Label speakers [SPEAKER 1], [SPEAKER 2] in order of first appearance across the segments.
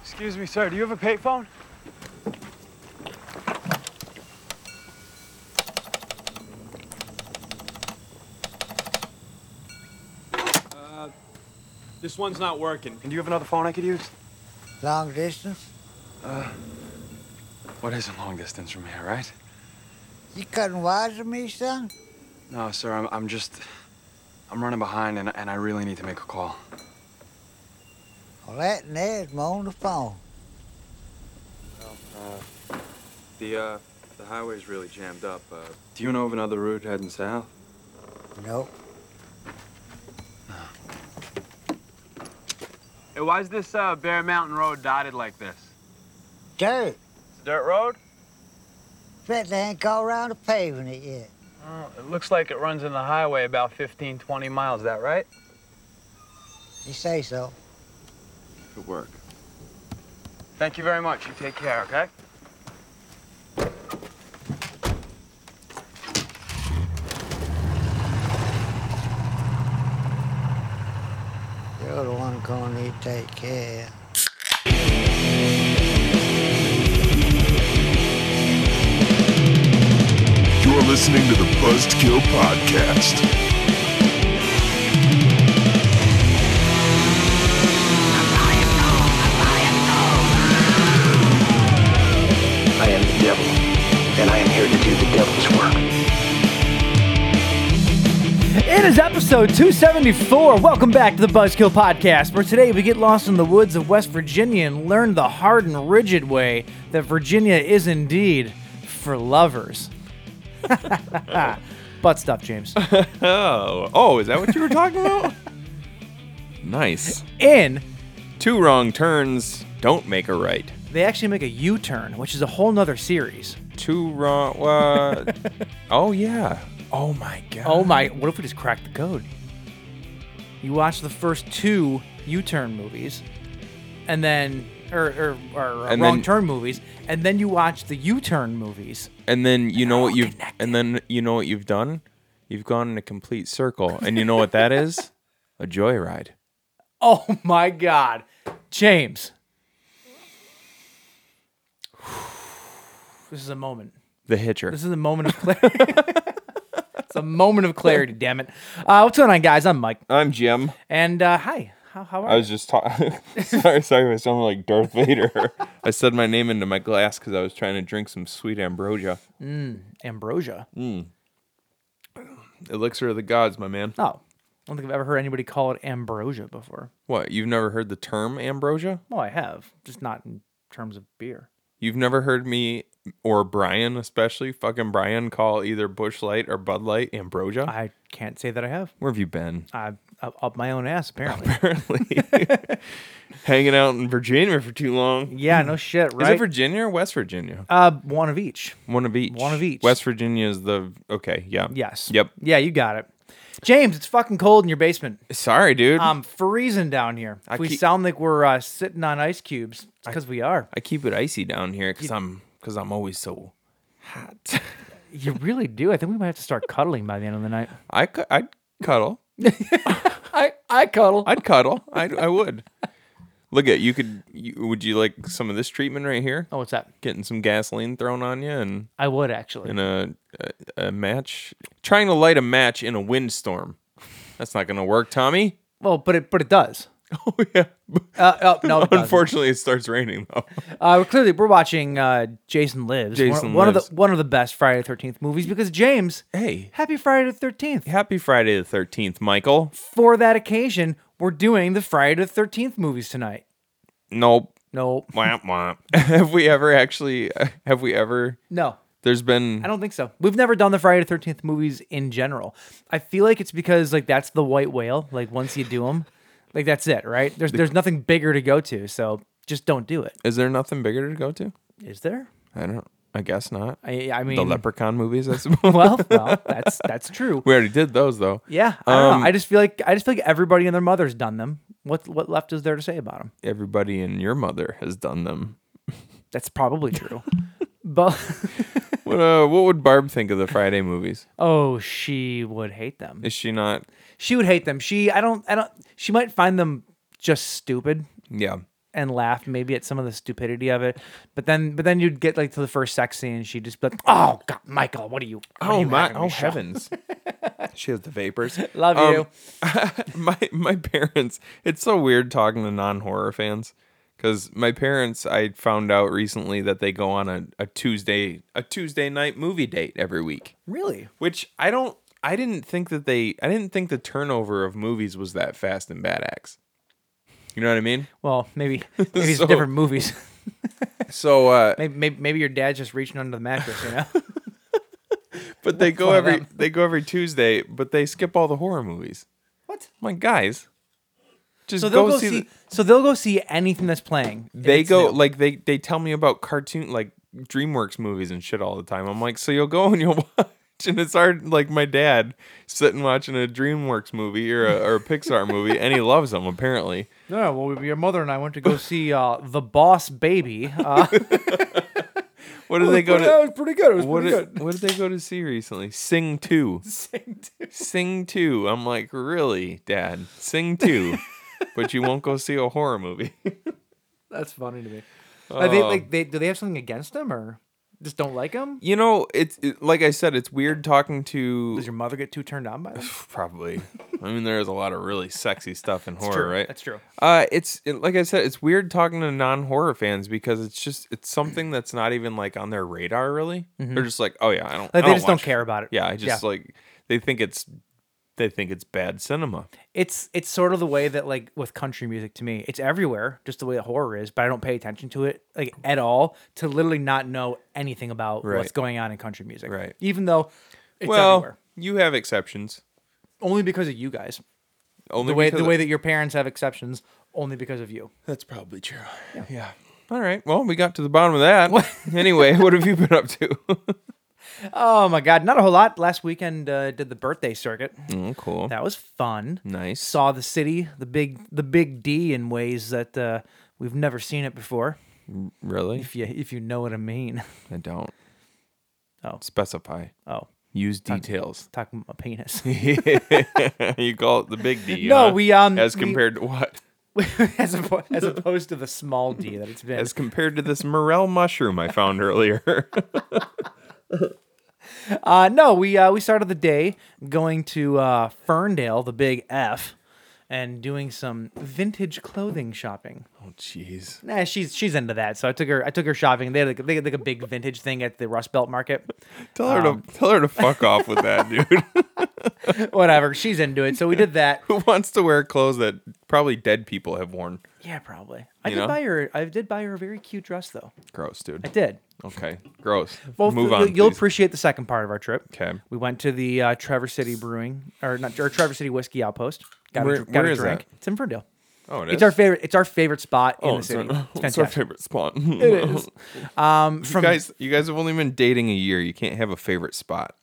[SPEAKER 1] Excuse me, sir. Do you have a payphone?
[SPEAKER 2] Uh, this one's not working.
[SPEAKER 1] And do you have another phone I could use?
[SPEAKER 3] Long distance?
[SPEAKER 1] What is a long distance from here, right?
[SPEAKER 3] You cutting wise with me, son?
[SPEAKER 1] No, sir. I'm, I'm just. I'm running behind and, and I really need to make a call.
[SPEAKER 3] Well, that and there's more on the phone.
[SPEAKER 4] The uh, the highway's really jammed up. Uh,
[SPEAKER 1] Do you know of another route heading south?
[SPEAKER 3] Nope.
[SPEAKER 2] Hey, why is this uh, Bear Mountain Road dotted like this?
[SPEAKER 3] Dirt.
[SPEAKER 2] It's a dirt road?
[SPEAKER 3] Bet they ain't go around to paving it yet.
[SPEAKER 2] it looks like it runs in the highway about 15, 20 miles. Is that right?
[SPEAKER 3] You say so.
[SPEAKER 4] could work.
[SPEAKER 2] Thank you very much. You take care, okay?
[SPEAKER 3] You're the one gonna need to take care.
[SPEAKER 5] You're listening to the Buzzkill Podcast.
[SPEAKER 6] I am the devil, and I am here to do the devil's work.
[SPEAKER 7] It is episode 274. Welcome back to the Buzzkill Podcast, where today we get lost in the woods of West Virginia and learn the hard and rigid way that Virginia is indeed for lovers. Butt stuff, James.
[SPEAKER 8] Oh, oh, is that what you were talking about? nice.
[SPEAKER 7] In,
[SPEAKER 8] Two wrong turns don't make a right.
[SPEAKER 7] they actually make a U turn, which is a whole nother series.
[SPEAKER 8] Two wrong. What? oh yeah. Oh my god.
[SPEAKER 7] Oh my, what if we just cracked the code? You watch the first two U turn movies, and then, or, or, or uh,
[SPEAKER 8] And
[SPEAKER 7] wrong
[SPEAKER 8] then-
[SPEAKER 7] turn movies, and then you watch the U turn movies.
[SPEAKER 8] And then you know what
[SPEAKER 7] all
[SPEAKER 8] you've and then you know what you've done. You've gone in a complete circle, and you know what that is? A joyride.
[SPEAKER 7] Oh my God. James. This is a moment.
[SPEAKER 8] The hitcher.
[SPEAKER 7] This is a moment of clarity. it's a moment of clarity, damn it. Uh, what's going on, guys? I'm Mike.
[SPEAKER 8] I'm Jim.
[SPEAKER 7] And uh, hi. How, how
[SPEAKER 8] I
[SPEAKER 7] are you?
[SPEAKER 8] was just talking. sorry, sorry, I sounded like Darth Vader. I said my name into my glass because I was trying to drink some sweet ambrosia.
[SPEAKER 7] Ambrosia. Oh,
[SPEAKER 8] Elixir of the gods, my man.
[SPEAKER 7] Oh, I don't think I've ever heard anybody call it ambrosia before.
[SPEAKER 8] What? You've never heard the term ambrosia?
[SPEAKER 7] Well, I have, just not in terms of beer.
[SPEAKER 8] You've never heard me or Brian, especially fucking Brian, call either Bush Light or Bud Light ambrosia?
[SPEAKER 7] I can't say that I have.
[SPEAKER 8] Where have you been?
[SPEAKER 7] I'm up up my own ass, apparently.
[SPEAKER 8] Apparently, hanging out in Virginia for too long.
[SPEAKER 7] yeah, no shit,
[SPEAKER 8] Is it
[SPEAKER 7] right?
[SPEAKER 8] Virginia or West Virginia?
[SPEAKER 7] uh, one of each.
[SPEAKER 8] One of each.
[SPEAKER 7] one of each.
[SPEAKER 8] West Virginia is the okay. Yeah.
[SPEAKER 7] Yes.
[SPEAKER 8] Yep.
[SPEAKER 7] Yeah, you got it. James, it's fucking cold in your basement.
[SPEAKER 8] Sorry, dude.
[SPEAKER 7] I'm freezing down here.
[SPEAKER 8] I
[SPEAKER 7] we
[SPEAKER 8] keep-
[SPEAKER 7] sound like we're uh, sitting on ice cubes because we are.
[SPEAKER 8] I keep it icy down here because I'm because I'm always so hot.
[SPEAKER 7] You really do. I think we might have to start cuddling by the end of the night.
[SPEAKER 8] I cu- I'd cuddle.
[SPEAKER 7] I, I cuddle.
[SPEAKER 8] I'd cuddle. I I would. Look at you. Could you, would you like some of this treatment right here?
[SPEAKER 7] oh, what's that?
[SPEAKER 8] getting some gasoline thrown on you and
[SPEAKER 7] I would actually.
[SPEAKER 8] in a, a a match trying to light a match in a windstorm that's not gonna work tommy
[SPEAKER 7] well, but it but it does.
[SPEAKER 8] oh yeah
[SPEAKER 7] Uh, oh no, it doesn't.
[SPEAKER 8] unfortunately it starts raining though
[SPEAKER 7] Uh, we're clearly we're watching uh, Jason Lives. one-
[SPEAKER 8] Jason
[SPEAKER 7] one, of
[SPEAKER 8] Lives.
[SPEAKER 7] the one of the best Friday the Thirteenth movies because James.
[SPEAKER 8] Hey.
[SPEAKER 7] Happy Friday the Thirteenth.
[SPEAKER 8] happy friday the 13th michael
[SPEAKER 7] For that occasion, we're doing the Friday the Thirteenth movies tonight.
[SPEAKER 8] nope
[SPEAKER 7] No,
[SPEAKER 8] womp womp have we ever actually have we ever
[SPEAKER 7] no.
[SPEAKER 8] there's been
[SPEAKER 7] I don't think so. We've never done the Friday the Thirteenth movies in general. I feel like it's because like that's the white whale. Like once you do them, like that's it, right? There's there's nothing bigger to go to, so just don't do it.
[SPEAKER 8] is there nothing bigger to go to
[SPEAKER 7] Is there?
[SPEAKER 8] i don't i guess not
[SPEAKER 7] I I mean,
[SPEAKER 8] the leprechaun movies i suppose
[SPEAKER 7] well, well, that's that's true.
[SPEAKER 8] we already did those though
[SPEAKER 7] Yeah, I don't
[SPEAKER 8] Um,
[SPEAKER 7] know. I just feel like I just feel like everybody and their mother's done them. What what left is there to say about them?
[SPEAKER 8] everybody and your mother has done them
[SPEAKER 7] That's probably true. but
[SPEAKER 8] what, uh, what would barb think of the friday movies
[SPEAKER 7] oh, she would hate them.
[SPEAKER 8] is she not
[SPEAKER 7] She would hate them. She I don't I don't. She might find them just stupid.
[SPEAKER 8] Yeah.
[SPEAKER 7] and laugh maybe at some of the stupidity of it, but then but then you'd get like to the first sex scene and she'd just be like, "Oh God, Michael, what are you? what are
[SPEAKER 8] Oh
[SPEAKER 7] you
[SPEAKER 8] my!
[SPEAKER 7] having me
[SPEAKER 8] Oh
[SPEAKER 7] shot?"
[SPEAKER 8] heavens! she has the vapors.
[SPEAKER 7] Love
[SPEAKER 8] Um,
[SPEAKER 7] you.
[SPEAKER 8] my my parents. It's so weird talking to non horror fans because my parents. I found out recently that they go on a, a Tuesday a Tuesday night movie date every week,
[SPEAKER 7] Really?
[SPEAKER 8] which I don't. I didn't think that they. I didn't think the turnover of movies was that fast in Bad Axe. You know what I mean?
[SPEAKER 7] Well, maybe maybe it's
[SPEAKER 8] So-
[SPEAKER 7] different movies.
[SPEAKER 8] So, uh,
[SPEAKER 7] maybe, maybe maybe your dad's just reaching under the mattress, you know?
[SPEAKER 8] but they go
[SPEAKER 7] one of
[SPEAKER 8] every
[SPEAKER 7] them.
[SPEAKER 8] they go every Tuesday, but they skip all the horror movies.
[SPEAKER 7] what?
[SPEAKER 8] I'm like, guys, just
[SPEAKER 7] So they'll
[SPEAKER 8] go,
[SPEAKER 7] go
[SPEAKER 8] see.
[SPEAKER 7] see.
[SPEAKER 8] the-
[SPEAKER 7] so they'll go see anything that's playing. if
[SPEAKER 8] they
[SPEAKER 7] it's
[SPEAKER 8] go
[SPEAKER 7] new.
[SPEAKER 8] like they they tell me about cartoon like DreamWorks movies and shit all the time. I'm like, so you'll go and you'll watch, and it's hard. Like my dad sitting watching a DreamWorks movie or a, or a Pixar movie, and he loves them apparently.
[SPEAKER 7] Yeah, well, your mother and I went to go see uh, The Boss Baby. Uh,
[SPEAKER 8] What
[SPEAKER 7] Oh,
[SPEAKER 8] did they go to?
[SPEAKER 7] was pretty good. It was
[SPEAKER 8] What did, what did they go to see recently? Sing two, Sing two. I'm like, really, Dad? Sing two, but you won't go see a horror movie.
[SPEAKER 7] That's funny to me. Are they, like, they, do they have something against him or just don't like him?
[SPEAKER 8] You know, it's it, like I said, it's weird talking to.
[SPEAKER 7] Does your mother get too turned on by them?
[SPEAKER 8] Probably. I mean, there is a lot of really sexy stuff in horror,
[SPEAKER 7] true.
[SPEAKER 8] right?
[SPEAKER 7] That's true.
[SPEAKER 8] Uh, it's it, like I said, it's weird talking to non-horror fans because it's just it's something that's not even like on their radar, really. They're just like, oh yeah, I don't.
[SPEAKER 7] Mm-hmm. Like
[SPEAKER 8] I
[SPEAKER 7] they just don't
[SPEAKER 8] watch-
[SPEAKER 7] care about it.
[SPEAKER 8] Yeah, I just like they think it's they think it's bad cinema.
[SPEAKER 7] it's it's sort of the way that like with country music to me, it's everywhere, just the way that horror is, but I don't pay attention to it like at all to literally not know anything about what's
[SPEAKER 8] Right.
[SPEAKER 7] going on in country music.
[SPEAKER 8] Right.
[SPEAKER 7] Even though it's
[SPEAKER 8] well,
[SPEAKER 7] everywhere.
[SPEAKER 8] you have exceptions.
[SPEAKER 7] Only because of you guys.
[SPEAKER 8] Only
[SPEAKER 7] The way
[SPEAKER 8] because
[SPEAKER 7] the way that your parents have exceptions only because of you.
[SPEAKER 8] that's probably true. Yeah. All right. Well, we got to the bottom of that. anyway, what have you been up to?
[SPEAKER 7] Oh my god, not a whole lot. Last weekend uh, did the birthday circuit.
[SPEAKER 8] Mm, cool.
[SPEAKER 7] That was fun.
[SPEAKER 8] Nice.
[SPEAKER 7] Saw the city, the big the big D in ways that uh, we've never seen it before.
[SPEAKER 8] really?
[SPEAKER 7] If you if you know what I mean.
[SPEAKER 8] I don't.
[SPEAKER 7] Oh.
[SPEAKER 8] Specify.
[SPEAKER 7] Oh,
[SPEAKER 8] Use details.
[SPEAKER 7] talking about my penis.
[SPEAKER 8] you call it the big D.
[SPEAKER 7] No,
[SPEAKER 8] huh?
[SPEAKER 7] we, um,
[SPEAKER 8] as
[SPEAKER 7] we-
[SPEAKER 8] compared to what?
[SPEAKER 7] as, oppo- as opposed to the small d that it's been.
[SPEAKER 8] As compared to this morel mushroom I found earlier.
[SPEAKER 7] Uh, no, we uh, we started the day going to uh, Ferndale, the big F, and doing some vintage clothing shopping.
[SPEAKER 8] oh jeez.
[SPEAKER 7] Nah, she's she's into that, so I took her I took her shopping. They had like, they had like a big vintage thing at the Rust Belt Market.
[SPEAKER 8] Tell her
[SPEAKER 7] Um,
[SPEAKER 8] to tell her to fuck off with that, dude.
[SPEAKER 7] Whatever, she's into it. So we did that.
[SPEAKER 8] Who wants to wear clothes that probably dead people have worn?
[SPEAKER 7] Yeah, probably. I
[SPEAKER 8] You
[SPEAKER 7] did
[SPEAKER 8] know?
[SPEAKER 7] buy her. I did buy her a very cute dress though.
[SPEAKER 8] Gross, dude.
[SPEAKER 7] I did.
[SPEAKER 8] Okay, gross.
[SPEAKER 7] Well,
[SPEAKER 8] Move
[SPEAKER 7] you-
[SPEAKER 8] on.
[SPEAKER 7] You'll
[SPEAKER 8] please.
[SPEAKER 7] appreciate the second part of our trip.
[SPEAKER 8] 'Kay.
[SPEAKER 7] We went to the uh, Trevor City Brewing or not or Trevor City Whiskey Outpost. Got
[SPEAKER 8] Where-
[SPEAKER 7] a, dr- got
[SPEAKER 8] where
[SPEAKER 7] a
[SPEAKER 8] is
[SPEAKER 7] drink.
[SPEAKER 8] that?
[SPEAKER 7] It's in Ferndale.
[SPEAKER 8] Oh, it
[SPEAKER 7] It's
[SPEAKER 8] is?
[SPEAKER 7] our favorite. It's our favorite spot in
[SPEAKER 8] Oh,
[SPEAKER 7] the
[SPEAKER 8] it's,
[SPEAKER 7] city.
[SPEAKER 8] our,
[SPEAKER 7] It's
[SPEAKER 8] it's our
[SPEAKER 7] fantastic.
[SPEAKER 8] favorite spot.
[SPEAKER 7] Um,
[SPEAKER 8] you
[SPEAKER 7] from
[SPEAKER 8] guys, you guys have only been dating a year. You can't have a favorite spot.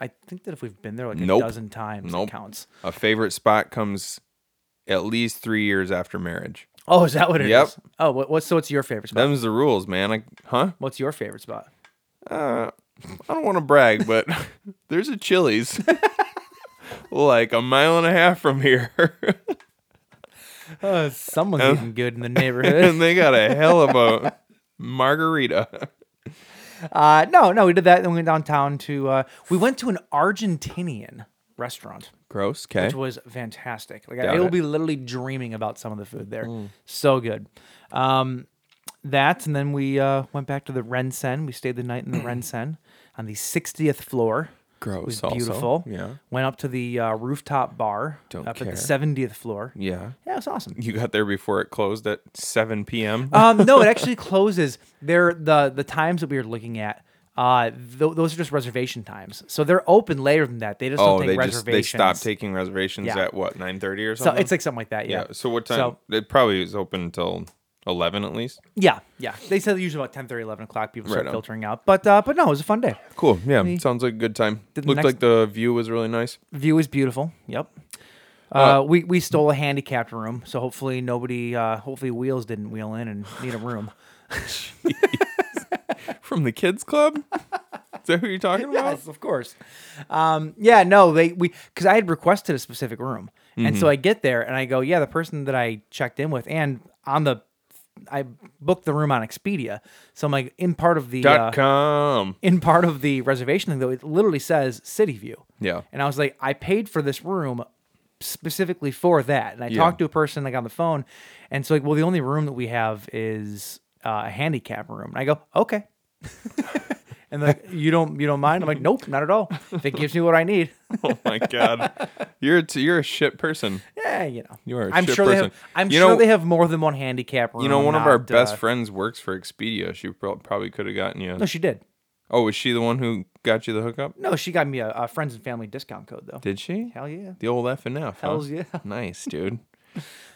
[SPEAKER 7] I think that if we've been there like a
[SPEAKER 8] Nope.
[SPEAKER 7] dozen times,
[SPEAKER 8] Nope.
[SPEAKER 7] it counts.
[SPEAKER 8] A favorite spot comes at least three years after marriage.
[SPEAKER 7] Oh, is that what it is?
[SPEAKER 8] Yep.
[SPEAKER 7] Oh, what, what's so? What's your favorite spot?
[SPEAKER 8] Them's the rules, man. I, huh?
[SPEAKER 7] what's your favorite spot?
[SPEAKER 8] I don't want to brag, but there's a Chili's like a mile and a half from here,
[SPEAKER 7] Uh, someone's eating good in the neighborhood.
[SPEAKER 8] and they got a hell of a margarita.
[SPEAKER 7] uh, no, no, we did that. Then we went downtown to. Uh, we went to an Argentinian restaurant.
[SPEAKER 8] Gross. Okay.
[SPEAKER 7] which was fantastic. Like
[SPEAKER 8] Doubt
[SPEAKER 7] I will
[SPEAKER 8] it. Mm.
[SPEAKER 7] be literally dreaming about some of the food there. So good. Um, that and then we uh, went back to the Rensen. We stayed the night in the Rensen on the 60th floor.
[SPEAKER 8] Gross
[SPEAKER 7] It was
[SPEAKER 8] also.
[SPEAKER 7] beautiful.
[SPEAKER 8] Yeah.
[SPEAKER 7] Went up to the uh, rooftop bar
[SPEAKER 8] Don't
[SPEAKER 7] up
[SPEAKER 8] care.
[SPEAKER 7] at the 70th floor.
[SPEAKER 8] Yeah.
[SPEAKER 7] Yeah, it was awesome.
[SPEAKER 8] You got there before it closed at 7 p.m.
[SPEAKER 7] um, no, it actually closes. They're the the times that we were looking at. Uh, th- those are just reservation times. So they're open later than that. They just
[SPEAKER 8] oh,
[SPEAKER 7] don't
[SPEAKER 8] they
[SPEAKER 7] take
[SPEAKER 8] just
[SPEAKER 7] reservations.
[SPEAKER 8] they stopped taking reservations
[SPEAKER 7] Yeah.
[SPEAKER 8] at what 9:30 or
[SPEAKER 7] So
[SPEAKER 8] something.
[SPEAKER 7] it's like something like that.
[SPEAKER 8] yeah.
[SPEAKER 7] Yeah.
[SPEAKER 8] So what time?
[SPEAKER 7] So-
[SPEAKER 8] it probably is open until 11 at least.
[SPEAKER 7] Yeah, yeah. They said usually about 10, 11 o'clock. People start
[SPEAKER 8] Right on.
[SPEAKER 7] filtering out, but uh, but no, it was a fun day.
[SPEAKER 8] Cool. Yeah. Sounds like a good time.
[SPEAKER 7] Did
[SPEAKER 8] Looked
[SPEAKER 7] the next-
[SPEAKER 8] like the view was really nice.
[SPEAKER 7] View is beautiful. Yep. Uh, we we stole a handicapped room, so hopefully nobody, uh, hopefully wheels didn't wheel in and need a room.
[SPEAKER 8] From the kids club? Is that who you're talking about?
[SPEAKER 7] of course. Um, yeah, no, they we because I had requested a specific room, and so I get there and I go, yeah, the person that I checked in with, and on the I booked the room on Expedia, so I'm like in part of the uh,
[SPEAKER 8] Dot com.
[SPEAKER 7] in part of the reservation thing though it literally says City View.
[SPEAKER 8] Yeah.
[SPEAKER 7] And I was like, I paid for this room specifically for that. And I
[SPEAKER 8] Yeah.
[SPEAKER 7] talked to a person like on the phone, and so like, well, the only room that we have is uh, a handicap room. And I go, okay. and like, you don't you don't mind? I'm like, nope, not at all. If it gives me what I need,
[SPEAKER 8] Oh my god, you're a t- you're a shit person.
[SPEAKER 7] yeah, eh, you know.
[SPEAKER 8] You are a
[SPEAKER 7] I'm
[SPEAKER 8] shit
[SPEAKER 7] sure they have.
[SPEAKER 8] person.
[SPEAKER 7] I'm
[SPEAKER 8] You
[SPEAKER 7] sure
[SPEAKER 8] know-
[SPEAKER 7] they have more than one handicap room.
[SPEAKER 8] You know, one of our
[SPEAKER 7] not,
[SPEAKER 8] best
[SPEAKER 7] uh,
[SPEAKER 8] friends works for Expedia. She pro- probably could have gotten you.
[SPEAKER 7] No, she did.
[SPEAKER 8] oh, was she the one who got you the hookup?
[SPEAKER 7] No, she got me a, a friends and family discount code though.
[SPEAKER 8] Did she?
[SPEAKER 7] Hell yeah.
[SPEAKER 8] The old F and F.
[SPEAKER 7] Hells yeah.
[SPEAKER 8] Nice, dude.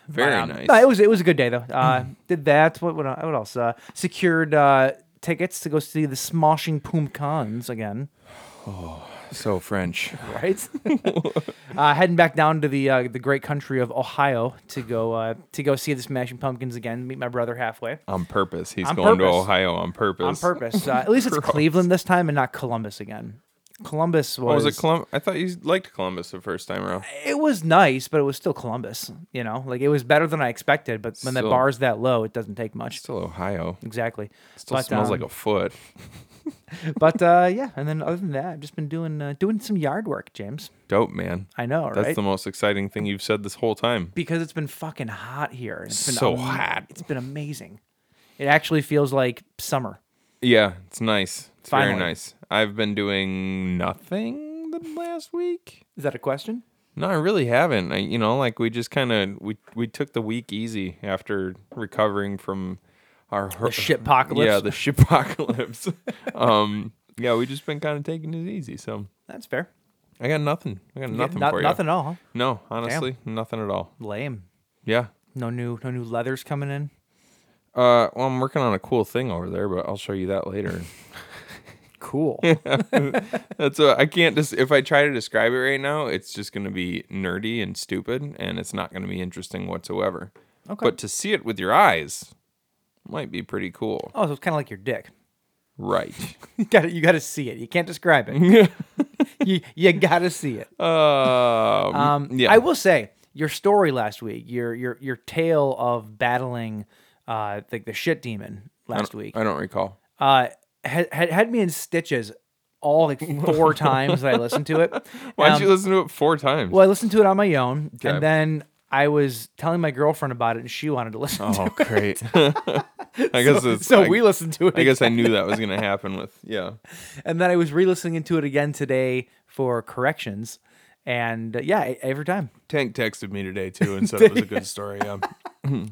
[SPEAKER 8] Very
[SPEAKER 7] Um,
[SPEAKER 8] nice. Mm-hmm.
[SPEAKER 7] No, it was it was a good day though. Uh, did that. What what, what else? Uh, secured uh, tickets to go see the Smoshing Poom Cons again.
[SPEAKER 8] so French.
[SPEAKER 7] Right. uh, heading back down to the uh, the great country of Ohio to go uh, to go see the Smashing Pumpkins again. Meet my brother halfway
[SPEAKER 8] On purpose. He's
[SPEAKER 7] On
[SPEAKER 8] going to
[SPEAKER 7] purpose.
[SPEAKER 8] Ohio on purpose.
[SPEAKER 7] on purpose. Uh, at least it's Cleveland this time and not Columbus again. Columbus
[SPEAKER 8] Oh,
[SPEAKER 7] was,
[SPEAKER 8] was it Columbus? I thought you liked Columbus the first time around.
[SPEAKER 7] it was nice, but it was still Columbus. You know, like it was better than I expected. But when the
[SPEAKER 8] Still-
[SPEAKER 7] bar's that low, it doesn't take much.
[SPEAKER 8] Still Ohio.
[SPEAKER 7] Exactly.
[SPEAKER 8] Still
[SPEAKER 7] But,
[SPEAKER 8] smells
[SPEAKER 7] um,
[SPEAKER 8] like a foot.
[SPEAKER 7] but uh, yeah, and then other than that, I've just been doing uh, doing some yard work, James.
[SPEAKER 8] Dope, man.
[SPEAKER 7] I know,
[SPEAKER 8] That's
[SPEAKER 7] right?
[SPEAKER 8] the most exciting thing you've said this whole time.
[SPEAKER 7] because it's been fucking hot here. and It's been
[SPEAKER 8] So hot.
[SPEAKER 7] It's been amazing. It actually feels like summer.
[SPEAKER 8] Yeah, it's nice. It's
[SPEAKER 7] Finally.
[SPEAKER 8] very nice. I've been doing nothing the last week.
[SPEAKER 7] Is that a question?
[SPEAKER 8] No, I really haven't. I, you know, like we just kind of we we took the week easy after recovering from our the
[SPEAKER 7] shitpocalypse?
[SPEAKER 8] Yeah, the shitpocalypse. um, yeah, we just been kind of taking it easy. So
[SPEAKER 7] That's fair.
[SPEAKER 8] I got nothing. I got nothing
[SPEAKER 7] no-
[SPEAKER 8] for you.
[SPEAKER 7] nothing at all. huh?
[SPEAKER 8] No, honestly, nothing at all.
[SPEAKER 7] Lame.
[SPEAKER 8] Yeah.
[SPEAKER 7] No new no new leathers coming in.
[SPEAKER 8] Uh, well, I'm working on a cool thing over there, but I'll show you that later.
[SPEAKER 7] Cool.
[SPEAKER 8] That's I I can't just if I try to describe it right now, it's just going to be nerdy and stupid, and it's not going to be interesting whatsoever.
[SPEAKER 7] Okay.
[SPEAKER 8] But to see it with your eyes might be pretty cool,
[SPEAKER 7] oh, so it's kind of like your dick.
[SPEAKER 8] right?
[SPEAKER 7] You got You got to see it. You can't describe it. you you got to see it.
[SPEAKER 8] Um,
[SPEAKER 7] Um,
[SPEAKER 8] yeah,
[SPEAKER 7] I will say your story last week, your your your tale of battling uh like the shit demon last week.
[SPEAKER 8] I don't recall.
[SPEAKER 7] uh, had, had had me in stitches all like four times that I listened to it.
[SPEAKER 8] Why'd
[SPEAKER 7] Um,
[SPEAKER 8] you listen to it four times?
[SPEAKER 7] Well, I listened to it on my own,
[SPEAKER 8] Okay.
[SPEAKER 7] and then I was telling my girlfriend about it, and she wanted to listen.
[SPEAKER 8] Oh,
[SPEAKER 7] to
[SPEAKER 8] great. I guess
[SPEAKER 7] it.
[SPEAKER 8] it's,
[SPEAKER 7] So
[SPEAKER 8] I,
[SPEAKER 7] we listened to it,
[SPEAKER 8] I guess I knew that was going to happen with yeah.
[SPEAKER 7] and then I was re-listening to it again today for corrections, and uh, yeah, e- every time.
[SPEAKER 8] Tank texted me today too and said it was a good story. Yeah.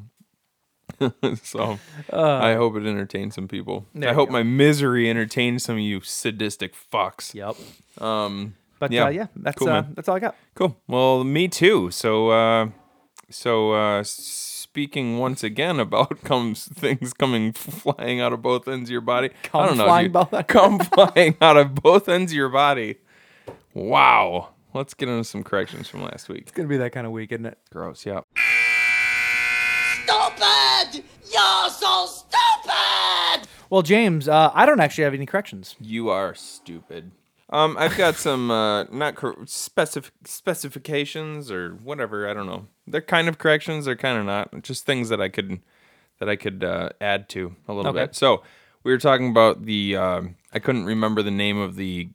[SPEAKER 8] so I hope it entertained some people. I
[SPEAKER 7] Uh, you
[SPEAKER 8] hope
[SPEAKER 7] go.
[SPEAKER 8] my misery entertained some of you sadistic fucks.
[SPEAKER 7] Yep.
[SPEAKER 8] Um.
[SPEAKER 7] But yeah,
[SPEAKER 8] Yeah.
[SPEAKER 7] uh, yeah that's
[SPEAKER 8] Cool,
[SPEAKER 7] uh,
[SPEAKER 8] man.
[SPEAKER 7] that's all I got.
[SPEAKER 8] Cool. Well, me too. So, uh, so uh, speaking once again about comes things coming flying out of both ends of your body.
[SPEAKER 7] Come
[SPEAKER 8] I don't know.
[SPEAKER 7] flying
[SPEAKER 8] dude.
[SPEAKER 7] both-
[SPEAKER 8] come flying out of both ends of your body. Wow. Let's get into some corrections from last week.
[SPEAKER 7] It's gonna be that kind of week, isn't it?
[SPEAKER 8] Gross. Yeah.
[SPEAKER 9] Stupid! You're so stupid!
[SPEAKER 7] Well, James, uh, I don't actually have any corrections.
[SPEAKER 8] You are stupid. Um, I've got some uh, not cor- specif- specifications or whatever. I don't know. They're kind of corrections. They're kind of not. Just things that I could that I could uh, add to a little
[SPEAKER 7] Okay.
[SPEAKER 8] bit. So we were talking about the. Um, I couldn't remember the name of the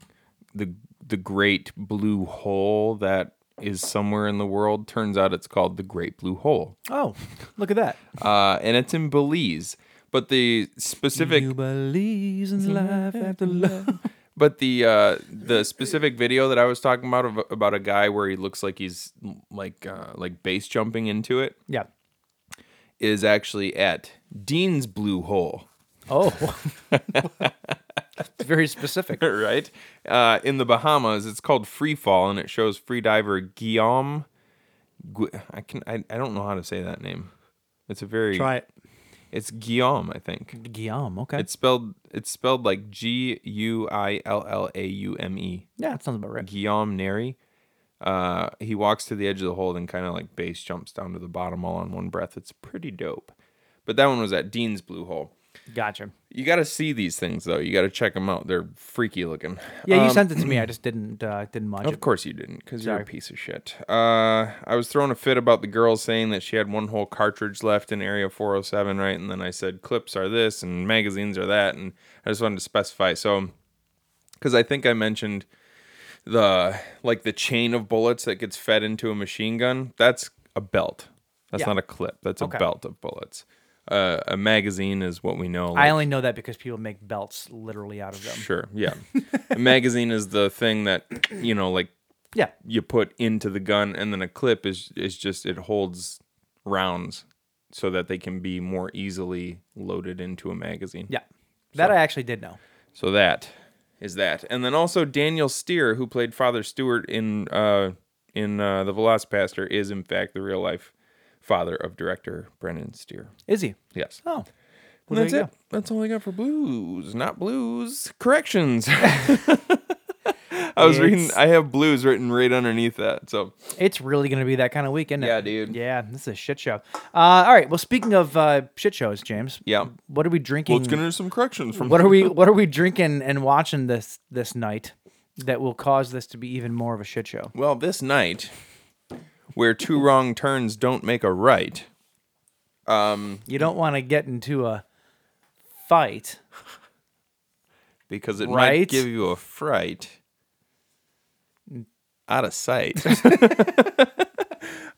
[SPEAKER 8] the the great blue hole that is somewhere in the world. Turns out it's called the Great Blue Hole,
[SPEAKER 7] Oh, look at that.
[SPEAKER 8] uh, and it's in Belize. But the specific
[SPEAKER 7] Who believes in life after love?
[SPEAKER 8] But the uh, the specific video that I was talking about of, about a guy where he looks like he's mm, like uh, like base jumping into it
[SPEAKER 7] Yeah.
[SPEAKER 8] is actually at Dean's Blue Hole,
[SPEAKER 7] Oh. it's very specific.
[SPEAKER 8] right? Uh, in the Bahamas, it's called Free Fall, and it shows free diver Guillaume. Gu- I can I, I don't know how to say that name. It's a very
[SPEAKER 7] Try it.
[SPEAKER 8] it's Guillaume, I think.
[SPEAKER 7] Guillaume, okay.
[SPEAKER 8] It's spelled it's spelled like G U I L L A U M E.
[SPEAKER 7] yeah, that sounds about right.
[SPEAKER 8] Guillaume Neri. Uh, he walks to the edge of the hole and kind of like base jumps down to the bottom all on one breath. It's pretty dope. But that one was at Dean's Blue Hole.
[SPEAKER 7] Gotcha.
[SPEAKER 8] You got to see these things though. You got to check them out. They're freaky looking.
[SPEAKER 7] Yeah, you
[SPEAKER 8] Um,
[SPEAKER 7] sent it to me. I just didn't uh, didn't watch
[SPEAKER 8] Of
[SPEAKER 7] it.
[SPEAKER 8] course you didn't, because you're a
[SPEAKER 7] Sorry.
[SPEAKER 8] piece of shit. Uh, I was throwing a fit about the girl saying that she had one whole cartridge left in Area 407, right? And then I said clips are this and magazines are that, and I just wanted to specify. So, because I think I mentioned the like the chain of bullets that gets fed into a machine gun. That's a belt. That's
[SPEAKER 7] Yeah.
[SPEAKER 8] not a clip. That's
[SPEAKER 7] Okay.
[SPEAKER 8] a belt of bullets. Uh, a magazine is what we know.
[SPEAKER 7] I
[SPEAKER 8] like-
[SPEAKER 7] only know that because people make belts literally out of them.
[SPEAKER 8] Sure. Yeah. a magazine is the thing that you know, like
[SPEAKER 7] Yeah.
[SPEAKER 8] you put into the gun and then a clip is is just it holds rounds so that they can be more easily loaded into a magazine.
[SPEAKER 7] Yeah. That I actually did know.
[SPEAKER 8] So that is that. And then also Daniel Steer who played Father Stewart in uh in uh, The Velocipaster is in fact the real life father of director Brendan Steer.
[SPEAKER 7] Is he?
[SPEAKER 8] Yes.
[SPEAKER 7] Oh.
[SPEAKER 8] And
[SPEAKER 7] there
[SPEAKER 8] that's
[SPEAKER 7] you
[SPEAKER 8] it. That's all I got for blues. Not blues. Corrections. I was reading.
[SPEAKER 7] It's-
[SPEAKER 8] I have blues written right underneath that. So
[SPEAKER 7] It's really going to be that kind of week, isn't it?
[SPEAKER 8] Yeah, dude.
[SPEAKER 7] Yeah, this is a shit show. Uh, all right. Well, speaking of uh, shit shows, James.
[SPEAKER 8] Yeah.
[SPEAKER 7] What are we drinking?
[SPEAKER 8] well, it's gonna do some corrections from
[SPEAKER 7] what are we What are we drinking and watching this this night that will cause this to be even more of a shit show?
[SPEAKER 8] Well, this night, where two wrong turns don't make a right.
[SPEAKER 7] You don't want to get into a fight.
[SPEAKER 8] because it
[SPEAKER 7] Right?
[SPEAKER 8] might give you a fright out of sight.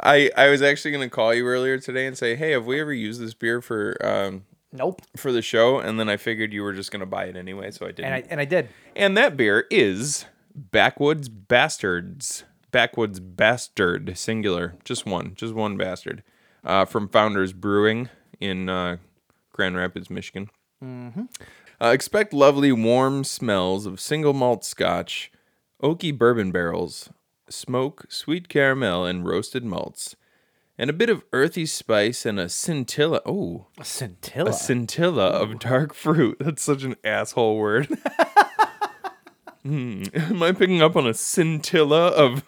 [SPEAKER 8] I I was actually gonna call you earlier today and say, hey, have we ever used this beer for um
[SPEAKER 7] Nope.
[SPEAKER 8] for the show? And then I figured you were just gonna buy it anyway, so I didn't.
[SPEAKER 7] And I and I did.
[SPEAKER 8] And that beer is Backwoods Bastards. Backwoods Bastard, singular. Just one. Just one bastard. Uh, from Founders Brewing in uh, Grand Rapids, Michigan. Uh, expect lovely, warm smells of single malt scotch, oaky bourbon barrels, smoke, sweet caramel, and roasted malts. And a bit of earthy spice and a scintilla. Oh,
[SPEAKER 7] A scintilla.
[SPEAKER 8] a scintilla of dark fruit. That's such an asshole word. Hmm. Am I picking up on a scintilla of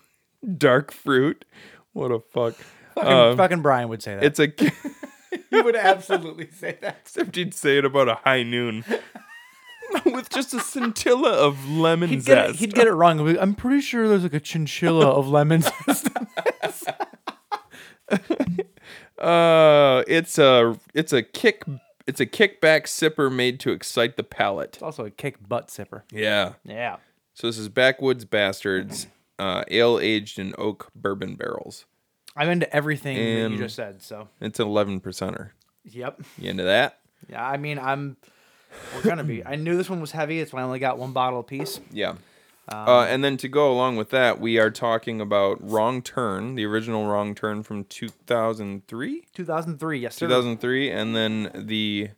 [SPEAKER 8] dark fruit? What a fuck.
[SPEAKER 7] fucking,
[SPEAKER 8] uh,
[SPEAKER 7] fucking Brian would say that.
[SPEAKER 8] It's a.
[SPEAKER 7] he would absolutely say that.
[SPEAKER 8] Except he'd say it about a high noon. With just a scintilla of lemon
[SPEAKER 7] He'd get, it,
[SPEAKER 8] zest.
[SPEAKER 7] he'd get it wrong. He'd be, I'm pretty sure there's like a chinchilla of lemon zest."
[SPEAKER 8] Uh, it's a it's a kick it's a kickback sipper made to excite the palate.
[SPEAKER 7] also a kick butt sipper.
[SPEAKER 8] Yeah.
[SPEAKER 7] Yeah.
[SPEAKER 8] So this is backwoods bastards, uh, ale aged in oak bourbon barrels.
[SPEAKER 7] I'm into everything that
[SPEAKER 8] Um,
[SPEAKER 7] you just said. So,
[SPEAKER 8] It's an eleven percenter.
[SPEAKER 7] yep.
[SPEAKER 8] You into that?
[SPEAKER 7] Yeah, I mean, I'm. We're gonna be. I knew this one was heavy. That's why I only got one bottle apiece.
[SPEAKER 8] Yeah.
[SPEAKER 7] Um,
[SPEAKER 8] uh, and then to go along with that, we are talking about Wrong Turn, the original Wrong Turn from 2003,
[SPEAKER 7] 2003. Yes, sir.
[SPEAKER 8] 2003, and then the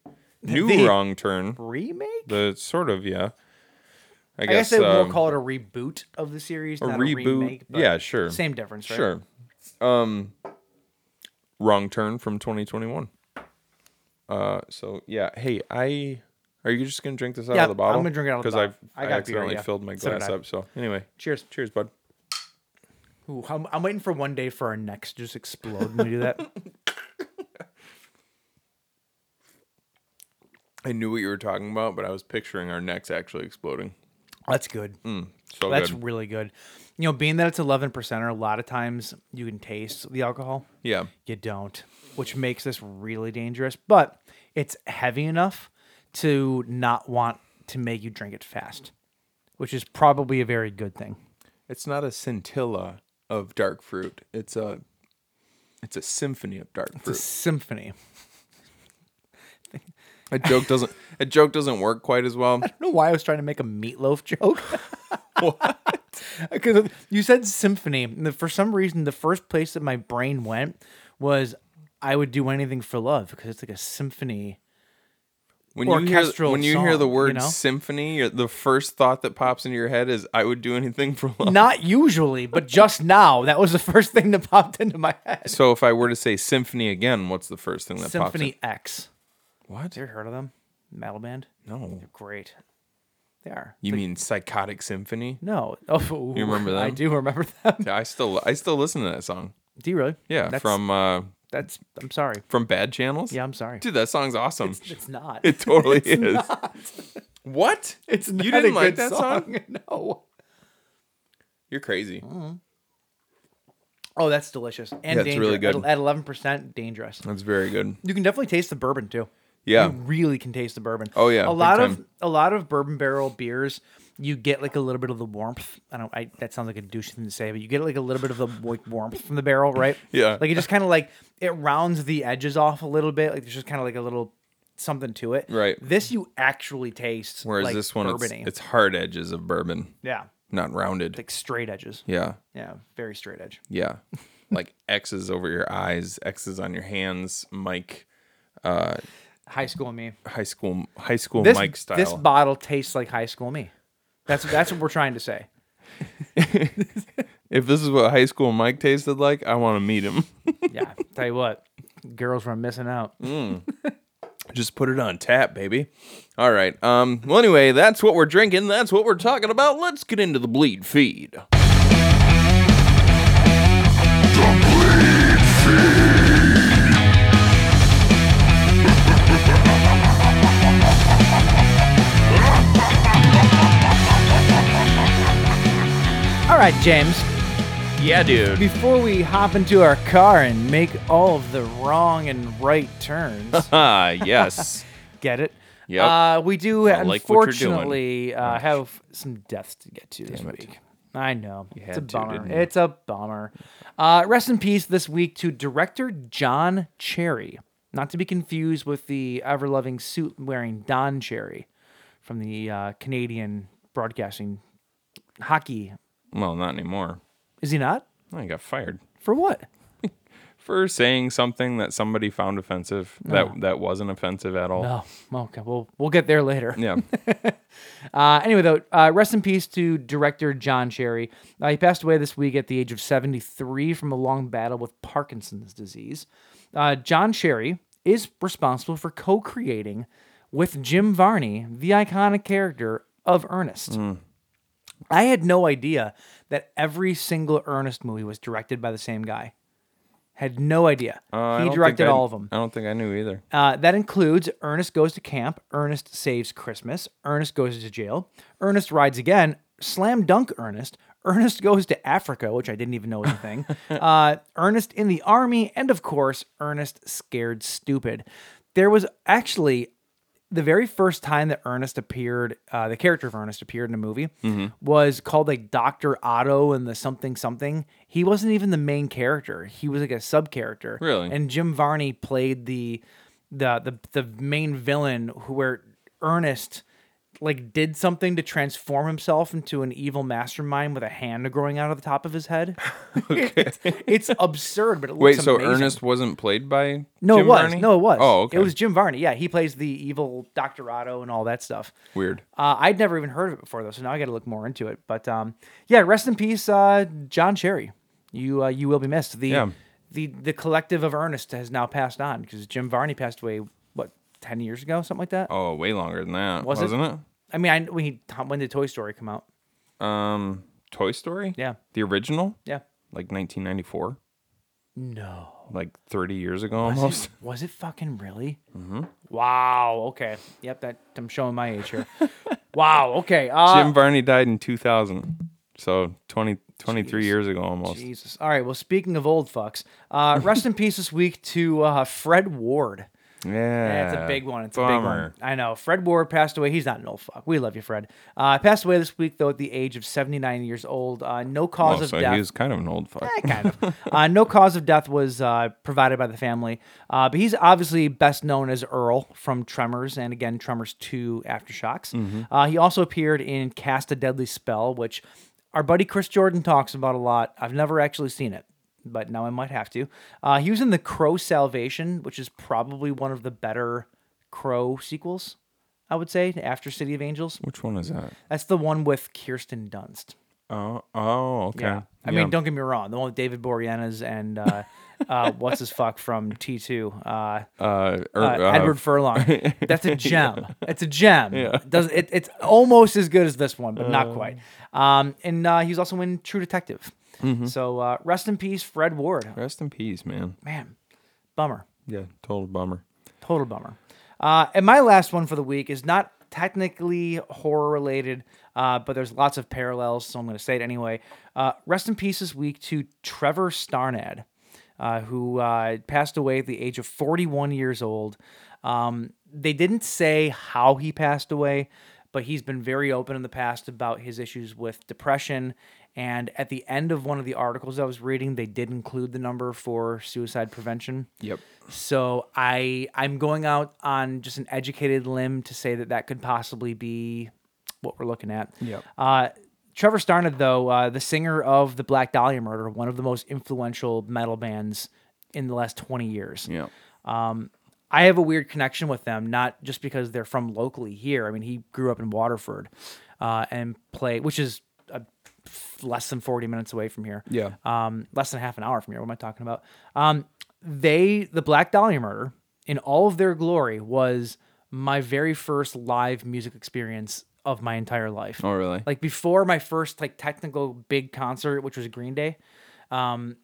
[SPEAKER 8] new
[SPEAKER 7] The-
[SPEAKER 8] Wrong Turn,
[SPEAKER 7] remake.
[SPEAKER 8] the sort of yeah. I
[SPEAKER 7] I
[SPEAKER 8] guess,
[SPEAKER 7] guess they will
[SPEAKER 8] um,
[SPEAKER 7] call it a reboot of the series.
[SPEAKER 8] a
[SPEAKER 7] not
[SPEAKER 8] reboot.
[SPEAKER 7] remake, but
[SPEAKER 8] yeah, sure.
[SPEAKER 7] Same difference, right?
[SPEAKER 8] Sure. Um, wrong turn from 2021. Uh, so yeah. Hey, I are you just gonna drink this out
[SPEAKER 7] Yeah,
[SPEAKER 8] of the bottle?
[SPEAKER 7] I'm gonna drink it out of the
[SPEAKER 8] because I've
[SPEAKER 7] bottle. I
[SPEAKER 8] I,
[SPEAKER 7] got beer,
[SPEAKER 8] accidentally
[SPEAKER 7] yeah.
[SPEAKER 8] filled my
[SPEAKER 7] So did
[SPEAKER 8] glass
[SPEAKER 7] I.
[SPEAKER 8] up. So anyway,
[SPEAKER 7] Cheers.
[SPEAKER 8] cheers, bud.
[SPEAKER 7] Ooh, I'm, I'm waiting for one day for our necks to just explode when we do that.
[SPEAKER 8] I knew what you were talking about, but I was picturing our necks actually exploding.
[SPEAKER 7] That's good.
[SPEAKER 8] So
[SPEAKER 7] That's
[SPEAKER 8] Mm, good.
[SPEAKER 7] really good. You know, being that it's 11%, a lot of times you can taste the alcohol.
[SPEAKER 8] yeah.
[SPEAKER 7] You don't, which makes this really dangerous, but it's heavy enough to not want to make you drink it fast, which is probably a very good thing.
[SPEAKER 8] It's not a scintilla of dark fruit. It's a it's a symphony of dark
[SPEAKER 7] It's a
[SPEAKER 8] fruit.
[SPEAKER 7] symphony.
[SPEAKER 8] A joke doesn't a joke doesn't work quite as well.
[SPEAKER 7] I don't know why I was trying to make a meatloaf joke. Because you said symphony. And the- for some reason, the first place that my brain went was I would do anything for love because it's like a symphony.
[SPEAKER 8] when you hear
[SPEAKER 7] orchestral
[SPEAKER 8] when you hear
[SPEAKER 7] song,
[SPEAKER 8] the
[SPEAKER 7] you
[SPEAKER 8] word
[SPEAKER 7] know?
[SPEAKER 8] symphony, you're- the first thought that pops into your head is "I would do anything for love."
[SPEAKER 7] Not usually, but just now, that was the first thing that popped into my head.
[SPEAKER 8] So if I were to say symphony again, what's the first thing that
[SPEAKER 7] Symphony
[SPEAKER 8] pops?
[SPEAKER 7] X.
[SPEAKER 8] in?
[SPEAKER 7] You ever heard of them? Metal band?
[SPEAKER 8] What? No,
[SPEAKER 7] They're great. They are.
[SPEAKER 8] you mean psychotic symphony?
[SPEAKER 7] No. Oh,
[SPEAKER 8] You remember
[SPEAKER 7] I
[SPEAKER 8] them?
[SPEAKER 7] do remember them.
[SPEAKER 8] Yeah, I still I still listen to that song.
[SPEAKER 7] Do you really?
[SPEAKER 8] Yeah,
[SPEAKER 7] That's-
[SPEAKER 8] from uh,
[SPEAKER 7] That's I'm sorry.
[SPEAKER 8] from Bad Channels.
[SPEAKER 7] Yeah, I'm sorry.
[SPEAKER 8] Dude, that song's awesome.
[SPEAKER 7] It's, it's not.
[SPEAKER 8] it totally is.
[SPEAKER 7] not.
[SPEAKER 8] What?
[SPEAKER 7] It's not
[SPEAKER 8] you
[SPEAKER 7] a
[SPEAKER 8] didn't
[SPEAKER 7] good
[SPEAKER 8] like that song?
[SPEAKER 7] no.
[SPEAKER 8] You're crazy.
[SPEAKER 7] Mm. Oh, that's delicious and
[SPEAKER 8] Yeah, it's really
[SPEAKER 7] dangerous.
[SPEAKER 8] good.
[SPEAKER 7] At eleven percent, dangerous.
[SPEAKER 8] That's very good.
[SPEAKER 7] You can definitely taste the bourbon too.
[SPEAKER 8] Yeah.
[SPEAKER 7] you really can taste the bourbon.
[SPEAKER 8] Oh, yeah,
[SPEAKER 7] a
[SPEAKER 8] big
[SPEAKER 7] lot of
[SPEAKER 8] time.
[SPEAKER 7] a lot of bourbon barrel beers. You get like a little bit of the warmth. I don't. I that sounds like a douchey thing to say, but you get like a little bit of the like warmth from the barrel, right?
[SPEAKER 8] Yeah.
[SPEAKER 7] Like it just kind of like it rounds the edges off a little bit. Like there's just kind of like a little something to it.
[SPEAKER 8] Right.
[SPEAKER 7] This you actually taste.
[SPEAKER 8] Whereas
[SPEAKER 7] like,
[SPEAKER 8] this one, it's,
[SPEAKER 7] bourbon-y.
[SPEAKER 8] it's hard edges of bourbon,
[SPEAKER 7] yeah,
[SPEAKER 8] not rounded.
[SPEAKER 7] like straight edges.
[SPEAKER 8] Yeah.
[SPEAKER 7] Yeah, very straight edge.
[SPEAKER 8] Yeah. like X's over your eyes, X's on your hands, Mike
[SPEAKER 7] High school me.
[SPEAKER 8] high school high school
[SPEAKER 7] This
[SPEAKER 8] Mike style.
[SPEAKER 7] this bottle tastes like high school me. That's that's what we're trying to say.
[SPEAKER 8] if this is what high school Mike tasted like, I want to meet him.
[SPEAKER 7] Yeah, tell you what, girls were missing out.
[SPEAKER 8] Just put it on tap, baby. All right. Um well anyway, that's what we're drinking, that's what we're talking about. Let's get into the bleed feed.
[SPEAKER 7] All right, James.
[SPEAKER 8] Yeah, dude.
[SPEAKER 7] Before we hop into our car and make all of the wrong and right turns,
[SPEAKER 8] Ah, yes.
[SPEAKER 7] get it?
[SPEAKER 8] Yep.
[SPEAKER 7] Uh, we do,
[SPEAKER 8] I like what you're doing.
[SPEAKER 7] unfortunately, uh, have some deaths to get to this
[SPEAKER 8] Damn it.
[SPEAKER 7] week. I know. It's a
[SPEAKER 8] had to,
[SPEAKER 7] bummer.
[SPEAKER 8] didn't you?
[SPEAKER 7] It's a bummer. Uh, rest in peace this week to director John Cherry. Not to be confused with the ever loving suit wearing Don Cherry from the uh, Canadian broadcasting hockey.
[SPEAKER 8] well, not anymore.
[SPEAKER 7] Is he not?
[SPEAKER 8] I got fired
[SPEAKER 7] For what?
[SPEAKER 8] for saying something that somebody found offensive
[SPEAKER 7] Ah.
[SPEAKER 8] that that wasn't offensive at all.
[SPEAKER 7] Oh, okay. Well, we'll get there later.
[SPEAKER 8] Yeah.
[SPEAKER 7] Uh, anyway, though, uh, rest in peace to director John Cherry. Uh, he passed away this week at the age of 73 from a long battle with Parkinson's disease. Uh, John Cherry is responsible for co creating with Jim Varney the iconic character of Ernest.
[SPEAKER 8] Hmm.
[SPEAKER 7] I had no idea that every single Ernest movie was directed by the same guy. Had no idea.
[SPEAKER 8] Uh, I don't
[SPEAKER 7] he
[SPEAKER 8] think
[SPEAKER 7] directed
[SPEAKER 8] I-
[SPEAKER 7] all of them.
[SPEAKER 8] I don't think I knew either.
[SPEAKER 7] Uh, that includes Ernest Goes to Camp, Ernest Saves Christmas, Ernest Goes to Jail, Ernest Rides Again, Slam Dunk Ernest, Ernest Goes to Africa, which I didn't even know was a thing, uh, Ernest in the Army, and of course, Ernest Scared Stupid. There was actually the very first time that Ernest appeared, uh, the character of Ernest appeared in a movie,
[SPEAKER 8] Mm-hmm.
[SPEAKER 7] was called like Doctor Otto and the something something. He wasn't even the main character; he was like a sub character.
[SPEAKER 8] Really?
[SPEAKER 7] And Jim Varney played the the the the main villain who where Ernest like did something to transform himself into an evil mastermind with a hand growing out of the top of his head. it's, it's absurd, but it looks
[SPEAKER 8] Wait, so
[SPEAKER 7] amazing.
[SPEAKER 8] Ernest wasn't played by
[SPEAKER 7] No,
[SPEAKER 8] Jim
[SPEAKER 7] it was.
[SPEAKER 8] Varney?
[SPEAKER 7] No, it was.
[SPEAKER 8] Oh, okay.
[SPEAKER 7] It was Jim Varney. Yeah, he plays the evil Doctor Otto and all that stuff.
[SPEAKER 8] weird.
[SPEAKER 7] Uh, I'd never even heard of it before though, so now I got to look more into it. But um, yeah, rest in peace, uh, John Cherry. You uh, you will be missed. The
[SPEAKER 8] Yeah.
[SPEAKER 7] the the collective of Ernest has now passed on because Jim Varney passed away what ten years ago, something like that.
[SPEAKER 8] Oh, way longer than that,
[SPEAKER 7] Was it?
[SPEAKER 8] wasn't it?
[SPEAKER 7] I mean, I when he when did Toy Story come out?
[SPEAKER 8] Um, Toy Story.
[SPEAKER 7] Yeah.
[SPEAKER 8] the original,
[SPEAKER 7] Yeah.
[SPEAKER 8] like 1994,
[SPEAKER 7] No.
[SPEAKER 8] like 30 years ago
[SPEAKER 7] Was it-
[SPEAKER 8] almost.
[SPEAKER 7] was it fucking really? Mm-hmm. Wow. Okay. Yep. That I'm showing my age here. wow. Okay. Uh,
[SPEAKER 8] Jim Varney died in 2000, so 20 23 years ago almost.
[SPEAKER 7] Jesus. All right. Well, speaking of old fucks, uh, rest in peace this week to uh, Fred Ward.
[SPEAKER 8] Yeah,
[SPEAKER 7] Yeah, it's a big one. It's a big one.
[SPEAKER 8] bummer.
[SPEAKER 7] I know. Fred Ward passed away. He's not an old fuck. We love you, Fred. Uh, passed away this week though at the age of 79 years old. Uh, no cause
[SPEAKER 8] Oh,
[SPEAKER 7] of
[SPEAKER 8] so
[SPEAKER 7] death.
[SPEAKER 8] he was kind of an old fuck.
[SPEAKER 7] Eh, kind of. Uh, no cause of death was uh, provided by the family, uh, but he's obviously best known as Earl from Tremors and again Tremors Two Aftershocks. Uh, he also appeared in Cast a Deadly Spell, which our buddy Chris Jordan talks about a lot. I've never actually seen it. But now I might have to. Uh, he was in the Crow Salvation, which is probably one of the better Crow sequels, I would say, after City of Angels.
[SPEAKER 8] Which one is that?
[SPEAKER 7] That's the one with Kirsten Dunst.
[SPEAKER 8] Oh, oh, okay.
[SPEAKER 7] Yeah. I mean, don't get me wrong. The one with David Boreanaz and uh, uh, what's his fuck from T2, uh,
[SPEAKER 8] uh, er,
[SPEAKER 7] uh,
[SPEAKER 8] uh,
[SPEAKER 7] Edward Furlong. That's a gem. It's a gem. It does it, It's almost as good as this one, but not quite. Um, and uh, he was also in True Detective. So uh, rest in peace, Fred Ward.
[SPEAKER 8] Rest in peace, man.
[SPEAKER 7] Man, Bummer.
[SPEAKER 8] Yeah, total bummer.
[SPEAKER 7] Total bummer. Uh, and my last one for the week is not technically horror related, uh, but there's lots of parallels, so I'm going to say it anyway. Uh, rest in peace this week to Trevor Starnad, uh, who uh, passed away at the age of 41 years old. Um, they didn't say how he passed away, but he's been very open in the past about his issues with depression. And at the end of one of the articles I was reading, they did include the number for suicide prevention.
[SPEAKER 8] Yep.
[SPEAKER 7] So I I'm going out on just an educated limb to say that that could possibly be what we're looking at.
[SPEAKER 8] Yep.
[SPEAKER 7] Uh, Trevor Starned, though, uh, the singer of the Black Dahlia Murder, one of the most influential metal bands in the last 20 years.
[SPEAKER 8] Yeah.
[SPEAKER 7] I have a weird connection with them, not just because they're from locally here. I mean, he grew up in Waterford uh, and play, which is uh, less than 40 minutes away from here.
[SPEAKER 8] Yeah.
[SPEAKER 7] Um, less than half an hour from here. What am I talking about? Um, they, the Black Dahlia murder, in all of their glory, was my very first live music experience of my entire life.
[SPEAKER 8] Oh, really?
[SPEAKER 7] Like before my first like technical big concert, which was Green Day, um,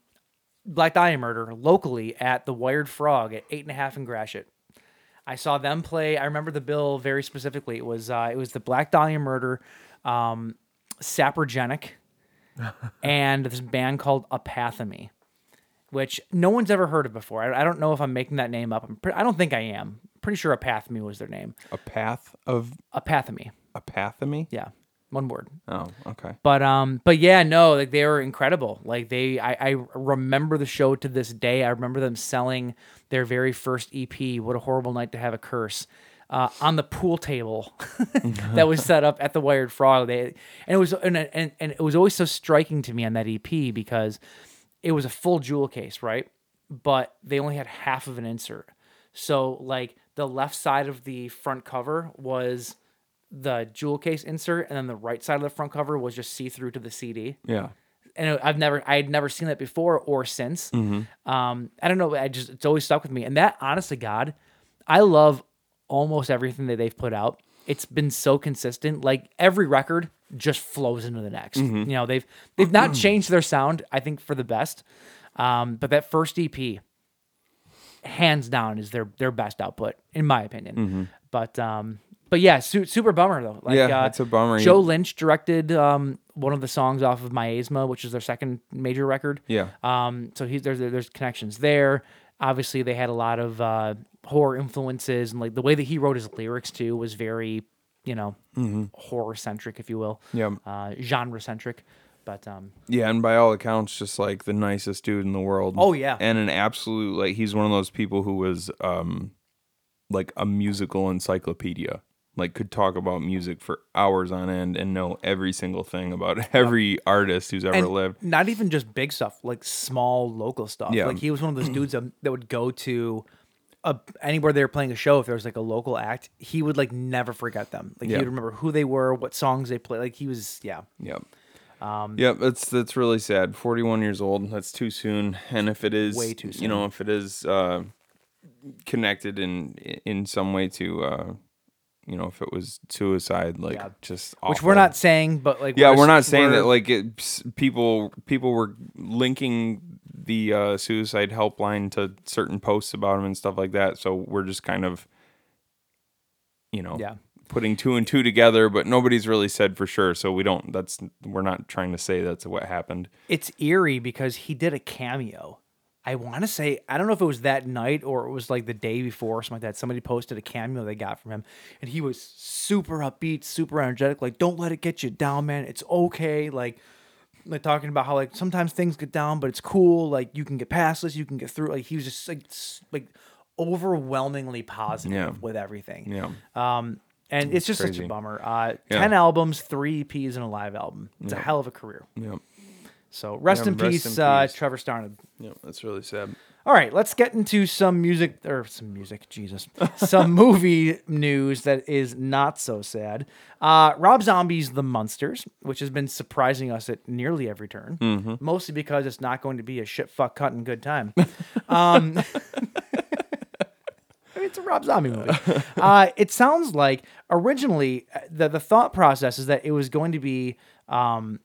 [SPEAKER 7] Black Dahlia Murder locally at the Wired Frog at eight and a half in Gratiot. I saw them play. I remember the bill very specifically. It was uh, it was the Black Dahlia Murder, um, Saprogenic, and this band called Apathomy, which no one's ever heard of before. I, I don't know if I'm making that name up. I'm pre- I don't think I am. Pretty sure Apathomy was their name.
[SPEAKER 8] a path of
[SPEAKER 7] Apathomy.
[SPEAKER 8] apathomy.
[SPEAKER 7] Yeah, one word.
[SPEAKER 8] Oh, okay.
[SPEAKER 7] But um, but yeah, no, like they were incredible. Like they, I, I remember the show to this day. I remember them selling their very first EP. What a horrible night to have a curse. Uh, on the pool table that was set up at the Wired Frog, they and it was and, and and it was always so striking to me on that EP because it was a full jewel case, right? But they only had half of an insert, so like the left side of the front cover was the jewel case insert and then the right side of the front cover was just see through to the CD.
[SPEAKER 8] Yeah.
[SPEAKER 7] And it- I've never I had never seen that before or since.
[SPEAKER 8] Mm-hmm.
[SPEAKER 7] Um, I don't know. I just it's always stuck with me. And that, honest to God, I love almost everything that they've put out. It's been so consistent. Like every record just flows into the next.
[SPEAKER 8] Mm-hmm.
[SPEAKER 7] You know they've they've not changed their sound. I think for the best. Um, but that first EP, hands down, is their their best output in my opinion. But um, but yeah, su- super bummer though. Like,
[SPEAKER 8] Mm-hmm.
[SPEAKER 7] uh,
[SPEAKER 8] Yeah, it's a bummer.
[SPEAKER 7] Joe Lynch directed um, one of the songs off of Miasma, which is their second major record.
[SPEAKER 8] Yeah.
[SPEAKER 7] Um, so he's there's there's connections there. Obviously, they had a lot of uh, horror influences, and like the way that he wrote his lyrics too was very, you know, horror centric, if you will.
[SPEAKER 8] Mm-hmm. Yeah.
[SPEAKER 7] Uh, genre centric, but um,
[SPEAKER 8] Yeah, and by all accounts, just like the nicest dude in the world.
[SPEAKER 7] Oh, yeah.
[SPEAKER 8] and an absolute like he's one of those people who was um, like a musical encyclopedia. Like could talk about music for hours on end and know every single thing about every artist who's ever
[SPEAKER 7] and
[SPEAKER 8] lived.
[SPEAKER 7] not even just big stuff, like small local stuff.
[SPEAKER 8] Yeah.
[SPEAKER 7] Like he was one of those dudes that that would go to a, anywhere they were playing a show. If there was like a local act, he would like never forget them. Like
[SPEAKER 8] Yeah.
[SPEAKER 7] he would remember who they were, what songs they played. Like he was, yeah.
[SPEAKER 8] Yep.
[SPEAKER 7] Um,
[SPEAKER 8] yep, that's that's really sad. Forty one years old, that's too soon. And if it is
[SPEAKER 7] Way too
[SPEAKER 8] you know, if it is uh connected in in some way to uh you know, if it was suicide, like
[SPEAKER 7] Yeah.
[SPEAKER 8] just
[SPEAKER 7] Which
[SPEAKER 8] awful.
[SPEAKER 7] we're not saying, but like
[SPEAKER 8] Yeah, we're not saying
[SPEAKER 7] we're-
[SPEAKER 8] that like it, s- people people were linking the uh, suicide helpline to certain posts about him and stuff like that. So we're just kind of, you know,
[SPEAKER 7] Yeah.
[SPEAKER 8] putting two and two together, but nobody's really said for sure. So we don't. That's we're not trying to say that's what happened.
[SPEAKER 7] it's eerie because he did a cameo. I want to say I don't know if it was that night or it was like the day before or something like that. Somebody posted a cameo they got from him, and he was super upbeat, super energetic. Like, don't let it get you down, man. It's okay. Like, like talking about how like sometimes things get down, but it's cool. Like you can get past this, you can get through. it. Like he was just like s- like overwhelmingly positive
[SPEAKER 8] Yeah.
[SPEAKER 7] with everything.
[SPEAKER 8] Yeah,
[SPEAKER 7] and it's just such a
[SPEAKER 8] crazy.
[SPEAKER 7] bummer. Uh,
[SPEAKER 8] Yeah.
[SPEAKER 7] Ten albums, three EPs, and a live album. It's a hell of a career.
[SPEAKER 8] yeah,
[SPEAKER 7] So rest,
[SPEAKER 8] Yeah,
[SPEAKER 7] in,
[SPEAKER 8] rest
[SPEAKER 7] peace,
[SPEAKER 8] in
[SPEAKER 7] Uh,
[SPEAKER 8] peace.
[SPEAKER 7] Trevor Starned.
[SPEAKER 8] yeah. That's really sad.
[SPEAKER 7] All right, let's get into some music or some music, Jesus, some movie news that is not so sad. Uh, Rob Zombie's The Munsters, which has been surprising us at nearly every turn,
[SPEAKER 8] Mm-hmm.
[SPEAKER 7] mostly because it's not going to be a shit fuck cut and good time. Um, I mean, it's a Rob Zombie movie. Uh, it sounds like originally uh, the the thought process is that it was going to be. Um,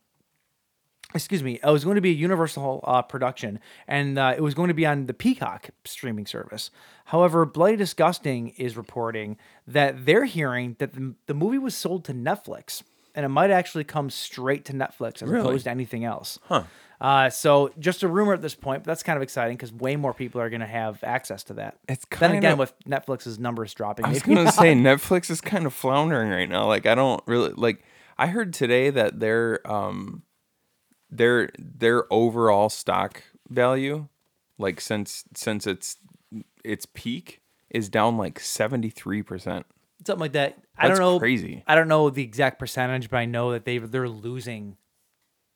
[SPEAKER 7] excuse me, it was going to be a Universal uh, production, and uh, it was going to be on the Peacock streaming service. However, Bloody Disgusting is reporting that they're hearing that the, the movie was sold to Netflix, and it might actually come straight to Netflix as opposed to anything else. Huh. Uh, so just a rumor at this point, but that's kind of exciting because way more people are going to have access to that.
[SPEAKER 8] It's
[SPEAKER 7] then
[SPEAKER 8] kinda-
[SPEAKER 7] again with Netflix's numbers dropping.
[SPEAKER 8] I was
[SPEAKER 7] maybe
[SPEAKER 8] gonna
[SPEAKER 7] not.
[SPEAKER 8] say Netflix is kind of floundering right now. Like I don't really like. I heard today that their um their their overall stock value, like since since its its peak, is down like seventy three percent.
[SPEAKER 7] something like that. I
[SPEAKER 8] That's
[SPEAKER 7] don't know.
[SPEAKER 8] crazy.
[SPEAKER 7] I don't know the exact percentage, but I know that they they're losing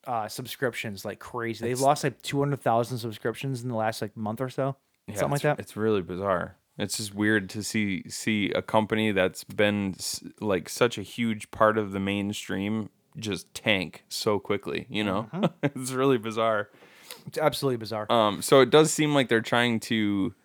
[SPEAKER 7] uh, subscriptions like crazy. They've lost like two hundred thousand subscriptions in the last like month or so, something like that.
[SPEAKER 8] It's really bizarre. It's just weird to see see a company that's been s- like such a huge part of the mainstream just tank so quickly. You know,
[SPEAKER 7] Mm-hmm.
[SPEAKER 8] it's really bizarre.
[SPEAKER 7] It's absolutely bizarre.
[SPEAKER 8] Um, so it does seem like they're trying to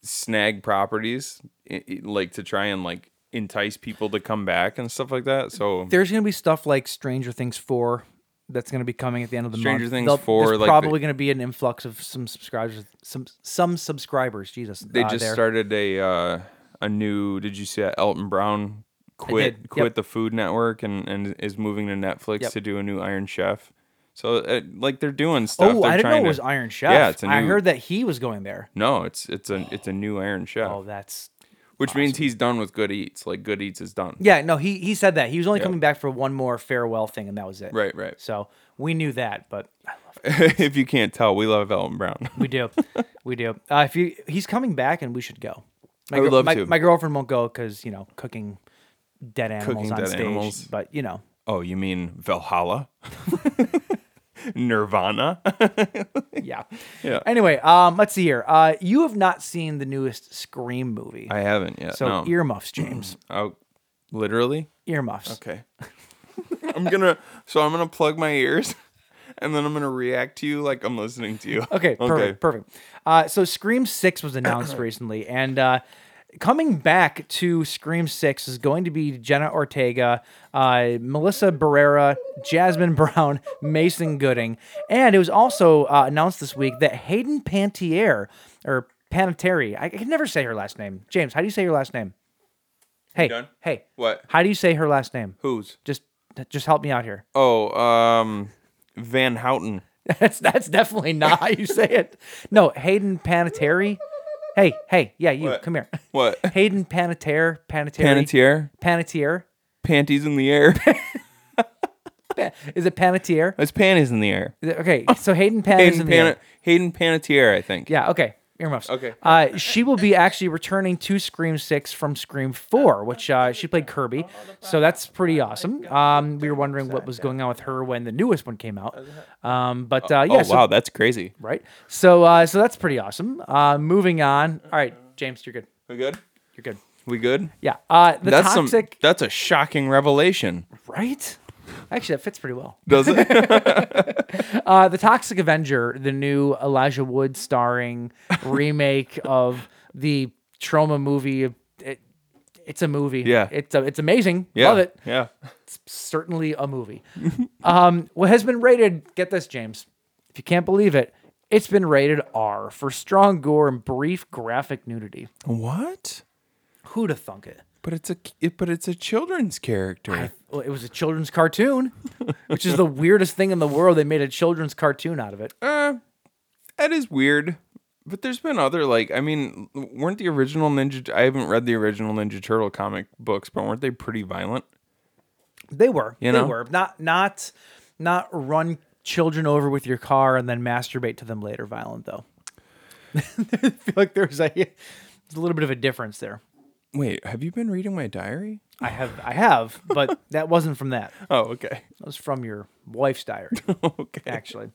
[SPEAKER 8] snag properties, i- i- like to try and like entice people to come back and stuff like that. So
[SPEAKER 7] There's gonna be stuff like Stranger Things four that's gonna be coming at the end of the
[SPEAKER 8] Stranger
[SPEAKER 7] month.
[SPEAKER 8] Things
[SPEAKER 7] They'll-
[SPEAKER 8] 4,
[SPEAKER 7] There's
[SPEAKER 8] like,
[SPEAKER 7] probably
[SPEAKER 8] they-
[SPEAKER 7] gonna be an influx of some subscribers. Some some subscribers. Jesus,
[SPEAKER 8] they
[SPEAKER 7] uh,
[SPEAKER 8] just
[SPEAKER 7] there.
[SPEAKER 8] started a uh, a new. Did you see that Elton Brown quit
[SPEAKER 7] did,
[SPEAKER 8] quit
[SPEAKER 7] yep.
[SPEAKER 8] the Food Network and and is moving to Netflix
[SPEAKER 7] Yep.
[SPEAKER 8] to do a new Iron Chef. So uh, like they're doing stuff.
[SPEAKER 7] Oh,
[SPEAKER 8] They're
[SPEAKER 7] I didn't know
[SPEAKER 8] trying
[SPEAKER 7] it
[SPEAKER 8] to-
[SPEAKER 7] was Iron Chef.
[SPEAKER 8] Yeah, it's a new,
[SPEAKER 7] I heard that he was going there.
[SPEAKER 8] No, it's it's a it's a new Iron Chef,
[SPEAKER 7] Oh, that's
[SPEAKER 8] which means he's done with Good Eats. Like Good Eats is done.
[SPEAKER 7] Yeah, no, he he said that he was only
[SPEAKER 8] Yeah.
[SPEAKER 7] coming back for one more farewell thing, and that was it.
[SPEAKER 8] Right, right.
[SPEAKER 7] So we knew that, but
[SPEAKER 8] if you can't tell, we love Elton Brown.
[SPEAKER 7] we do, we do. Uh, if you, he's coming back, and we should go. My
[SPEAKER 8] I would
[SPEAKER 7] gir-
[SPEAKER 8] love
[SPEAKER 7] my,
[SPEAKER 8] to.
[SPEAKER 7] My girlfriend won't go because you know cooking dead animals
[SPEAKER 8] Cooking
[SPEAKER 7] on
[SPEAKER 8] dead
[SPEAKER 7] stage,
[SPEAKER 8] animals.
[SPEAKER 7] but you know,
[SPEAKER 8] Oh, you mean Valhalla? Nirvana?
[SPEAKER 7] yeah.
[SPEAKER 8] Yeah.
[SPEAKER 7] Anyway, um, let's see here. Uh, you have not seen the newest Scream movie,
[SPEAKER 8] I haven't yet.
[SPEAKER 7] so
[SPEAKER 8] no.
[SPEAKER 7] earmuffs, James.
[SPEAKER 8] oh, literally?
[SPEAKER 7] earmuffs.
[SPEAKER 8] Okay. I'm going to so I'm going to plug my ears and then I'm going to react to you like I'm listening to you.
[SPEAKER 7] Okay, perfect, perfect. Uh, so Scream Six was announced recently, and uh, coming back to Scream Six is going to be Jenna Ortega, uh, Melissa Barrera, Jasmine Brown, Mason Gooding, and it was also uh, announced this week that Hayden Pantier or Panettiere, I I can never say her last name. James, how do you say your last name? Hey,
[SPEAKER 8] done?
[SPEAKER 7] hey,
[SPEAKER 8] What?
[SPEAKER 7] How do you say her last name?
[SPEAKER 8] Who's?
[SPEAKER 7] Just, just help me out here.
[SPEAKER 8] Oh, um Van Houten.
[SPEAKER 7] That's that's definitely not how you say it. No, Hayden Panettiere. Hey, hey, yeah, you
[SPEAKER 8] What?
[SPEAKER 7] come here.
[SPEAKER 8] What?
[SPEAKER 7] Hayden Panettiere, Panettiere,
[SPEAKER 8] Panettiere?
[SPEAKER 7] Panettiere.
[SPEAKER 8] Panties in the air.
[SPEAKER 7] Is it Panettiere?
[SPEAKER 8] It's panties in the air.
[SPEAKER 7] Is it- Okay, so Hayden Panettiere.
[SPEAKER 8] Hayden, Pan- Hayden Panettiere, I think.
[SPEAKER 7] Yeah, okay. Earmuffs.
[SPEAKER 8] Okay.
[SPEAKER 7] Uh, she will be actually returning to Scream 6 from Scream 4, which uh, she played Kirby. So that's pretty awesome. Um, we were wondering what was going on with her when the newest one came out. Um, but uh, yeah,
[SPEAKER 8] oh,
[SPEAKER 7] so-
[SPEAKER 8] wow, that's crazy.
[SPEAKER 7] right? So uh, so that's pretty awesome. Uh, moving on. All right, James, you're good.
[SPEAKER 8] We good?
[SPEAKER 7] You're good.
[SPEAKER 8] We good?
[SPEAKER 7] Yeah. Uh, the
[SPEAKER 8] that's
[SPEAKER 7] toxic,
[SPEAKER 8] some that's a shocking revelation.
[SPEAKER 7] right? Actually, that fits pretty well.
[SPEAKER 8] Does it?
[SPEAKER 7] Uh, the Toxic Avenger, the new Elijah Wood starring remake of the trauma movie. It, it's a movie.
[SPEAKER 8] Yeah.
[SPEAKER 7] It's a, it's amazing.
[SPEAKER 8] Yeah.
[SPEAKER 7] Love it.
[SPEAKER 8] Yeah.
[SPEAKER 7] Certainly a movie. um, what has been rated? Get this, James. If you can't believe it, it's been rated R for strong gore and brief graphic nudity.
[SPEAKER 8] What?
[SPEAKER 7] Who'da thunk it?
[SPEAKER 8] But it's a it, but it's a children's character.
[SPEAKER 7] Well, it was a children's cartoon, which is the weirdest thing in the world. They made a children's cartoon out of it.
[SPEAKER 8] Eh, that is weird. But there's been other like I mean, weren't the original Ninja? I haven't read the original Ninja Turtle comic books, but weren't they pretty violent?
[SPEAKER 7] They were,
[SPEAKER 8] You
[SPEAKER 7] they
[SPEAKER 8] know?
[SPEAKER 7] were not not not run children over with your car and then masturbate to them later. Violent though. I feel like there's a there's a little bit of a difference there.
[SPEAKER 8] Wait, have you been reading my diary?
[SPEAKER 7] I have I have, but that wasn't from that.
[SPEAKER 8] Oh, okay,
[SPEAKER 7] That was from your wife's diary.
[SPEAKER 8] okay.
[SPEAKER 7] actually.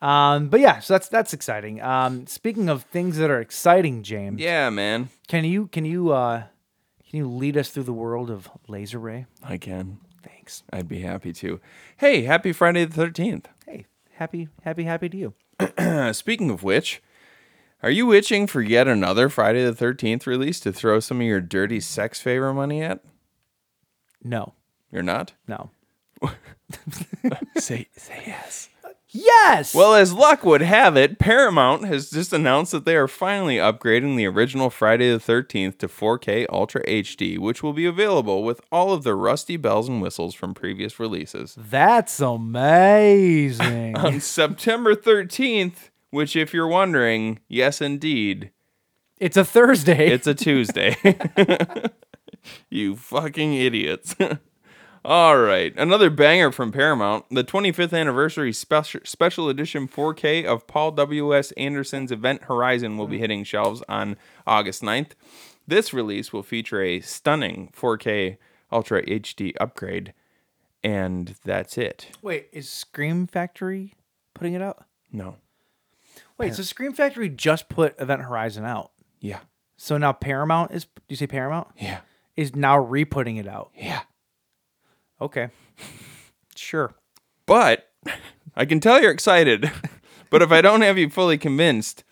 [SPEAKER 7] Um, but yeah, so that's that's exciting. Um, speaking of things that are exciting, James,
[SPEAKER 8] Yeah, man,
[SPEAKER 7] can you can you uh, can you lead us through the world of laser ray?
[SPEAKER 8] I can.
[SPEAKER 7] Thanks.
[SPEAKER 8] I'd be happy to. Hey, happy Friday the Thirteenth.
[SPEAKER 7] Hey, happy happy happy to you.
[SPEAKER 8] Uh, speaking of which, are you itching for yet another Friday the Thirteenth release to throw some of your dirty sex favor money at?
[SPEAKER 7] No,
[SPEAKER 8] You're not.
[SPEAKER 7] no.
[SPEAKER 8] say say yes.
[SPEAKER 7] Yes.
[SPEAKER 8] Well, as luck would have it, Paramount has just announced that they are finally upgrading the original Friday the 13th to 4K Ultra HD, which will be available with all of the rusty bells and whistles from previous releases.
[SPEAKER 7] that's amazing.
[SPEAKER 8] On September 13th, which, if you're wondering, yes, indeed,
[SPEAKER 7] it's a Thursday.
[SPEAKER 8] it's a Tuesday. you fucking idiots. All right, another banger from Paramount, the 25th anniversary special special edition 4K of Paul W.S. Anderson's Event Horizon will be hitting shelves on August 9th. This release will feature a stunning 4K Ultra HD upgrade and that's it.
[SPEAKER 7] Wait, is Scream Factory putting it out?
[SPEAKER 8] No.
[SPEAKER 7] Wait, so Scream Factory just put Event Horizon out.
[SPEAKER 8] Yeah.
[SPEAKER 7] So now Paramount is do you say Paramount?
[SPEAKER 8] Yeah.
[SPEAKER 7] Is now re-putting it out.
[SPEAKER 8] Yeah.
[SPEAKER 7] Okay. sure.
[SPEAKER 8] But I can tell you're excited. but if I don't have you fully convinced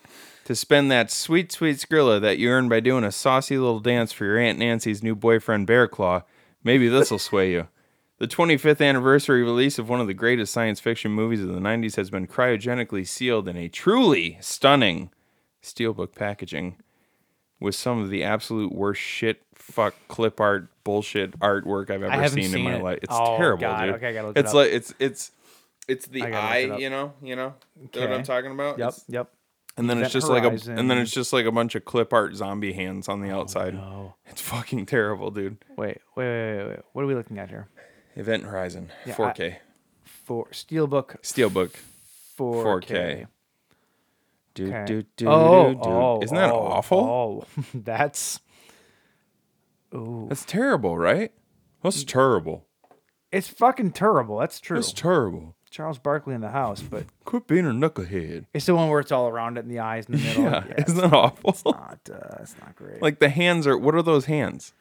[SPEAKER 8] to spend that sweet, sweet skrilla that you earned by doing a saucy little dance for your Aunt Nancy's new boyfriend, Bear Claw, maybe this will sway you. The 25th anniversary release of one of the greatest science fiction movies of the 90s has been cryogenically sealed in a truly stunning steelbook packaging with some of the absolute worst shit, fuck, clip art, bullshit artwork I've ever
[SPEAKER 7] haven't
[SPEAKER 8] seen, in
[SPEAKER 7] seen
[SPEAKER 8] my
[SPEAKER 7] it.
[SPEAKER 8] life. It's
[SPEAKER 7] Oh,
[SPEAKER 8] terrible,
[SPEAKER 7] God.
[SPEAKER 8] dude.
[SPEAKER 7] Okay, I gotta look it
[SPEAKER 8] it's
[SPEAKER 7] up.
[SPEAKER 8] like it's it's it's the
[SPEAKER 7] I gotta look it
[SPEAKER 8] eye,
[SPEAKER 7] up.
[SPEAKER 8] you know, you know, know what
[SPEAKER 7] Okay.
[SPEAKER 8] I'm talking about.
[SPEAKER 7] Yep.
[SPEAKER 8] It's-
[SPEAKER 7] Yep.
[SPEAKER 8] and then it's
[SPEAKER 7] Event
[SPEAKER 8] just like a and then
[SPEAKER 7] Horizon. Oh,
[SPEAKER 8] it's just like a bunch of clip art zombie hands on the outside.
[SPEAKER 7] no.
[SPEAKER 8] It's fucking terrible, dude.
[SPEAKER 7] Wait, wait, wait, wait, wait. What are we looking at here?
[SPEAKER 8] Event Horizon,
[SPEAKER 7] Yeah,
[SPEAKER 8] 4K,
[SPEAKER 7] For Steelbook
[SPEAKER 8] Steelbook.
[SPEAKER 7] 4K.
[SPEAKER 8] 4K. Dude,
[SPEAKER 7] Okay.
[SPEAKER 8] dude, dude,
[SPEAKER 7] Oh,
[SPEAKER 8] dude.
[SPEAKER 7] oh,
[SPEAKER 8] Isn't that
[SPEAKER 7] oh,
[SPEAKER 8] awful?
[SPEAKER 7] Oh, that's oh.
[SPEAKER 8] That's terrible, right? That's terrible.
[SPEAKER 7] it's fucking terrible. That's Mm. true.
[SPEAKER 8] That's terrible.
[SPEAKER 7] Charles Barkley in the house, but
[SPEAKER 8] Quit being a knucklehead.
[SPEAKER 7] it's the one where it's all around it and the eyes in the middle.
[SPEAKER 8] Yeah,
[SPEAKER 7] Yeah,
[SPEAKER 8] isn't that awful?
[SPEAKER 7] not, uh, it's not great.
[SPEAKER 8] like the hands are. What are those hands?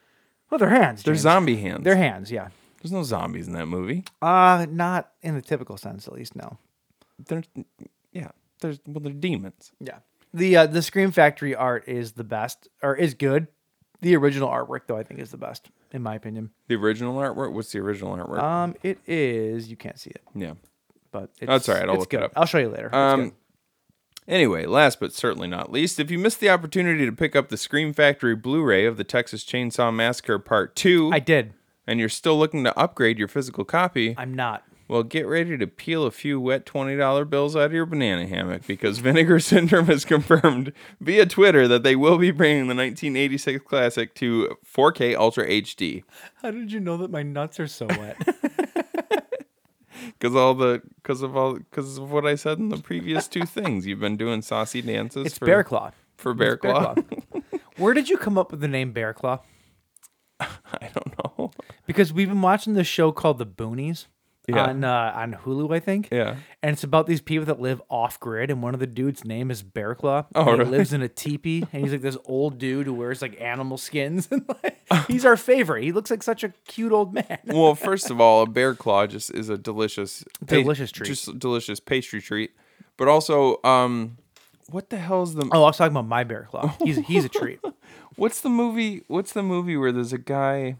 [SPEAKER 7] well, they're hands.
[SPEAKER 8] They're
[SPEAKER 7] James.
[SPEAKER 8] zombie hands.
[SPEAKER 7] They're hands. Yeah.
[SPEAKER 8] There's no zombies in that movie.
[SPEAKER 7] Uh, not in the typical sense, at least. No.
[SPEAKER 8] They're, yeah. There's well, they're demons.
[SPEAKER 7] Yeah. The uh, the Scream Factory art is the best, or is good. The original artwork, though, I think is the best, in my opinion.
[SPEAKER 8] The original artwork. What's the original artwork?
[SPEAKER 7] Um, it is. You can't see it,
[SPEAKER 8] yeah.
[SPEAKER 7] but it's,
[SPEAKER 8] That's all right, I'll
[SPEAKER 7] it's
[SPEAKER 8] look it
[SPEAKER 7] good.
[SPEAKER 8] up.
[SPEAKER 7] I'll show you later. It's
[SPEAKER 8] Um,
[SPEAKER 7] good.
[SPEAKER 8] Anyway, last but certainly not least, if you missed the opportunity to pick up the Scream Factory Blu-ray of the Texas Chainsaw Massacre Part Two,
[SPEAKER 7] I did.
[SPEAKER 8] and you're still looking to upgrade your physical copy,
[SPEAKER 7] I'm not.
[SPEAKER 8] well, get ready to peel a few wet $20 bills out of your banana hammock because Vinegar Syndrome has confirmed via Twitter that they will be bringing the 1986 classic to 4K Ultra HD
[SPEAKER 7] How did you know that my nuts are so wet?
[SPEAKER 8] because all the because of all because of what I said in the previous two things. You've been doing saucy dances.
[SPEAKER 7] it's
[SPEAKER 8] for-
[SPEAKER 7] Bear Claw.
[SPEAKER 8] for Bear
[SPEAKER 7] Bear
[SPEAKER 8] Claw.
[SPEAKER 7] Claw. Where did you come up with the name Bear Claw?
[SPEAKER 8] I don't know.
[SPEAKER 7] Because we've been watching this show called The Boonies
[SPEAKER 8] Yeah.
[SPEAKER 7] on uh, on Hulu, I think.
[SPEAKER 8] Yeah.
[SPEAKER 7] And it's about these people that live off grid, and one of the dudes' name is Bear Claw.
[SPEAKER 8] Oh,
[SPEAKER 7] and
[SPEAKER 8] really?
[SPEAKER 7] He lives in a teepee, and he's like this old dude who wears like animal skins, and like, he's our favorite. He looks like such a cute old man.
[SPEAKER 8] Well, first of all, a bear claw just is a delicious, pa-
[SPEAKER 7] Delicious treat.
[SPEAKER 8] just delicious pastry treat. But also, um, what the hell is the
[SPEAKER 7] Oh, I was talking about my Bear Claw. He's he's a treat.
[SPEAKER 8] What's the movie? What's the movie where there's a guy?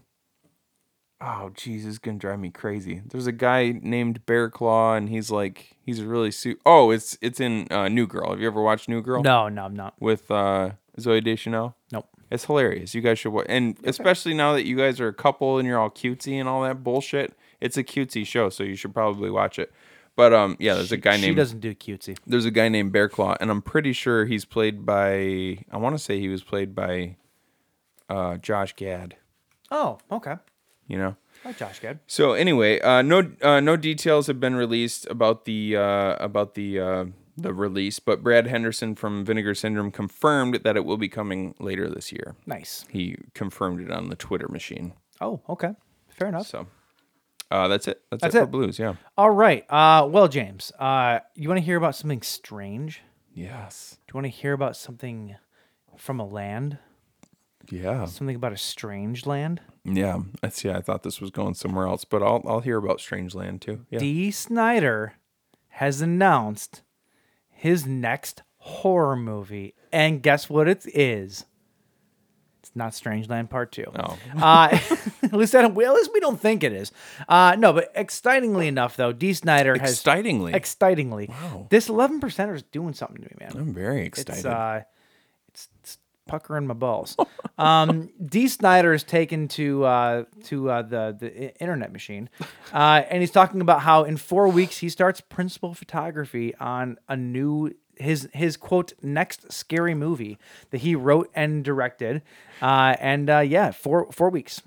[SPEAKER 8] Oh, jeez, it's gonna drive me crazy. There's a guy named Bear Claw, and he's like, he's really su- Oh, it's it's in uh, New Girl. Have you ever watched New Girl?
[SPEAKER 7] No, no, I'm not.
[SPEAKER 8] With uh, Zoe Deschanel.
[SPEAKER 7] Nope.
[SPEAKER 8] It's hilarious. You guys should watch, and especially now that you guys are a couple and you're all cutesy and all that bullshit. It's a cutesy show, so you should probably watch it. But um, yeah, there's a guy
[SPEAKER 7] she
[SPEAKER 8] named
[SPEAKER 7] doesn't do cutesy.
[SPEAKER 8] there's a guy named Bear Claw, and I'm pretty sure he's played by I want to say he was played by uh, Josh Gad.
[SPEAKER 7] Oh, okay.
[SPEAKER 8] You know.
[SPEAKER 7] Hi, Josh. Good.
[SPEAKER 8] So anyway, uh, no uh, no details have been released about the uh, about the uh, the release, but Brad Henderson from Vinegar Syndrome confirmed that it will be coming later this year.
[SPEAKER 7] Nice.
[SPEAKER 8] He confirmed it on the Twitter machine.
[SPEAKER 7] Oh, okay. Fair enough.
[SPEAKER 8] So uh, that's it. That's,
[SPEAKER 7] That's
[SPEAKER 8] it, for
[SPEAKER 7] it.
[SPEAKER 8] blues. Yeah.
[SPEAKER 7] All right. Uh, well, James, uh, you want to hear about something strange?
[SPEAKER 8] Yes.
[SPEAKER 7] Do you want to hear about something from a land?
[SPEAKER 8] Yeah.
[SPEAKER 7] Something about a strange land?
[SPEAKER 8] Yeah. I see. I thought this was going somewhere else, but I'll I'll hear about Strangeland too. Yeah.
[SPEAKER 7] D. Snyder has announced his next horror movie, and guess what it is? It's It's not Strangeland Part Two.
[SPEAKER 8] No.
[SPEAKER 7] Uh, at least I don't. Well, at least we don't think it is. Uh, no, but excitingly enough, though, D. Snyder has
[SPEAKER 8] Excitingly.
[SPEAKER 7] Excitingly, this eleven percenter is doing something to me, man.
[SPEAKER 8] I'm very excited.
[SPEAKER 7] It's uh, it's, it's puckering my balls. um, D. Snyder is taken to uh, to uh, the the i- internet machine, uh, and he's talking about how in four weeks he starts principal photography on a new his his quote next scary movie that he wrote and directed, uh, and uh, yeah, four four weeks.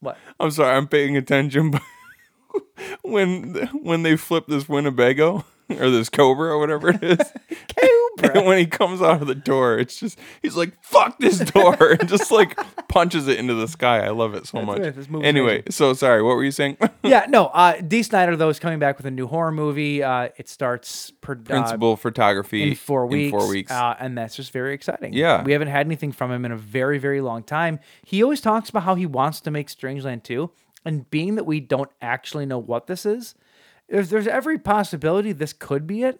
[SPEAKER 7] What?
[SPEAKER 8] I'm sorry, I'm paying attention. But when when they flip this Winnebago or this Cobra or whatever it is, Cobra. when he comes out of the door, it's just he's like fuck this door and just like punches it into the sky. I love it so much.
[SPEAKER 7] it, this movie's
[SPEAKER 8] Anyway, so sorry, what were you saying?
[SPEAKER 7] Yeah, no. Uh, D. Snyder though is coming back with a new horror movie. Uh, it starts pr- uh,
[SPEAKER 8] Principal photography
[SPEAKER 7] in four weeks.
[SPEAKER 8] In four weeks.
[SPEAKER 7] uh, and that's just very exciting.
[SPEAKER 8] Yeah.
[SPEAKER 7] we haven't had anything from him in a very, very long time. He always talks about how he wants to make Strangeland two, and being that we don't actually know what this is, if there's every possibility this could be it.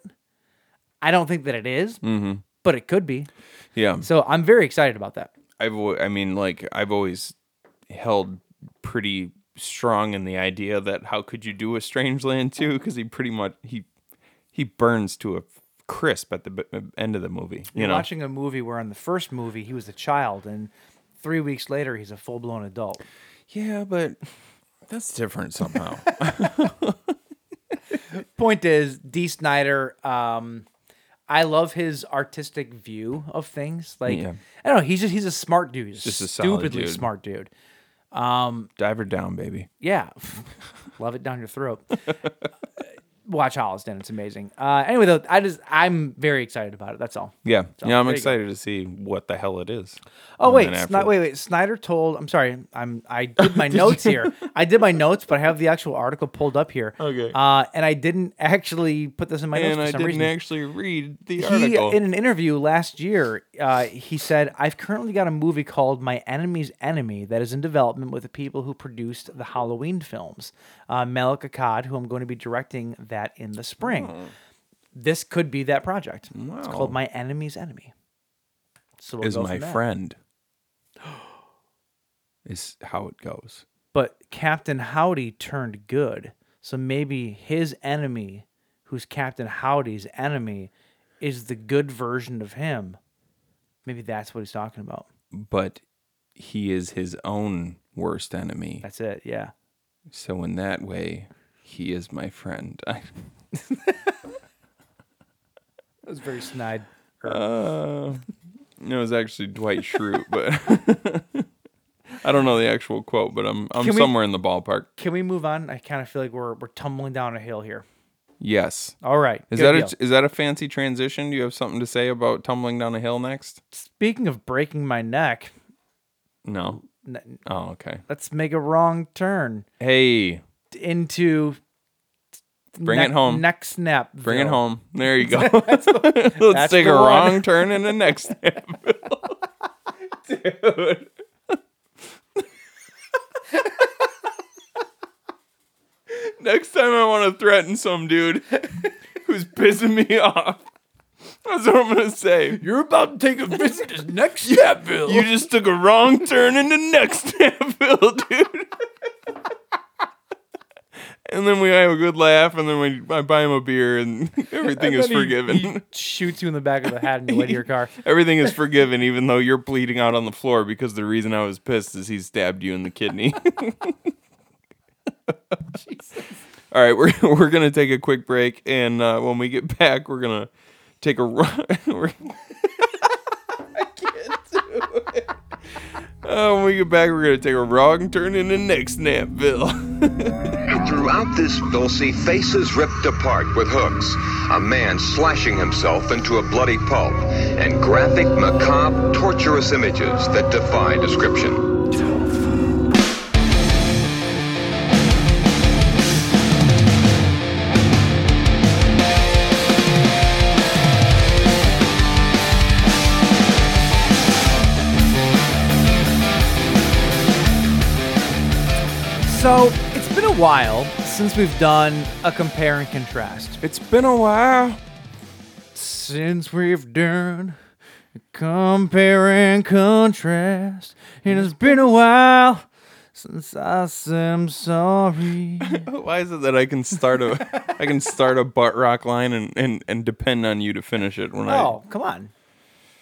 [SPEAKER 7] I don't think that it is,
[SPEAKER 8] Mm-hmm.
[SPEAKER 7] but it could be.
[SPEAKER 8] yeah.
[SPEAKER 7] So I'm very excited about that.
[SPEAKER 8] I've al- I mean like I've always held pretty strong in the idea that how could you do a Strangeland too because he pretty much he he burns to a crisp at the b- uh, end of the movie. You
[SPEAKER 7] You're
[SPEAKER 8] know,
[SPEAKER 7] watching a movie where in the first movie he was a child, and three weeks later he's a full blown adult.
[SPEAKER 8] yeah, but that's different somehow.
[SPEAKER 7] point is D. Snyder. Um, I love his artistic view of things. Like
[SPEAKER 8] Yeah.
[SPEAKER 7] I don't know, he's just he's a smart dude. He's
[SPEAKER 8] Just a solid
[SPEAKER 7] stupidly
[SPEAKER 8] dude.
[SPEAKER 7] smart dude.
[SPEAKER 8] Dive her down, baby.
[SPEAKER 7] Yeah, love it down your throat. Uh, Watch Holliston; it's amazing. Uh, anyway, though, I just I'm very excited about it. That's all.
[SPEAKER 8] Yeah,
[SPEAKER 7] So,
[SPEAKER 8] yeah. I'm
[SPEAKER 7] there you go.
[SPEAKER 8] excited to see what the hell it is.
[SPEAKER 7] Oh
[SPEAKER 8] And
[SPEAKER 7] wait,
[SPEAKER 8] then
[SPEAKER 7] Sni-
[SPEAKER 8] after-
[SPEAKER 7] wait, wait. Snyder told. I'm sorry. I'm. I did my notes here. I did my notes, but I have the actual article pulled up here.
[SPEAKER 8] Okay.
[SPEAKER 7] Uh, and I didn't actually put this in my
[SPEAKER 8] And
[SPEAKER 7] notes
[SPEAKER 8] I
[SPEAKER 7] for some
[SPEAKER 8] didn't
[SPEAKER 7] reason.
[SPEAKER 8] actually read the
[SPEAKER 7] he
[SPEAKER 8] article.
[SPEAKER 7] in an interview last year uh, he said i've currently got a movie called my enemy's enemy that is in development with the people who produced the halloween films uh, malik akkad who i'm going to be directing that in the spring
[SPEAKER 8] Hmm.
[SPEAKER 7] this could be that project it's called my enemy's enemy so we'll
[SPEAKER 8] is
[SPEAKER 7] go
[SPEAKER 8] my
[SPEAKER 7] from there.
[SPEAKER 8] friend. Is how it goes.
[SPEAKER 7] but captain howdy turned good so maybe his enemy who's captain howdy's enemy is the good version of him maybe that's what he's talking about
[SPEAKER 8] But he is his own worst enemy.
[SPEAKER 7] That's it. Yeah.
[SPEAKER 8] So in that way, he is my friend.
[SPEAKER 7] That was very snide.
[SPEAKER 8] uh, no, it's actually Dwight Schrute, but I don't know the actual quote, but I'm I'm
[SPEAKER 7] Can we-
[SPEAKER 8] somewhere in the ballpark.
[SPEAKER 7] Can we move on? I kind of feel like we're we're tumbling down a hill here.
[SPEAKER 8] Yes.
[SPEAKER 7] All right.
[SPEAKER 8] Is that
[SPEAKER 7] good deal.
[SPEAKER 8] a, is that a fancy transition? Do you have something to say about tumbling down a hill next?
[SPEAKER 7] Speaking of breaking my neck,
[SPEAKER 8] No.
[SPEAKER 7] n-
[SPEAKER 8] Oh, okay.
[SPEAKER 7] let's make a wrong turn
[SPEAKER 8] Hey,
[SPEAKER 7] into
[SPEAKER 8] Bring
[SPEAKER 7] neck,
[SPEAKER 8] it home.
[SPEAKER 7] Neck snap.
[SPEAKER 8] bring it home. There you go. Let's
[SPEAKER 7] that's
[SPEAKER 8] take
[SPEAKER 7] the
[SPEAKER 8] a
[SPEAKER 7] one.
[SPEAKER 8] wrong turn in the next step. Dude. next time I want to threaten some dude who's pissing me off. That's what I'm gonna say. You're about to take a visitor's next Snapville. You just took a wrong turn into next Snapville, dude. and then we have a good laugh, and then we I buy him a beer, and everything is forgiven.
[SPEAKER 7] Shoots you in the back of the head on your way to your car.
[SPEAKER 8] Everything is forgiven, even though you're bleeding out on the floor because the reason I was pissed is he stabbed you in the kidney. All right, we're we're gonna take a quick break, and uh, when we get back, we're gonna take a run. we're- I can't do it. Uh, when we get back, we're gonna take a wrong turn into next Snapville.
[SPEAKER 10] Throughout this, they'll see faces ripped apart with hooks, a man slashing himself into a bloody pulp, and graphic, macabre, torturous images that defy description.
[SPEAKER 7] So it's been a while since we've done a compare and contrast.
[SPEAKER 8] it's been a while.
[SPEAKER 7] Since we've done Compare and contrast. And it's been a while since I said I'm sorry.
[SPEAKER 8] Why is it that I can start a I can start a butt rock line and, and, and depend on you to finish it when
[SPEAKER 7] oh, come on.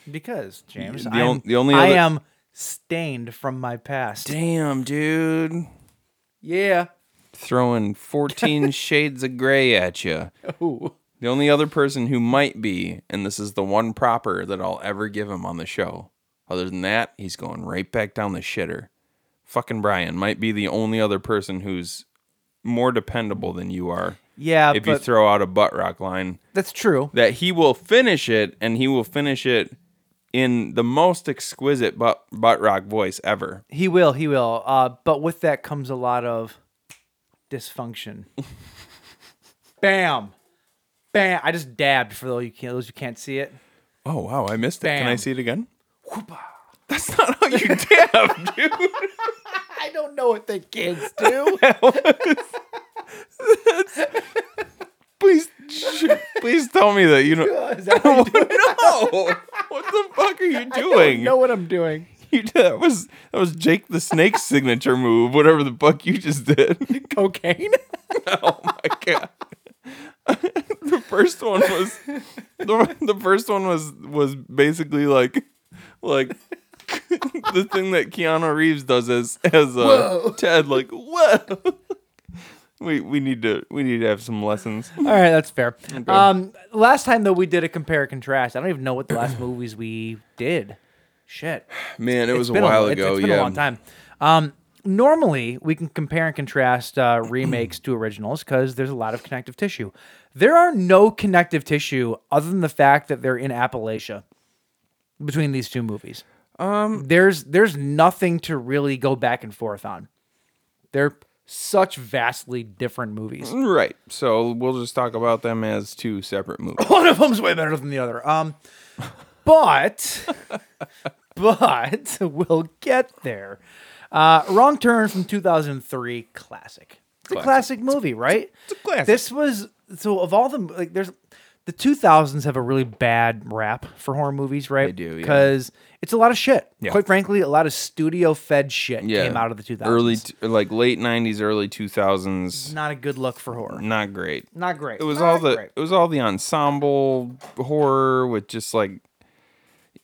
[SPEAKER 7] Because, James,
[SPEAKER 8] The
[SPEAKER 7] I'm,
[SPEAKER 8] on- the only
[SPEAKER 7] I
[SPEAKER 8] other-
[SPEAKER 7] am stained from my past.
[SPEAKER 8] I Damn dude.
[SPEAKER 7] Yeah.
[SPEAKER 8] Throwing fourteen shades of gray at you. The only other person who might be, and this is the one proper that I'll ever give him on the show. Other than that, he's going right back down the shitter. Fucking Brian might be the only other person who's more dependable than you are.
[SPEAKER 7] Yeah,
[SPEAKER 8] if
[SPEAKER 7] Uh, but
[SPEAKER 8] you throw out a butt rock line,
[SPEAKER 7] that's true.
[SPEAKER 8] that he will finish it and he will finish it in the most exquisite butt, butt rock voice ever.
[SPEAKER 7] He will, he will. Uh, but with that comes a lot of dysfunction. Bam. Bam. I just dabbed for those you can't those you can't see it.
[SPEAKER 8] Oh, wow. I missed it. Can I
[SPEAKER 7] Bam.
[SPEAKER 8] see it again? That's not how you dab, dude.
[SPEAKER 7] I don't know what the kids do.
[SPEAKER 8] Please, sh- please tell me that you know.
[SPEAKER 7] Is that what you do?
[SPEAKER 8] No. What the fuck are you
[SPEAKER 7] I
[SPEAKER 8] doing?
[SPEAKER 7] know what I'm doing.
[SPEAKER 8] You did- that was that was Jake the Snake's signature move, whatever the fuck you just did.
[SPEAKER 7] Cocaine?
[SPEAKER 8] oh my god. the first one was the, the first one was was basically like like the thing that Keanu Reeves does as as uh, Ted like whoa. we we need to we need to have some lessons.
[SPEAKER 7] All right, that's fair. Um, last time though, we did a compare and contrast. I don't even know what the last movies we did. Shit,
[SPEAKER 8] Man, it was a
[SPEAKER 7] Been
[SPEAKER 8] while
[SPEAKER 7] it's-
[SPEAKER 8] ago.
[SPEAKER 7] it's been
[SPEAKER 8] yeah,
[SPEAKER 7] a long time. Um, normally, we can compare and contrast uh, remakes to originals because there's a lot of connective tissue. There are no connective tissue other than the fact that they're in Appalachia between these two movies. Um, there's there's nothing to really go back and forth on. They're such vastly different movies.
[SPEAKER 8] Right. So we'll just talk about them as two separate movies.
[SPEAKER 7] one of them's way better than the other. Um, but but we'll get there. Uh, Wrong Turn from 2003, classic. It's a classic movie, right? It's a
[SPEAKER 8] classic.
[SPEAKER 7] This was so of all the like, there's the 2000s have a really bad rap for horror movies, right? They
[SPEAKER 8] do, yeah.
[SPEAKER 7] because it's a lot of shit. Quite frankly, a lot of studio fed shit came out of the 2000s.
[SPEAKER 8] Early t- like late 90s, early 2000s.
[SPEAKER 7] not a good look for horror.
[SPEAKER 8] Not great.
[SPEAKER 7] Not great.
[SPEAKER 8] Mm. It was
[SPEAKER 7] Not
[SPEAKER 8] all the
[SPEAKER 7] great.
[SPEAKER 8] it was all the ensemble horror with just like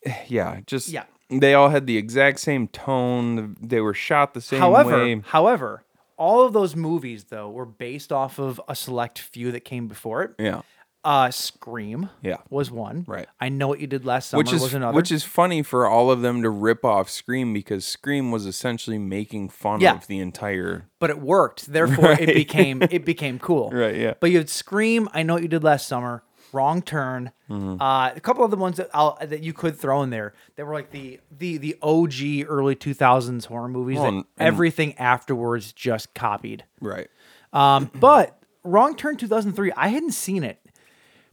[SPEAKER 8] yeah, just
[SPEAKER 7] Yeah.
[SPEAKER 8] They all had the exact same tone. They were shot the same
[SPEAKER 7] however,
[SPEAKER 8] way.
[SPEAKER 7] however, all of those movies though were based off of a select few that came before it.
[SPEAKER 8] Yeah.
[SPEAKER 7] Uh, Scream,
[SPEAKER 8] Yeah.
[SPEAKER 7] was one.
[SPEAKER 8] Right.
[SPEAKER 7] I know what you did last summer
[SPEAKER 8] Which is
[SPEAKER 7] was another.
[SPEAKER 8] which is funny for all of them to rip off Scream because Scream was essentially making fun
[SPEAKER 7] Yeah.
[SPEAKER 8] of the entire
[SPEAKER 7] but it worked. Therefore, it
[SPEAKER 8] Right.
[SPEAKER 7] became it became cool.
[SPEAKER 8] Right, yeah.
[SPEAKER 7] But you had Scream. I know what you did last summer. Wrong Turn.
[SPEAKER 8] Mm-hmm.
[SPEAKER 7] Uh, a couple other ones that I'll, that you could throw in there that were like the the the OG early two thousands horror movies.
[SPEAKER 8] Well,
[SPEAKER 7] that
[SPEAKER 8] and- and-
[SPEAKER 7] everything afterwards just copied.
[SPEAKER 8] right.
[SPEAKER 7] Um, but Wrong Turn 2003, I hadn't seen it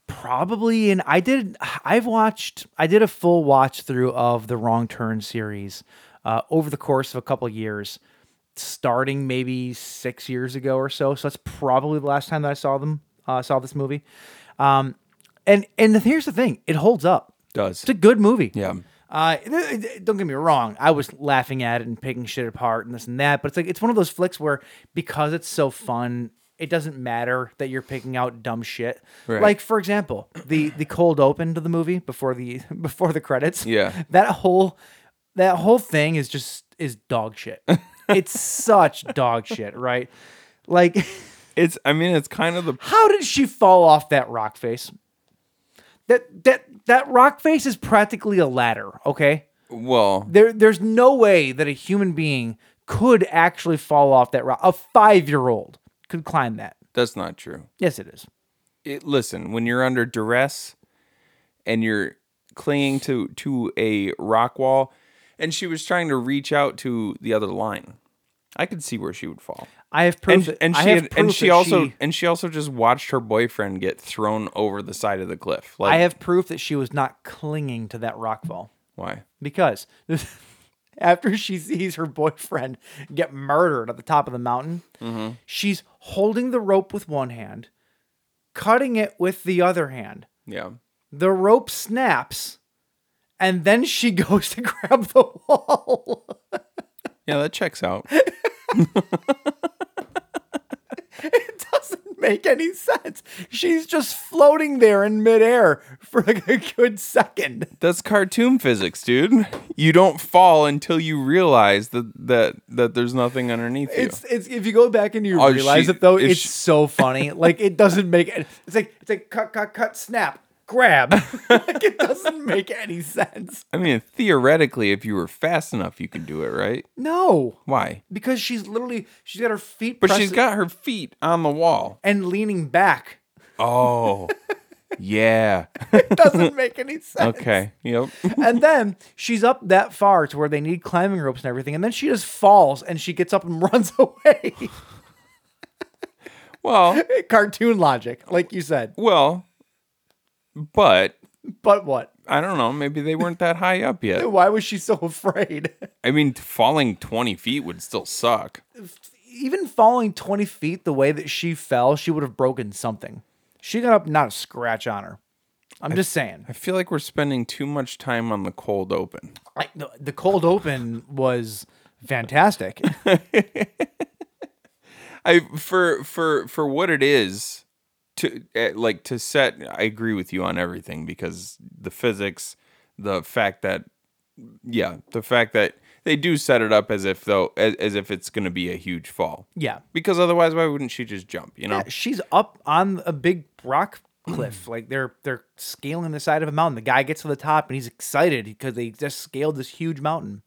[SPEAKER 7] probably, and I did. I've watched. I did a full watch through of the Wrong Turn series uh, over the course of a couple years, starting maybe six years ago or so. So that's probably the last time that I saw them. Uh, saw this movie, um, and and here's the thing: it holds up.
[SPEAKER 8] Does.
[SPEAKER 7] It's a good movie.
[SPEAKER 8] Yeah.
[SPEAKER 7] Uh, th- th- don't get me wrong. I was laughing at it and picking shit apart and this and that, but it's like it's one of those flicks where because it's so fun, it doesn't matter that you're picking out dumb shit.
[SPEAKER 8] Right.
[SPEAKER 7] Like for example, the the cold open to the movie before the before the credits.
[SPEAKER 8] Yeah.
[SPEAKER 7] that whole that whole thing is just is dog shit. it's such dog shit, right? Like,
[SPEAKER 8] It's I mean it's kind of the
[SPEAKER 7] how did she fall off that rock face? That that that rock face is practically a ladder. Okay
[SPEAKER 8] well
[SPEAKER 7] there there's no way that a human being could actually fall off that rock. A five year old could climb that.
[SPEAKER 8] that's not true.
[SPEAKER 7] Yes, it is.
[SPEAKER 8] it, listen, when you're under duress and you're clinging to to a rock wall, and she was trying to reach out to the other line, I could see where she would fall.
[SPEAKER 7] I have proof.
[SPEAKER 8] And,
[SPEAKER 7] that-
[SPEAKER 8] and
[SPEAKER 7] I
[SPEAKER 8] she
[SPEAKER 7] have
[SPEAKER 8] had, and
[SPEAKER 7] proof
[SPEAKER 8] she
[SPEAKER 7] that
[SPEAKER 8] also and she also just watched her boyfriend get thrown over the side of the cliff. Like
[SPEAKER 7] I have proof that she was not clinging to that rock fall
[SPEAKER 8] why?
[SPEAKER 7] because after she sees her boyfriend get murdered at the top of the mountain, she's holding the rope with one hand, cutting it with the other hand.
[SPEAKER 8] Yeah,
[SPEAKER 7] The rope snaps, and then she goes to grab the wall.
[SPEAKER 8] Yeah, that checks out.
[SPEAKER 7] it doesn't make any sense. She's just floating there in midair for like a good second.
[SPEAKER 8] That's cartoon physics, dude. You don't fall until you realize that that that there's nothing underneath you.
[SPEAKER 7] It's it's if you go back and you
[SPEAKER 8] Oh,
[SPEAKER 7] realize
[SPEAKER 8] she-
[SPEAKER 7] it though,
[SPEAKER 8] if
[SPEAKER 7] it's
[SPEAKER 8] she-
[SPEAKER 7] so funny. Like it doesn't make it. It's like it's like cut cut cut snap grab. like it doesn't make any sense.
[SPEAKER 8] I mean, theoretically, if you were fast enough, you could do it, right?
[SPEAKER 7] No,
[SPEAKER 8] Why?
[SPEAKER 7] because she's literally she's got her feet.
[SPEAKER 8] But she's
[SPEAKER 7] pressed-
[SPEAKER 8] got her feet on the wall.
[SPEAKER 7] and leaning back.
[SPEAKER 8] Oh, yeah.
[SPEAKER 7] It doesn't make any sense.
[SPEAKER 8] Okay. Yep.
[SPEAKER 7] and then she's up that far to where they need climbing ropes and everything, and then she just falls and she gets up and runs away.
[SPEAKER 8] Well,
[SPEAKER 7] Cartoon logic, like you said.
[SPEAKER 8] well, but
[SPEAKER 7] But what?
[SPEAKER 8] I don't know. Maybe they weren't that high up yet.
[SPEAKER 7] Why was she so afraid?
[SPEAKER 8] I mean, falling 20 feet would still suck.
[SPEAKER 7] Even falling 20 feet the way that she fell, she would have broken something. She got up, not a scratch on her. I'm just saying.
[SPEAKER 8] I feel like we're spending too much time on the cold open.
[SPEAKER 7] I, the- the cold open was fantastic.
[SPEAKER 8] I for for for what it is to eh, like to set I agree with you on everything because the physics the fact that yeah the fact that they do set it up as if though as, as if it's going to be a huge fall
[SPEAKER 7] Yeah.
[SPEAKER 8] because otherwise why wouldn't she just jump you know
[SPEAKER 7] Yeah, she's up on a big rock cliff. Like they're they're scaling the side of a mountain. The guy gets to the top and he's excited because they just scaled this huge mountain.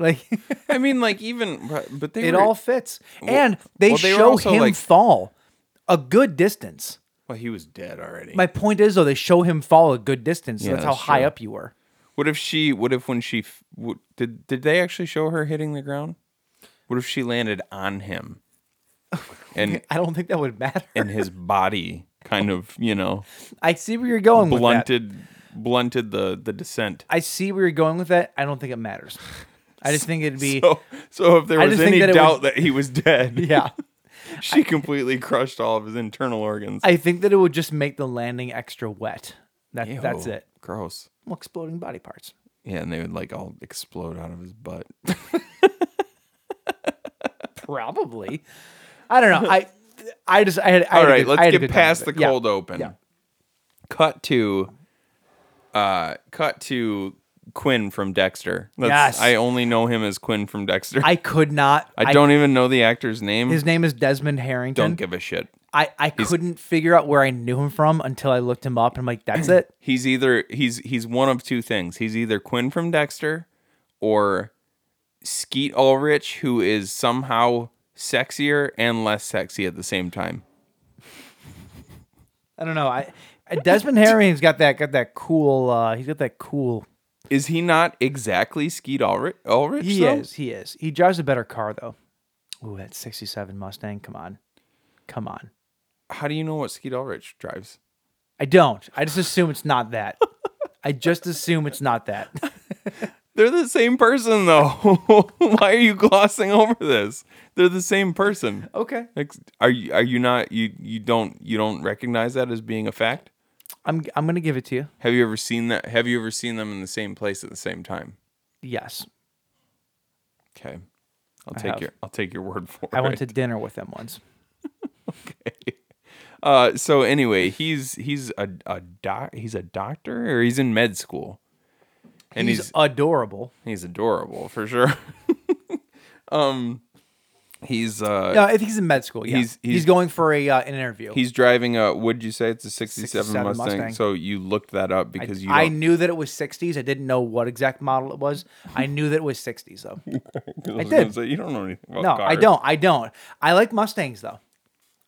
[SPEAKER 7] Like
[SPEAKER 8] I mean like even but- but they
[SPEAKER 7] it
[SPEAKER 8] were-
[SPEAKER 7] all fits. and they
[SPEAKER 8] well, they were
[SPEAKER 7] show
[SPEAKER 8] also,
[SPEAKER 7] him
[SPEAKER 8] like-
[SPEAKER 7] fall a good distance.
[SPEAKER 8] well he was dead already
[SPEAKER 7] My point is though, they show him fall a good distance. So
[SPEAKER 8] Yeah,
[SPEAKER 7] that's how
[SPEAKER 8] that's
[SPEAKER 7] high
[SPEAKER 8] true.
[SPEAKER 7] up you were.
[SPEAKER 8] what if she what if when she f- w- did did they actually show her hitting the ground what if she landed on him and
[SPEAKER 7] I don't think that would matter.
[SPEAKER 8] and his body kind of you know
[SPEAKER 7] I see where you're going with that.
[SPEAKER 8] blunted blunted the the descent
[SPEAKER 7] I see where you're going with that. I don't think it matters. I just think it'd be
[SPEAKER 8] so so if there
[SPEAKER 7] I
[SPEAKER 8] was
[SPEAKER 7] just think
[SPEAKER 8] any
[SPEAKER 7] that it
[SPEAKER 8] doubt
[SPEAKER 7] would-
[SPEAKER 8] that he was dead
[SPEAKER 7] yeah.
[SPEAKER 8] she completely crushed all of his internal organs
[SPEAKER 7] I think that it would just make the landing extra wet. That that's
[SPEAKER 8] Ew,
[SPEAKER 7] it.
[SPEAKER 8] gross
[SPEAKER 7] Well, exploding body parts.
[SPEAKER 8] yeah and they would like all explode out of his butt
[SPEAKER 7] Probably. I don't know. I I just I had I
[SPEAKER 8] all
[SPEAKER 7] had a
[SPEAKER 8] right
[SPEAKER 7] good- I had
[SPEAKER 8] let's
[SPEAKER 7] a
[SPEAKER 8] get
[SPEAKER 7] good time
[SPEAKER 8] past the
[SPEAKER 7] with it. Yeah.
[SPEAKER 8] cold open
[SPEAKER 7] Yeah.
[SPEAKER 8] cut to uh cut to quinn from dexter That's,
[SPEAKER 7] Yes.
[SPEAKER 8] i only know him as quinn from dexter i,
[SPEAKER 7] I could not.
[SPEAKER 8] don't even know the actor's name
[SPEAKER 7] His name is Desmond Harrington.
[SPEAKER 8] don't give a shit
[SPEAKER 7] I I couldn't figure out where I knew him from until I looked him up. And I'm like, that's it.
[SPEAKER 8] he's either he's he's one of two things. He's either Quinn from Dexter or Skeet Ulrich, who is somehow sexier and less sexy at the same time.
[SPEAKER 7] I don't know. I Desmond Harrington's got that got that cool. uh He's got that cool.
[SPEAKER 8] Is he not exactly Skeet Ulrich? Ulrich
[SPEAKER 7] He
[SPEAKER 8] though?
[SPEAKER 7] is. He is. He drives a better car though. Ooh, that '67 Mustang. Come on, come on.
[SPEAKER 8] How do you know what Skeet Ulrich drives?
[SPEAKER 7] I don't. I just assume it's not that. I just assume it's not that.
[SPEAKER 8] They're the same person though. Why are you glossing over this? They're the same person.
[SPEAKER 7] Okay.
[SPEAKER 8] Ex- Are you are you not you you don't you don't recognize that as being a fact?
[SPEAKER 7] I'm I'm gonna give it to you.
[SPEAKER 8] Have you ever seen that? Have you ever seen them in the same place at the same time?
[SPEAKER 7] Yes.
[SPEAKER 8] Okay. I'll
[SPEAKER 7] I
[SPEAKER 8] take
[SPEAKER 7] have.
[SPEAKER 8] your I'll take your word for
[SPEAKER 7] I
[SPEAKER 8] it.
[SPEAKER 7] went to dinner with them once.
[SPEAKER 8] uh so anyway, he's he's a a doc he's a doctor or he's in med school. And he's he's,
[SPEAKER 7] adorable.
[SPEAKER 8] adorable for sure. um he's uh
[SPEAKER 7] No, I think he's in med school. Yeah.
[SPEAKER 8] He's-
[SPEAKER 7] He's,
[SPEAKER 8] he's-
[SPEAKER 7] going for a uh, an interview.
[SPEAKER 8] he's driving a would you say it's a 67,
[SPEAKER 7] 67
[SPEAKER 8] Mustang?
[SPEAKER 7] Mustang.
[SPEAKER 8] So you looked that up because you
[SPEAKER 7] I
[SPEAKER 8] don't-
[SPEAKER 7] knew that it was 60s. I didn't know what exact model it was. I knew that it was 60s though.
[SPEAKER 8] 'cause I, was
[SPEAKER 7] did.
[SPEAKER 8] gonna say, you don't know anything about
[SPEAKER 7] No, I
[SPEAKER 8] cars.
[SPEAKER 7] don't. I don't. I like Mustangs though.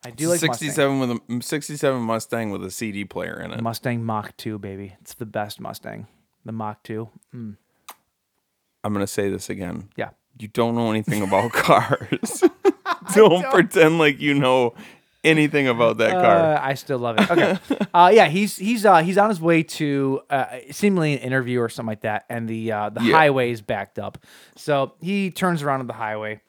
[SPEAKER 7] I do like
[SPEAKER 8] 67 with a 67 Mustang with a CD player in it.
[SPEAKER 7] Mustang. Mustang Mach 2, baby. It's the best Mustang. The Mach 2. Mm,
[SPEAKER 8] I'm going to say this again.
[SPEAKER 7] yeah.
[SPEAKER 8] you don't know anything about cars. don't, pretend like you know anything about that car.
[SPEAKER 7] Uh, I still love it. Okay. uh, yeah, he's he's uh, he's on his way to uh, seemingly an interview or something like that, and the uh, the
[SPEAKER 8] Yeah.
[SPEAKER 7] highway is backed up. So he turns around on the highway,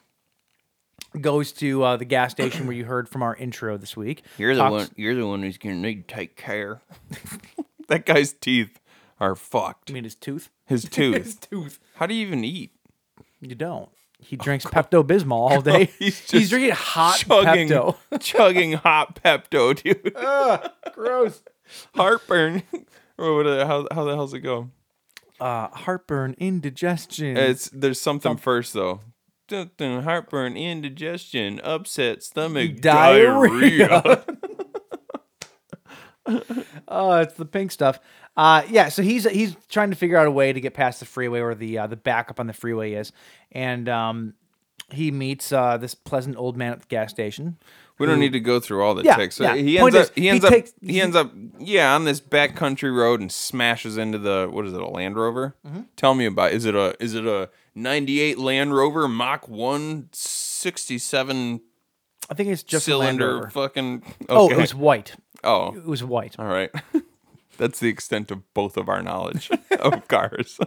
[SPEAKER 7] goes to uh, the gas station where you heard from our intro this week.
[SPEAKER 8] You're
[SPEAKER 7] talks-
[SPEAKER 8] You're the one who's gonna need to take care. that guy's teeth are fucked.
[SPEAKER 7] I mean, his tooth.
[SPEAKER 8] His
[SPEAKER 7] his
[SPEAKER 8] tooth.
[SPEAKER 7] tooth.
[SPEAKER 8] How do you even eat?
[SPEAKER 7] You don't. He drinks Pepto Bismol all day.
[SPEAKER 8] Oh, He's
[SPEAKER 7] he's,
[SPEAKER 8] just
[SPEAKER 7] drinking hot
[SPEAKER 8] chugging,
[SPEAKER 7] Pepto.
[SPEAKER 8] chugging hot Pepto, dude.
[SPEAKER 7] Gross.
[SPEAKER 8] Heartburn. or what, how, how the hell's it go?
[SPEAKER 7] Uh, heartburn, indigestion.
[SPEAKER 8] It's there's something first though. Something heartburn, indigestion, upset stomach,
[SPEAKER 7] Diarrhea.
[SPEAKER 8] diarrhea.
[SPEAKER 7] Oh, it's the pink stuff. Uh, yeah, so he's he's trying to figure out a way to get past the freeway where the uh, the backup on the freeway is, and um, he meets uh, this pleasant old man at the gas station.
[SPEAKER 8] we don't need to go through all the
[SPEAKER 7] Yeah,
[SPEAKER 8] ticks. So
[SPEAKER 7] yeah.
[SPEAKER 8] He
[SPEAKER 7] Point
[SPEAKER 8] ends
[SPEAKER 7] is,
[SPEAKER 8] up.
[SPEAKER 7] he
[SPEAKER 8] He ends up.
[SPEAKER 7] takes-
[SPEAKER 8] he ends up. Yeah, on this back country road and smashes into the what is it? A Land Rover?
[SPEAKER 7] Mm-hmm.
[SPEAKER 8] Tell me about. Is it a? Is it a '98 Land Rover Mach One sixty seven
[SPEAKER 7] I think it's just a Land
[SPEAKER 8] cylinder?
[SPEAKER 7] Rover.
[SPEAKER 8] Fucking. Okay.
[SPEAKER 7] Oh, it was white.
[SPEAKER 8] Oh,
[SPEAKER 7] It was white.
[SPEAKER 8] all right. That's the extent of both of our knowledge of cars.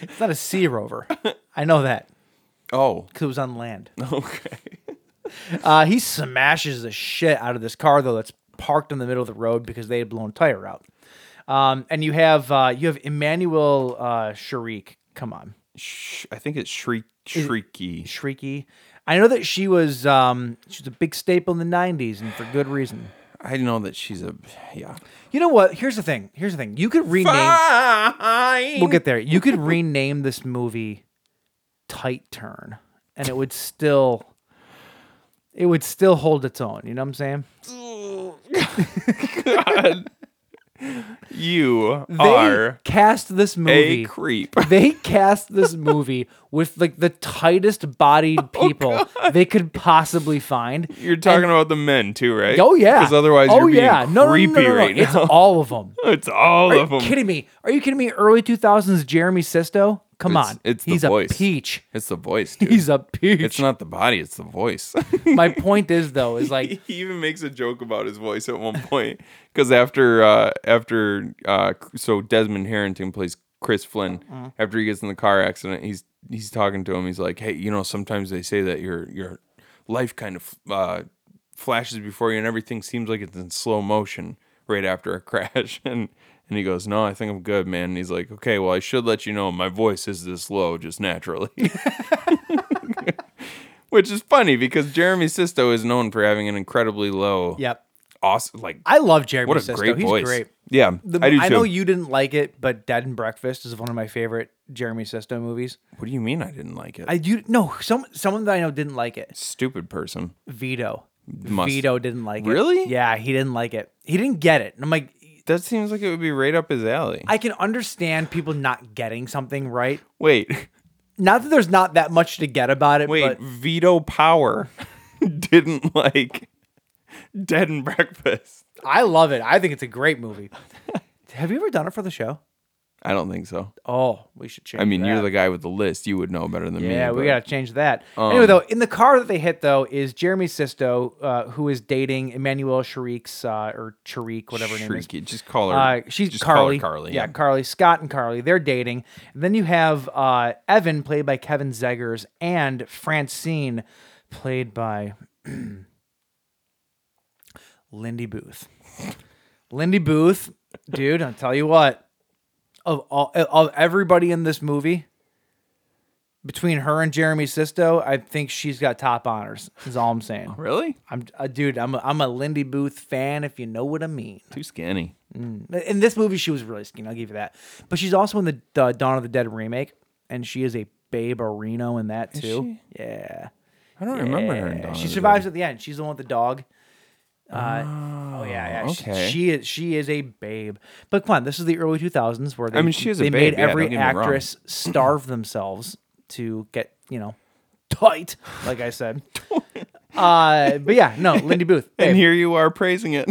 [SPEAKER 7] It's not a Sea Rover. I know that
[SPEAKER 8] oh,
[SPEAKER 7] because it was on land.
[SPEAKER 8] okay.
[SPEAKER 7] Uh, he smashes the shit out of this car though that's parked in the middle of the road because they had blown a tire out. Um, and you have uh, you have Emmanuel uh, Sharik. Come on.
[SPEAKER 8] Sh- I think it's shriek, shrieky.
[SPEAKER 7] Shrieky. I know that she was um she was a big staple in the '90s, and for good reason.
[SPEAKER 8] I know that she's a yeah.
[SPEAKER 7] You know what? Here's the thing. Here's the thing. You could rename.
[SPEAKER 8] Fine.
[SPEAKER 7] We'll get there. You could rename this movie "Tight Turn," and it would still, it would still hold its own. You know what I'm saying?
[SPEAKER 8] you
[SPEAKER 7] They
[SPEAKER 8] are
[SPEAKER 7] cast this movie.
[SPEAKER 8] a creep.
[SPEAKER 7] they cast this movie with like the tightest bodied
[SPEAKER 8] Oh,
[SPEAKER 7] people they could possibly find.
[SPEAKER 8] You're talking about the men too, right?
[SPEAKER 7] Oh yeah.
[SPEAKER 8] Because otherwise,
[SPEAKER 7] oh
[SPEAKER 8] you're being
[SPEAKER 7] yeah. No, no, no,
[SPEAKER 8] creepy
[SPEAKER 7] no, no, no.
[SPEAKER 8] right
[SPEAKER 7] It's
[SPEAKER 8] now.
[SPEAKER 7] all of them.
[SPEAKER 8] It's all
[SPEAKER 7] Are
[SPEAKER 8] of
[SPEAKER 7] you
[SPEAKER 8] them.
[SPEAKER 7] kidding me? Are you kidding me? Early 2000s Jeremy Sisto? Come
[SPEAKER 8] It's-
[SPEAKER 7] on.
[SPEAKER 8] it's the
[SPEAKER 7] He's
[SPEAKER 8] voice.
[SPEAKER 7] a peach.
[SPEAKER 8] It's the voice, dude.
[SPEAKER 7] He's a peach.
[SPEAKER 8] It's not the body; it's the voice.
[SPEAKER 7] My point is though is like
[SPEAKER 8] he even makes a joke about his voice at one point because after uh after uh so desmond harrington plays chris flynn after he gets in the car accident he's he's talking to him he's like hey you know sometimes they say that your your life kind of uh flashes before you and everything seems like it's in slow motion right after a crash and and he goes, no, I think I'm good, man. And he's like, okay, well, I should let you know my voice is this low just naturally. Which is funny because Jeremy Sisto is known for having an incredibly low,
[SPEAKER 7] yep.
[SPEAKER 8] awesome, like
[SPEAKER 7] I love Jeremy
[SPEAKER 8] what a
[SPEAKER 7] Sisto.
[SPEAKER 8] great
[SPEAKER 7] He's
[SPEAKER 8] voice.
[SPEAKER 7] great.
[SPEAKER 8] Yeah,
[SPEAKER 7] The-
[SPEAKER 8] I do too.
[SPEAKER 7] know you didn't like it, but Dead and Breakfast is one of my favorite Jeremy Sisto movies.
[SPEAKER 8] What do you mean I didn't like it?
[SPEAKER 7] I you no, some someone that I know didn't like it.
[SPEAKER 8] Stupid person.
[SPEAKER 7] Vito.
[SPEAKER 8] Must-
[SPEAKER 7] Vito didn't like it.
[SPEAKER 8] Really?
[SPEAKER 7] Yeah, he didn't like it. He didn't get it. And I'm like
[SPEAKER 8] That seems like it would be right up his alley.
[SPEAKER 7] I can understand people not getting something right.
[SPEAKER 8] wait,
[SPEAKER 7] Not that there's not that much to get about it,
[SPEAKER 8] wait.
[SPEAKER 7] but
[SPEAKER 8] Veto Power didn't like Dead and Breakfast.
[SPEAKER 7] I love it. I think it's a great movie. Have you ever done it for the show?
[SPEAKER 8] I don't think so.
[SPEAKER 7] Oh, we should change.
[SPEAKER 8] I mean, you're
[SPEAKER 7] that.
[SPEAKER 8] the guy with the list. You would know better than me.
[SPEAKER 7] yeah. We
[SPEAKER 8] but- Um,
[SPEAKER 7] gotta change that. anyway, though, in the car that they hit though is Jeremy Sisto, uh, who is dating Emmanuel Sharik's uh, or Sharik, whatever her name is.
[SPEAKER 8] Shrieky. Just call her.
[SPEAKER 7] Uh, she's
[SPEAKER 8] just call
[SPEAKER 7] Carly.
[SPEAKER 8] her Carly.
[SPEAKER 7] Yeah, Carly Scott and Carly. They're dating. And then you have uh, Evan, played by Kevin Zegers, and Francine, played by Lindy Booth. Lindy Booth, dude. I'll tell you what. Of all of everybody in this movie, between her and Jeremy Sisto, I think she's got top honors. Is all I'm saying.
[SPEAKER 8] Really?
[SPEAKER 7] I'm, uh, dude. I'm a, I'm a Lindy Booth fan, if you know what I mean.
[SPEAKER 8] Too skinny.
[SPEAKER 7] In this movie, she was really skinny. I'll give you that. But she's also in the uh, Dawn of the Dead remake, and she is a babe Reno in that too. Yeah,
[SPEAKER 8] I don't remember her. In
[SPEAKER 7] Yeah,
[SPEAKER 8] Dawn
[SPEAKER 7] she
[SPEAKER 8] of the
[SPEAKER 7] survives
[SPEAKER 8] Dead.
[SPEAKER 7] at the end. She's the one with the dog. Uh, oh, yeah, yeah. She-
[SPEAKER 8] okay.
[SPEAKER 7] She, is she is a babe. But come on, this is the early two thousands where they,
[SPEAKER 8] mean, she is a
[SPEAKER 7] they
[SPEAKER 8] babe,
[SPEAKER 7] made
[SPEAKER 8] yeah,
[SPEAKER 7] every
[SPEAKER 8] don't get me wrong.
[SPEAKER 7] actress starve themselves to get you know tight, like I said. uh, but yeah, no, Lindy Booth. babe.
[SPEAKER 8] And here you are praising it.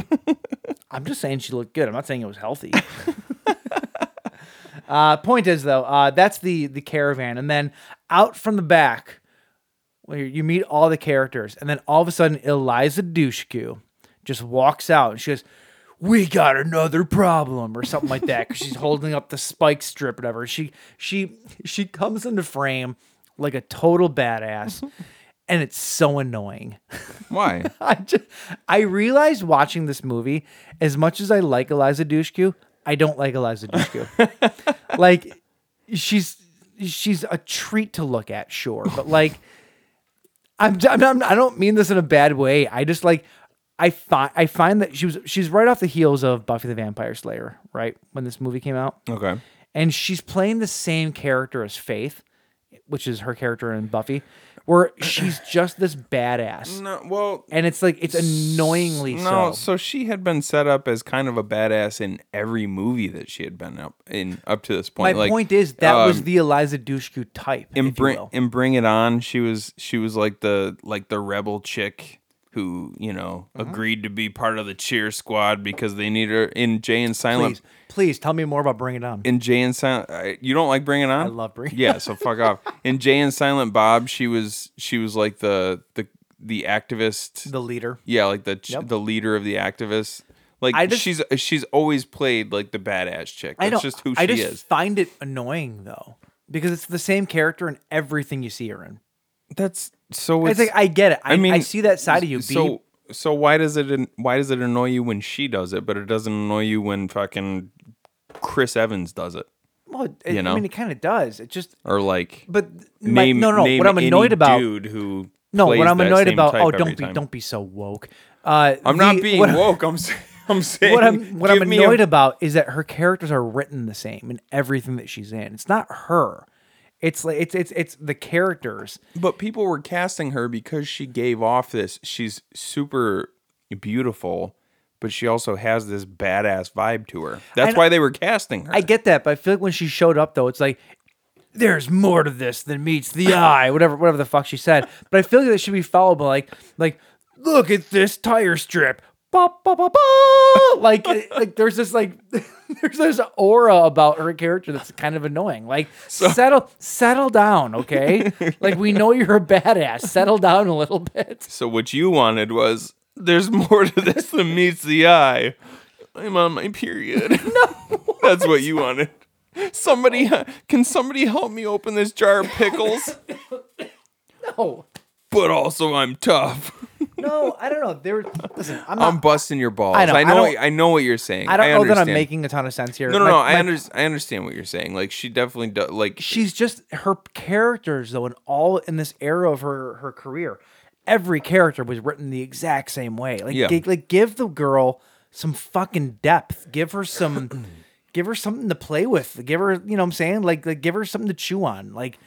[SPEAKER 7] I'm just saying she looked good. I'm not saying it was healthy. uh, point is though, uh, that's the the caravan, and then out from the back, where you meet all the characters, and then all of a sudden Eliza Dushku just walks out, and she goes, "We got another problem," or something like that, because she's holding up the spike strip, or whatever. She she she comes into frame like a total badass, and it's so annoying.
[SPEAKER 8] Why?
[SPEAKER 7] I just I realized watching this movie, as much as I like Eliza Dushku, I don't like Eliza Dushku. like she's she's a treat to look at, sure, but like I'm, I'm, I'm I don't mean this in a bad way. I just like I find I find that she was she's right off the heels of Buffy the Vampire Slayer, right when this movie came out,
[SPEAKER 8] Okay.
[SPEAKER 7] and she's playing the same character as Faith, which is her character in Buffy, where she's just this badass,
[SPEAKER 8] No, well,
[SPEAKER 7] and it's like it's annoyingly
[SPEAKER 8] no. So.
[SPEAKER 7] so.
[SPEAKER 8] she had been set up as kind of a badass in every movie that she had been up in up to this
[SPEAKER 7] My
[SPEAKER 8] point. Like,
[SPEAKER 7] point is that was
[SPEAKER 8] um,
[SPEAKER 7] the Eliza Dushku type. if
[SPEAKER 8] in
[SPEAKER 7] you
[SPEAKER 8] bring
[SPEAKER 7] will.
[SPEAKER 8] in bring it on she was she was like the like the rebel chick who you know
[SPEAKER 7] Mm-hmm.
[SPEAKER 8] agreed to be part of the cheer squad because they need her in jay and silent
[SPEAKER 7] please, please tell me more about Bring It On.
[SPEAKER 8] in Jay and Silent, I- you don't like Bring It On.
[SPEAKER 7] I love Bring It
[SPEAKER 8] Yeah, so fuck off. In Jay and Silent Bob, she was she was like the the the activist.
[SPEAKER 7] the leader.
[SPEAKER 8] yeah, like the ch
[SPEAKER 7] Yep.
[SPEAKER 8] the leader of the activists. Like
[SPEAKER 7] I just-
[SPEAKER 8] she's she's always played like the badass chick.
[SPEAKER 7] I
[SPEAKER 8] That's
[SPEAKER 7] don't.
[SPEAKER 8] just who
[SPEAKER 7] I
[SPEAKER 8] she
[SPEAKER 7] just
[SPEAKER 8] is.
[SPEAKER 7] find it annoying though because it's the same character in everything you see her in.
[SPEAKER 8] That's so.
[SPEAKER 7] It's, like I get it. I,
[SPEAKER 8] I mean,
[SPEAKER 7] I see that side of you. B.
[SPEAKER 8] So so why does it an- why does it annoy you when she does it, but it doesn't annoy you when fucking Chris Evans does it,
[SPEAKER 7] well, it,
[SPEAKER 8] you
[SPEAKER 7] I
[SPEAKER 8] know.
[SPEAKER 7] mean, it kind of does. It just.
[SPEAKER 8] or like
[SPEAKER 7] But my-
[SPEAKER 8] name
[SPEAKER 7] no, no.
[SPEAKER 8] name
[SPEAKER 7] what I'm annoyed
[SPEAKER 8] any
[SPEAKER 7] about.
[SPEAKER 8] dude who
[SPEAKER 7] no,
[SPEAKER 8] plays
[SPEAKER 7] what I'm
[SPEAKER 8] that
[SPEAKER 7] annoyed
[SPEAKER 8] same
[SPEAKER 7] about.
[SPEAKER 8] type
[SPEAKER 7] Oh,
[SPEAKER 8] every
[SPEAKER 7] don't be,
[SPEAKER 8] time.
[SPEAKER 7] don't be so woke. Uh,
[SPEAKER 8] I'm
[SPEAKER 7] the-
[SPEAKER 8] not being
[SPEAKER 7] what-
[SPEAKER 8] woke. I'm s- I'm saying
[SPEAKER 7] What I'm what
[SPEAKER 8] give
[SPEAKER 7] I'm
[SPEAKER 8] me
[SPEAKER 7] annoyed
[SPEAKER 8] a,
[SPEAKER 7] about is that her characters are written the same in everything that she's in. It's not her. It's like it's it's it's the characters.
[SPEAKER 8] But people were casting her because she gave off this. She's super beautiful, but she also has this badass vibe to her. That's
[SPEAKER 7] kn-
[SPEAKER 8] why they were casting her.
[SPEAKER 7] I get that, but I feel like when she showed up though, it's like there's more to this than meets the eye, whatever, whatever the fuck she said. But I feel like that should be followed by like, like, look at this tire strip, ba ba ba ba. Like, it- like there's this like, there's this aura about her character that's kind of annoying. Like, settle, settle down, okay? like, we know you're a badass. Settle down a little bit.
[SPEAKER 8] So what you wanted was there's more to this than meets the eye. I'm on my period. No, that's what you wanted. Somebody, can somebody help me open this jar of pickles?
[SPEAKER 7] No,
[SPEAKER 8] but also, I'm tough.
[SPEAKER 7] no, I don't know. There, listen, I'm
[SPEAKER 8] I'm
[SPEAKER 7] not.
[SPEAKER 8] busting your balls.
[SPEAKER 7] I
[SPEAKER 8] I
[SPEAKER 7] know,
[SPEAKER 8] know.
[SPEAKER 7] I
[SPEAKER 8] I know.
[SPEAKER 7] don't-
[SPEAKER 8] I, know what you're saying.
[SPEAKER 7] I don't know that I'm
[SPEAKER 8] Um, understand.
[SPEAKER 7] making a ton of sense here.
[SPEAKER 8] No, no,
[SPEAKER 7] My-
[SPEAKER 8] no.
[SPEAKER 7] my-
[SPEAKER 8] I under, I understand what you're saying. Like she definitely does. Like
[SPEAKER 7] she's just her characters though and all in this era of her her career every character was written the exact same way like
[SPEAKER 8] Yeah.
[SPEAKER 7] gi- like give the girl some fucking depth give her some give her something to play with give her you know what i'm saying like, like give her something to chew on like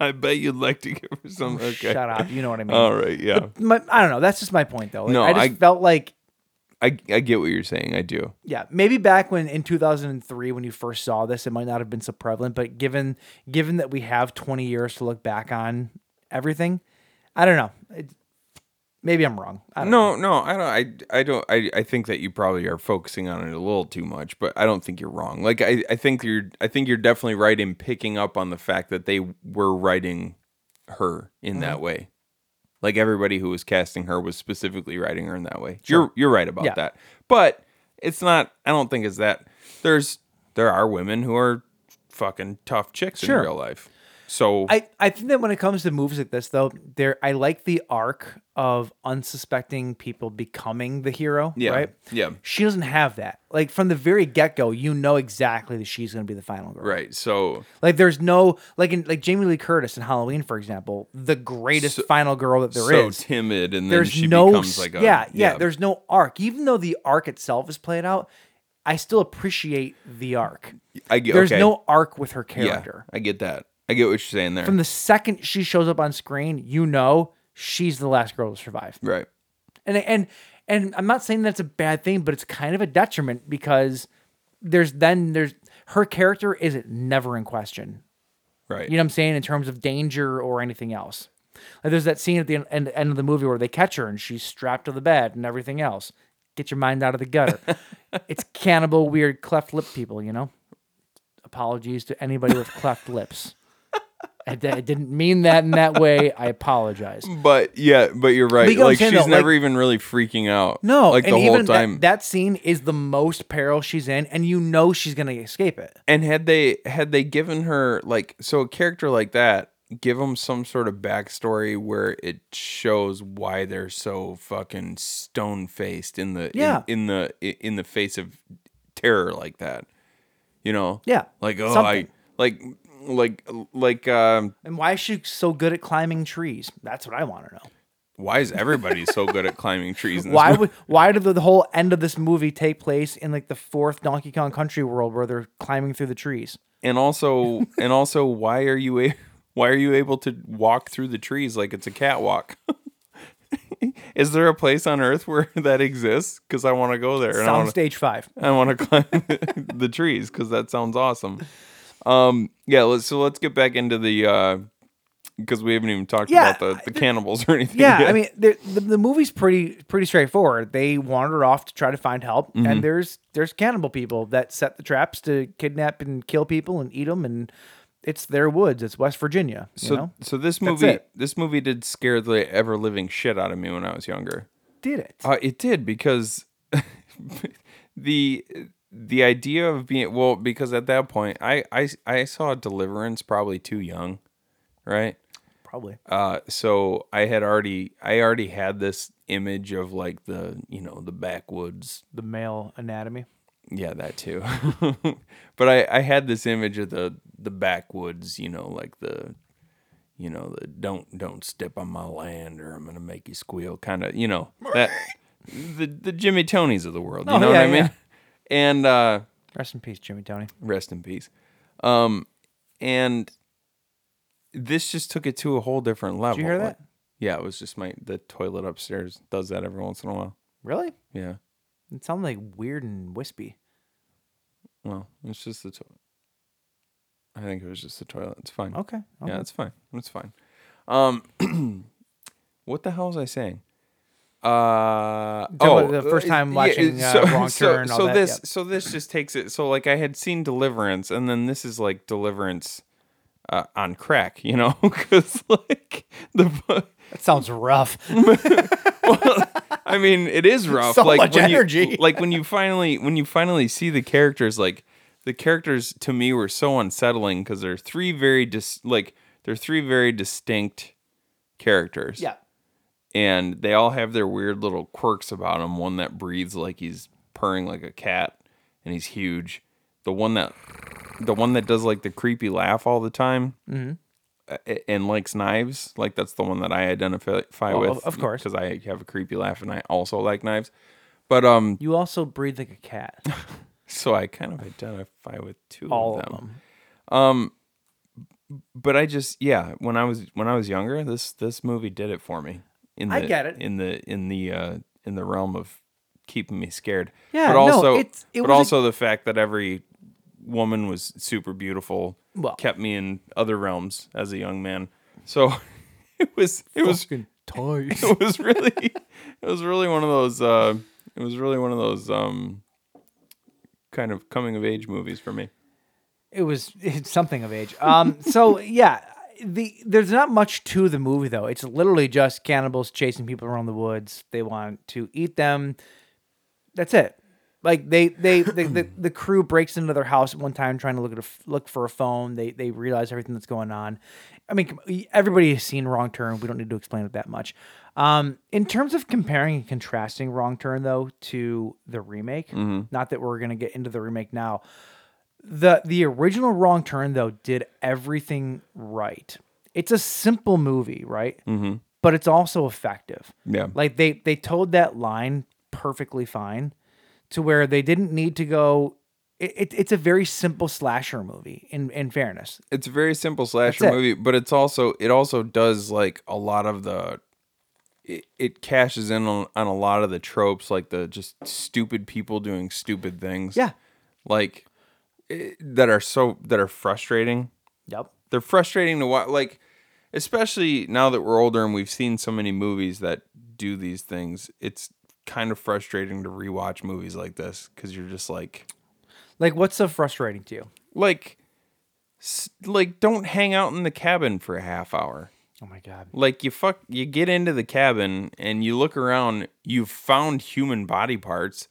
[SPEAKER 8] I bet you'd like to give her some. Okay.
[SPEAKER 7] shut up you know what i mean
[SPEAKER 8] All right. Yeah.
[SPEAKER 7] my, i don't know that's just my point though Like,
[SPEAKER 8] No,
[SPEAKER 7] i just
[SPEAKER 8] I-
[SPEAKER 7] felt like
[SPEAKER 8] I I get what you're saying. I do.
[SPEAKER 7] yeah, maybe back when in 2003 when you first saw this, it might not have been so prevalent, but given given that we have 20 years to look back on everything, I don't know. It, maybe I'm wrong. I don't know.
[SPEAKER 8] No, no, I don't. I, I don't. I, I think that you probably are focusing on it a little too much, but I don't think you're wrong. Like I, I think you're. I think you're definitely right in picking up on the fact that they were writing her in that
[SPEAKER 7] Mm-hmm.
[SPEAKER 8] way. Like everybody who was casting her was specifically writing her in that way. You're you're right about
[SPEAKER 7] Yeah.
[SPEAKER 8] that. But it's not. I don't think it's that. There's there are women who are fucking tough chicks
[SPEAKER 7] Sure.
[SPEAKER 8] in real life. So
[SPEAKER 7] I, I think that when it comes to moves like this though, there I like the arc of unsuspecting people becoming the hero,
[SPEAKER 8] yeah,
[SPEAKER 7] right?
[SPEAKER 8] yeah,
[SPEAKER 7] She doesn't have that. Like from the very get-go, you know exactly that she's going to be the final girl.
[SPEAKER 8] right. So
[SPEAKER 7] Like there's no like in like Jamie Lee Curtis in Halloween for example, the greatest final girl that there is.
[SPEAKER 8] so timid, and then
[SPEAKER 7] there's
[SPEAKER 8] she
[SPEAKER 7] no
[SPEAKER 8] becomes
[SPEAKER 7] s-
[SPEAKER 8] like a
[SPEAKER 7] yeah, yeah there's no arc even though the arc itself is played out i still appreciate the arc
[SPEAKER 8] I get
[SPEAKER 7] there's
[SPEAKER 8] okay.
[SPEAKER 7] no arc with her
[SPEAKER 8] yeah,
[SPEAKER 7] character
[SPEAKER 8] I get that. I get what you're saying there.
[SPEAKER 7] from the second she shows up on screen you know she's the last girl to survive
[SPEAKER 8] right.
[SPEAKER 7] and and and i'm not saying that's a bad thing but it's kind of a detriment because there's then there's her character is never in question
[SPEAKER 8] Right.
[SPEAKER 7] you know what I'm saying? In terms of danger or anything else. Like there's that scene at the end, end, end of the movie where they catch her and she's strapped to the bed and everything else. Get your mind out of the gutter. it's cannibal, weird, cleft lip people, you know? Apologies to anybody with cleft lips. I, d- I didn't mean that in that way. I apologize.
[SPEAKER 8] but yeah, but you're
[SPEAKER 7] But
[SPEAKER 8] right.
[SPEAKER 7] you know what
[SPEAKER 8] Like
[SPEAKER 7] I'm saying,
[SPEAKER 8] she's
[SPEAKER 7] though,
[SPEAKER 8] never
[SPEAKER 7] like-
[SPEAKER 8] even really freaking out.
[SPEAKER 7] No,
[SPEAKER 8] like the
[SPEAKER 7] and
[SPEAKER 8] whole
[SPEAKER 7] even that-
[SPEAKER 8] time.
[SPEAKER 7] That, scene is the most peril she's in, and you know she's gonna escape it.
[SPEAKER 8] and had they had they given her like so a character like that, give them some sort of backstory where it shows why they're so fucking stone faced in the in-
[SPEAKER 7] Yeah.
[SPEAKER 8] in, the in the face of terror like that. You know?
[SPEAKER 7] Yeah,
[SPEAKER 8] Like oh I
[SPEAKER 7] something.
[SPEAKER 8] like like like um
[SPEAKER 7] And why is she so good at climbing trees? That's what I want to know.
[SPEAKER 8] why is everybody so good at climbing trees? In this
[SPEAKER 7] Why
[SPEAKER 8] movie?
[SPEAKER 7] would why did the whole end of this movie take place in like the fourth Donkey Kong Country world where they're climbing through the trees?
[SPEAKER 8] and also and also why are you a- why are you able to walk through the trees like it's a catwalk? Is there a place on Earth where that exists? Because I want to go there. and I wanna-
[SPEAKER 7] Soundstage five.
[SPEAKER 8] I want to climb the trees because that sounds awesome. Um, yeah, let's, so let's get back into the because we haven't even talked
[SPEAKER 7] Yeah,
[SPEAKER 8] about the, the cannibals or anything.
[SPEAKER 7] Yeah,
[SPEAKER 8] yet.
[SPEAKER 7] I mean the, the the movie's pretty pretty straightforward. They wander off to try to find help, and there's there's cannibal people that set the traps to kidnap and kill people and eat them, and it's their woods. It's West Virginia. You
[SPEAKER 8] so
[SPEAKER 7] know,
[SPEAKER 8] so this
[SPEAKER 7] That's
[SPEAKER 8] movie
[SPEAKER 7] it.
[SPEAKER 8] this movie did scare the ever living shit out of me when I was younger.
[SPEAKER 7] did it?
[SPEAKER 8] Uh, it did because the the idea of being well because at that point I I I saw Deliverance probably too young, right?
[SPEAKER 7] Probably.
[SPEAKER 8] uh so i had already i already had this image of like the you know the backwoods
[SPEAKER 7] The male anatomy.
[SPEAKER 8] yeah that too but i i had this image of the the backwoods you know like the you know the don't don't step on my land or i'm gonna make you squeal kind of you know that the the jimmy tonys of the world you
[SPEAKER 7] Oh,
[SPEAKER 8] know what
[SPEAKER 7] yeah,
[SPEAKER 8] i mean
[SPEAKER 7] yeah.
[SPEAKER 8] and uh
[SPEAKER 7] Rest in peace, Jimmy Tony.
[SPEAKER 8] rest in peace um and this just took it to a whole different level
[SPEAKER 7] Did you hear
[SPEAKER 8] Like-
[SPEAKER 7] that?
[SPEAKER 8] yeah, it was just my the toilet upstairs does that every once in a while.
[SPEAKER 7] Really?
[SPEAKER 8] Yeah.
[SPEAKER 7] It sounded like weird and wispy.
[SPEAKER 8] Well, it's just the toilet. I think it was just the toilet. It's fine.
[SPEAKER 7] Okay. okay.
[SPEAKER 8] Yeah, it's fine. It's fine. Um what the hell was I saying? Uh
[SPEAKER 7] about the first time watching, uh, Wrong
[SPEAKER 8] so,
[SPEAKER 7] Turn, all
[SPEAKER 8] so
[SPEAKER 7] that,
[SPEAKER 8] this
[SPEAKER 7] yep.
[SPEAKER 8] so this just takes it so like I had seen Deliverance and then this is like Deliverance uh, on crack, you know, cuz like the bu-
[SPEAKER 7] That sounds rough.
[SPEAKER 8] I mean, it is rough.
[SPEAKER 7] So
[SPEAKER 8] like
[SPEAKER 7] much
[SPEAKER 8] when
[SPEAKER 7] energy.
[SPEAKER 8] You, like when you finally when you finally see the characters, like the characters to me were so unsettling because they're three very dis- like they're three very distinct characters.
[SPEAKER 7] yeah.
[SPEAKER 8] And they all have their weird little quirks about them. One that breathes like he's purring like a cat, and he's huge. The one that the one that does like the creepy laugh all the time.
[SPEAKER 7] Mm-hmm.
[SPEAKER 8] uh, a- And likes knives, like that's the one that I identify
[SPEAKER 7] Well,
[SPEAKER 8] with,
[SPEAKER 7] Oh, of- of course.
[SPEAKER 8] because I have a creepy laugh and I also like knives. But um,
[SPEAKER 7] You also breathe like a cat.
[SPEAKER 8] so I kind of identify with two
[SPEAKER 7] All
[SPEAKER 8] of
[SPEAKER 7] of
[SPEAKER 8] them.
[SPEAKER 7] them.
[SPEAKER 8] But I just yeah, when I was when I was younger, this this movie did it for me. In the,
[SPEAKER 7] I get it.
[SPEAKER 8] In the in the uh in the realm of keeping me scared.
[SPEAKER 7] Yeah,
[SPEAKER 8] but
[SPEAKER 7] no,
[SPEAKER 8] also
[SPEAKER 7] it's- it
[SPEAKER 8] but
[SPEAKER 7] was a-
[SPEAKER 8] also the fact that every woman was super beautiful
[SPEAKER 7] Well-
[SPEAKER 8] kept me in other realms as a young man. So it was it was it was really it was really one of those uh it was really one of those um kind of coming of age movies for me.
[SPEAKER 7] It was it's something of age. Um, so yeah, the there's not much to the movie though. It's literally just cannibals chasing people around the woods. They want to eat them. That's it. Like they they the, the, the crew breaks into their house at one time trying to look at a f look for a phone. They they realize everything that's going on. I mean, com- everybody has seen Wrong Turn. We don't need to explain it that much. Um, in terms of comparing and contrasting Wrong Turn though to the remake,
[SPEAKER 8] Mm-hmm.
[SPEAKER 7] not that we're gonna get into the remake now, the the original wrong turn though did everything right it's a simple movie right mm-hmm. but it's also effective
[SPEAKER 8] Yeah.
[SPEAKER 7] like they they told that line perfectly fine to where they didn't need to go it, it, it's a very simple slasher movie in in fairness
[SPEAKER 8] It's a very simple slasher
[SPEAKER 7] it.
[SPEAKER 8] movie, but it's also it also does like a lot of the it, it cashes in on, on a lot of the tropes like the just stupid people doing stupid things.
[SPEAKER 7] yeah
[SPEAKER 8] Like it, that are so that are frustrating.
[SPEAKER 7] yep
[SPEAKER 8] they're frustrating to watch like especially now that we're older and we've seen so many movies that do these things it's kind of frustrating to rewatch movies like this because you're just like
[SPEAKER 7] like what's so frustrating to you
[SPEAKER 8] like s- like don't hang out in the cabin for a half hour
[SPEAKER 7] oh my god
[SPEAKER 8] like you fuck you get into the cabin and you look around you've found human body parts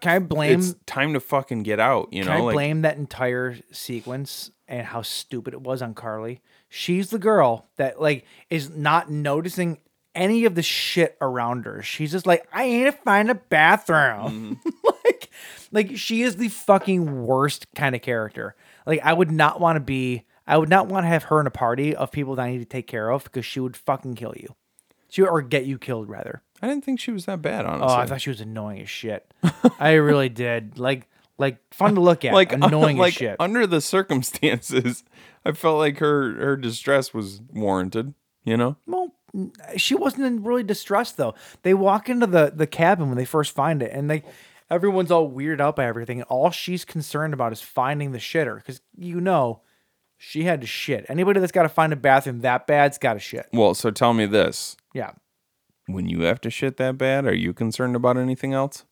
[SPEAKER 7] can i blame
[SPEAKER 8] it's time to fucking get out you
[SPEAKER 7] Can
[SPEAKER 8] know
[SPEAKER 7] I
[SPEAKER 8] like
[SPEAKER 7] blame that entire sequence and how stupid it was on Carly? She's the girl that like is not noticing any
[SPEAKER 8] Mm-hmm.
[SPEAKER 7] of the shit around her. She's just like, I need to find a bathroom. like Like she is the fucking worst kind of character. Like I would not want to be. I would not want to have her in a party of people that I need to take care of because she would fucking kill you. She or get you killed rather.
[SPEAKER 8] I didn't think she was that bad, honestly.
[SPEAKER 7] Oh, I thought she was annoying as shit. I really did. Like, like fun to look at. Like annoying
[SPEAKER 8] like
[SPEAKER 7] as shit.
[SPEAKER 8] under the circumstances, I felt like her her distress was warranted. You know,
[SPEAKER 7] Well, n- she wasn't in really distressed though. They walk into the the cabin when they first find it, and they everyone's all weirded out by everything. And all she's concerned about is finding the shitter because you know she had to shit. Anybody that's got to find a bathroom that bad's got to shit.
[SPEAKER 8] well, so tell me this:
[SPEAKER 7] Yeah.
[SPEAKER 8] when you have to shit that bad, are you concerned about anything else?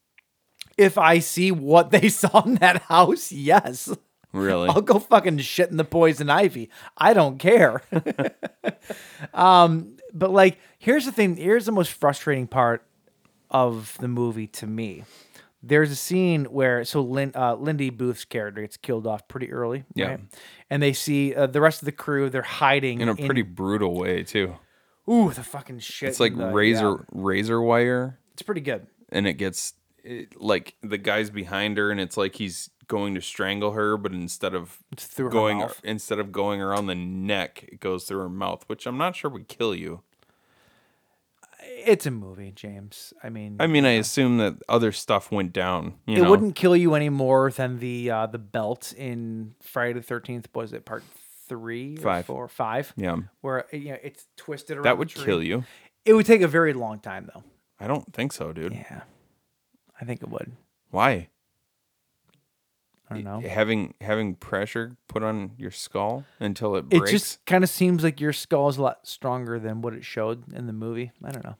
[SPEAKER 7] If I see what they saw in that house, yes.
[SPEAKER 8] Really?
[SPEAKER 7] I'll go fucking shit in the poison ivy. I don't care. um, but like, here's the thing. Here's the most frustrating part of the movie to me. There's a scene where so Lin, uh, Lindy Booth's character gets killed off pretty early.
[SPEAKER 8] Yeah.
[SPEAKER 7] and they see uh, the rest of the crew. They're hiding
[SPEAKER 8] in a pretty brutal way too.
[SPEAKER 7] ooh the fucking shit.
[SPEAKER 8] It's like
[SPEAKER 7] and the-
[SPEAKER 8] razor
[SPEAKER 7] yeah.
[SPEAKER 8] razor wire,
[SPEAKER 7] It's pretty good.
[SPEAKER 8] and it gets it, like the guy's behind her, and it's like he's going to strangle her, but instead of
[SPEAKER 7] It's through her
[SPEAKER 8] going
[SPEAKER 7] mouth.
[SPEAKER 8] instead of going around the neck, it goes through her mouth, which I'm not sure would kill you.
[SPEAKER 7] It's a movie, James. I mean,
[SPEAKER 8] I mean, I assume that other stuff went down. You
[SPEAKER 7] it
[SPEAKER 8] know?
[SPEAKER 7] wouldn't kill you any more than the uh, the belt in Friday the Thirteenth. Was it part three, or
[SPEAKER 8] Five.
[SPEAKER 7] four, five?
[SPEAKER 8] Yeah.
[SPEAKER 7] where uh, you know it's twisted around.
[SPEAKER 8] That
[SPEAKER 7] the
[SPEAKER 8] would
[SPEAKER 7] tree.
[SPEAKER 8] kill you.
[SPEAKER 7] It would take a very long time, though.
[SPEAKER 8] I don't think so, dude.
[SPEAKER 7] Yeah, I think it would.
[SPEAKER 8] Why?
[SPEAKER 7] I don't know.
[SPEAKER 8] Having having pressure put on your skull until it
[SPEAKER 7] It
[SPEAKER 8] breaks.
[SPEAKER 7] just kind of seems like your skull is a lot stronger than what it showed in the movie. I don't know.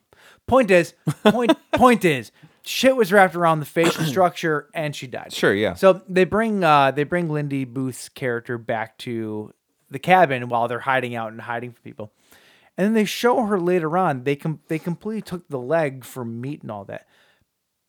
[SPEAKER 7] Point is, point point is, shit was wrapped around the facial structure, and she died.
[SPEAKER 8] Sure, yeah.
[SPEAKER 7] So they bring uh they bring Lindy Booth's character back to the cabin while they're hiding out and hiding from people. And then they show her later on. They com- they completely took the leg for meat and all that.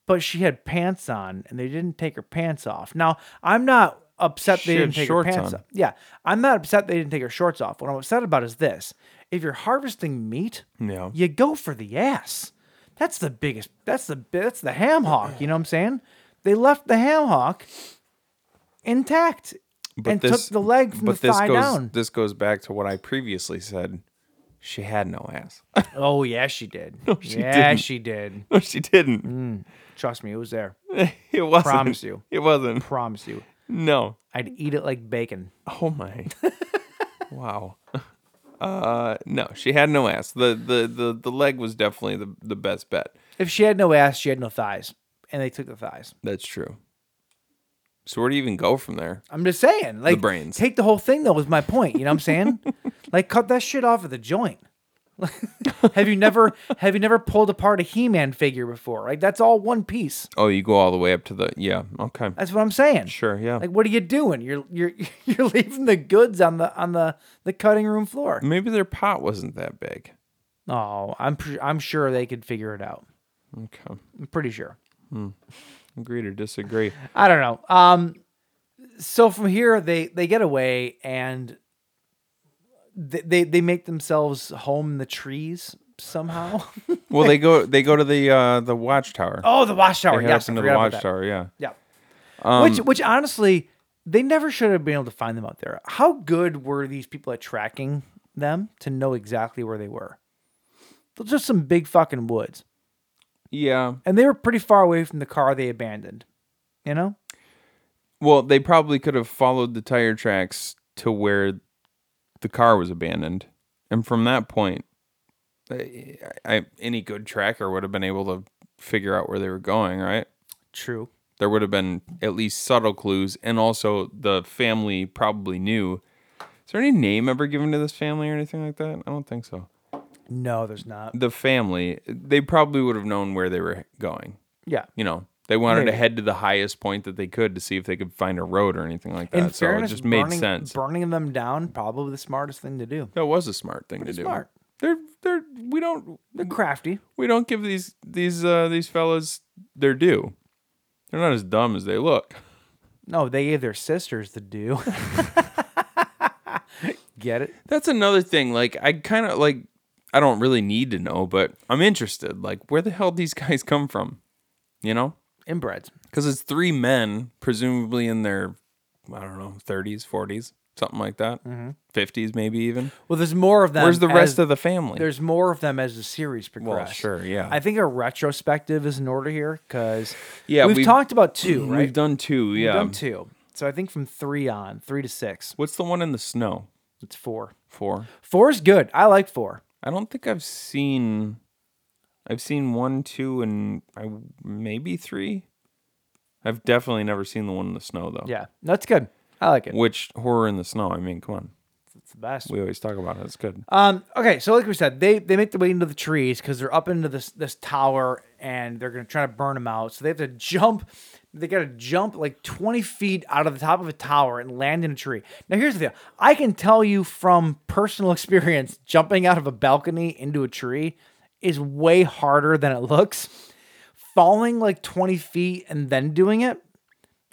[SPEAKER 7] But she had pants on and they didn't take her pants off. Now, I'm not upset
[SPEAKER 8] She
[SPEAKER 7] they
[SPEAKER 8] had
[SPEAKER 7] didn't take her
[SPEAKER 8] shorts
[SPEAKER 7] pants
[SPEAKER 8] on.
[SPEAKER 7] off. Yeah. I'm not upset they didn't take her shorts off. What I'm upset about is this. If you're harvesting meat,
[SPEAKER 8] Yeah.
[SPEAKER 7] you go for the ass. That's the biggest. That's the bi- that's the ham hock. You know what I'm saying? They left the ham hock intact and took the leg from the
[SPEAKER 8] this
[SPEAKER 7] thigh
[SPEAKER 8] goes,
[SPEAKER 7] down.
[SPEAKER 8] This goes back to what I previously said. She had no ass.
[SPEAKER 7] Oh yeah, she did.
[SPEAKER 8] she
[SPEAKER 7] yeah,
[SPEAKER 8] didn't.
[SPEAKER 7] she did.
[SPEAKER 8] no, she didn't.
[SPEAKER 7] Mm. Trust me, it was there.
[SPEAKER 8] It wasn't.
[SPEAKER 7] Promise you.
[SPEAKER 8] It wasn't.
[SPEAKER 7] Promise you.
[SPEAKER 8] No.
[SPEAKER 7] I'd eat it like bacon.
[SPEAKER 8] Oh my. wow. Uh no, she had no ass. The the the, the leg was definitely the, the best bet.
[SPEAKER 7] If she had no ass, she had no thighs, and they took the thighs.
[SPEAKER 8] That's true. So where do you even go from there?
[SPEAKER 7] I'm just saying, like,
[SPEAKER 8] brains.
[SPEAKER 7] take the whole thing though. Was my point? You know what I'm saying? like, cut that shit off at the joint. have you never have you never pulled apart a He-Man figure before? Like, that's all one piece.
[SPEAKER 8] Oh, you go all the way up to the yeah. Okay.
[SPEAKER 7] That's what I'm saying.
[SPEAKER 8] Sure, yeah.
[SPEAKER 7] Like, what are you doing? You're you're you're leaving the goods on the on the the cutting room floor.
[SPEAKER 8] Maybe their pot wasn't that big.
[SPEAKER 7] Oh, I'm pre- I'm sure they could figure it out.
[SPEAKER 8] Okay.
[SPEAKER 7] I'm pretty sure.
[SPEAKER 8] Agree to disagree.
[SPEAKER 7] I don't know. Um, so from here they they get away and they they, they make themselves home in the trees somehow.
[SPEAKER 8] Well, they go they go to the uh the watchtower.
[SPEAKER 7] oh, the watchtower.
[SPEAKER 8] they head
[SPEAKER 7] Yes,
[SPEAKER 8] up
[SPEAKER 7] I
[SPEAKER 8] into the
[SPEAKER 7] forgot about that.
[SPEAKER 8] watchtower, yeah.
[SPEAKER 7] Yeah. which which honestly, they never should have been able to find them out there. How good were these people at tracking them to know exactly where they were? Those are just some big fucking woods.
[SPEAKER 8] Yeah.
[SPEAKER 7] And they were pretty far away from the car they abandoned. You know?
[SPEAKER 8] Well, they probably could have followed the tire tracks to where the car was abandoned, and from that point, I, I, any good tracker would have been able to figure out where they were going. Right?
[SPEAKER 7] True.
[SPEAKER 8] There would have been at least subtle clues, and also the family probably knew. Is there any name ever given to this family or anything like that? I don't think so.
[SPEAKER 7] No, there's not.
[SPEAKER 8] The family, they probably would have known where they were going.
[SPEAKER 7] Yeah.
[SPEAKER 8] You know, they wanted
[SPEAKER 7] Maybe.
[SPEAKER 8] to head to the highest point that they could to see if they could find a road or anything like that.
[SPEAKER 7] In
[SPEAKER 8] so
[SPEAKER 7] fairness,
[SPEAKER 8] it just made
[SPEAKER 7] burning,
[SPEAKER 8] sense.
[SPEAKER 7] burning them down probably the smartest thing to do.
[SPEAKER 8] That was a smart thing to do.
[SPEAKER 7] smart.
[SPEAKER 8] They're they're we don't
[SPEAKER 7] They're crafty.
[SPEAKER 8] we don't give these these uh these fellas their due. They're not as dumb as they look.
[SPEAKER 7] No, they gave their sisters the do. Get it?
[SPEAKER 8] That's another thing. Like I kind of like I don't really need to know, but I'm interested. Like where the hell these guys come from? You know?
[SPEAKER 7] Inbreds.
[SPEAKER 8] because it's three men, presumably in their I don't know, 30s, 40s, something like that,
[SPEAKER 7] Mm-hmm.
[SPEAKER 8] 50s maybe even.
[SPEAKER 7] Well, there's more of them.
[SPEAKER 8] Where's the
[SPEAKER 7] Um, as-
[SPEAKER 8] rest of the family?
[SPEAKER 7] There's more of them as the series progresses.
[SPEAKER 8] sure, yeah.
[SPEAKER 7] I think a retrospective is in order here because
[SPEAKER 8] Yeah,
[SPEAKER 7] we've,
[SPEAKER 8] we've-
[SPEAKER 7] talked about two,
[SPEAKER 8] We've
[SPEAKER 7] right?
[SPEAKER 8] done two,
[SPEAKER 7] We've
[SPEAKER 8] yeah.
[SPEAKER 7] done two. So I think from three on, three to six,
[SPEAKER 8] What's the one in the snow?
[SPEAKER 7] it's four.
[SPEAKER 8] Four.
[SPEAKER 7] Four is good. I like four.
[SPEAKER 8] I don't think I've seen. I've seen one, two, and I maybe three. I've definitely never seen the one in the snow though.
[SPEAKER 7] Yeah, that's good. I like it.
[SPEAKER 8] Which horror in the snow? I mean, come on.
[SPEAKER 7] It's the best.
[SPEAKER 8] We always talk about it. It's good.
[SPEAKER 7] Um, okay, so like we said, they they make their way into the trees because they're up into this this tower and they're gonna try to burn them out. So they have to jump. They gotta jump like twenty feet out of the top of a tower and land in a tree. Now here's the deal: I can tell you from personal experience, jumping out of a balcony into a tree is way harder than it looks. Falling like twenty feet and then doing it,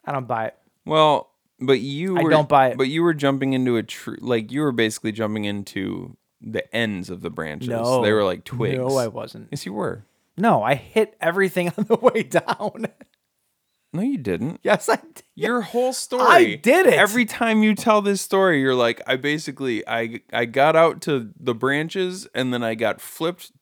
[SPEAKER 7] I don't buy it.
[SPEAKER 8] Well, but you
[SPEAKER 7] I
[SPEAKER 8] were,
[SPEAKER 7] don't buy it.
[SPEAKER 8] But you were jumping into a tree, like you were basically jumping into the ends of the branches.
[SPEAKER 7] No.
[SPEAKER 8] they were like twigs.
[SPEAKER 7] No, I wasn't.
[SPEAKER 8] Yes, you were.
[SPEAKER 7] No, I hit everything on the way down.
[SPEAKER 8] No, you didn't.
[SPEAKER 7] yes, I did.
[SPEAKER 8] Your whole story.
[SPEAKER 7] did it.
[SPEAKER 8] Every time you tell this story, you're like, I basically, I, I got out to the branches and then I got flipped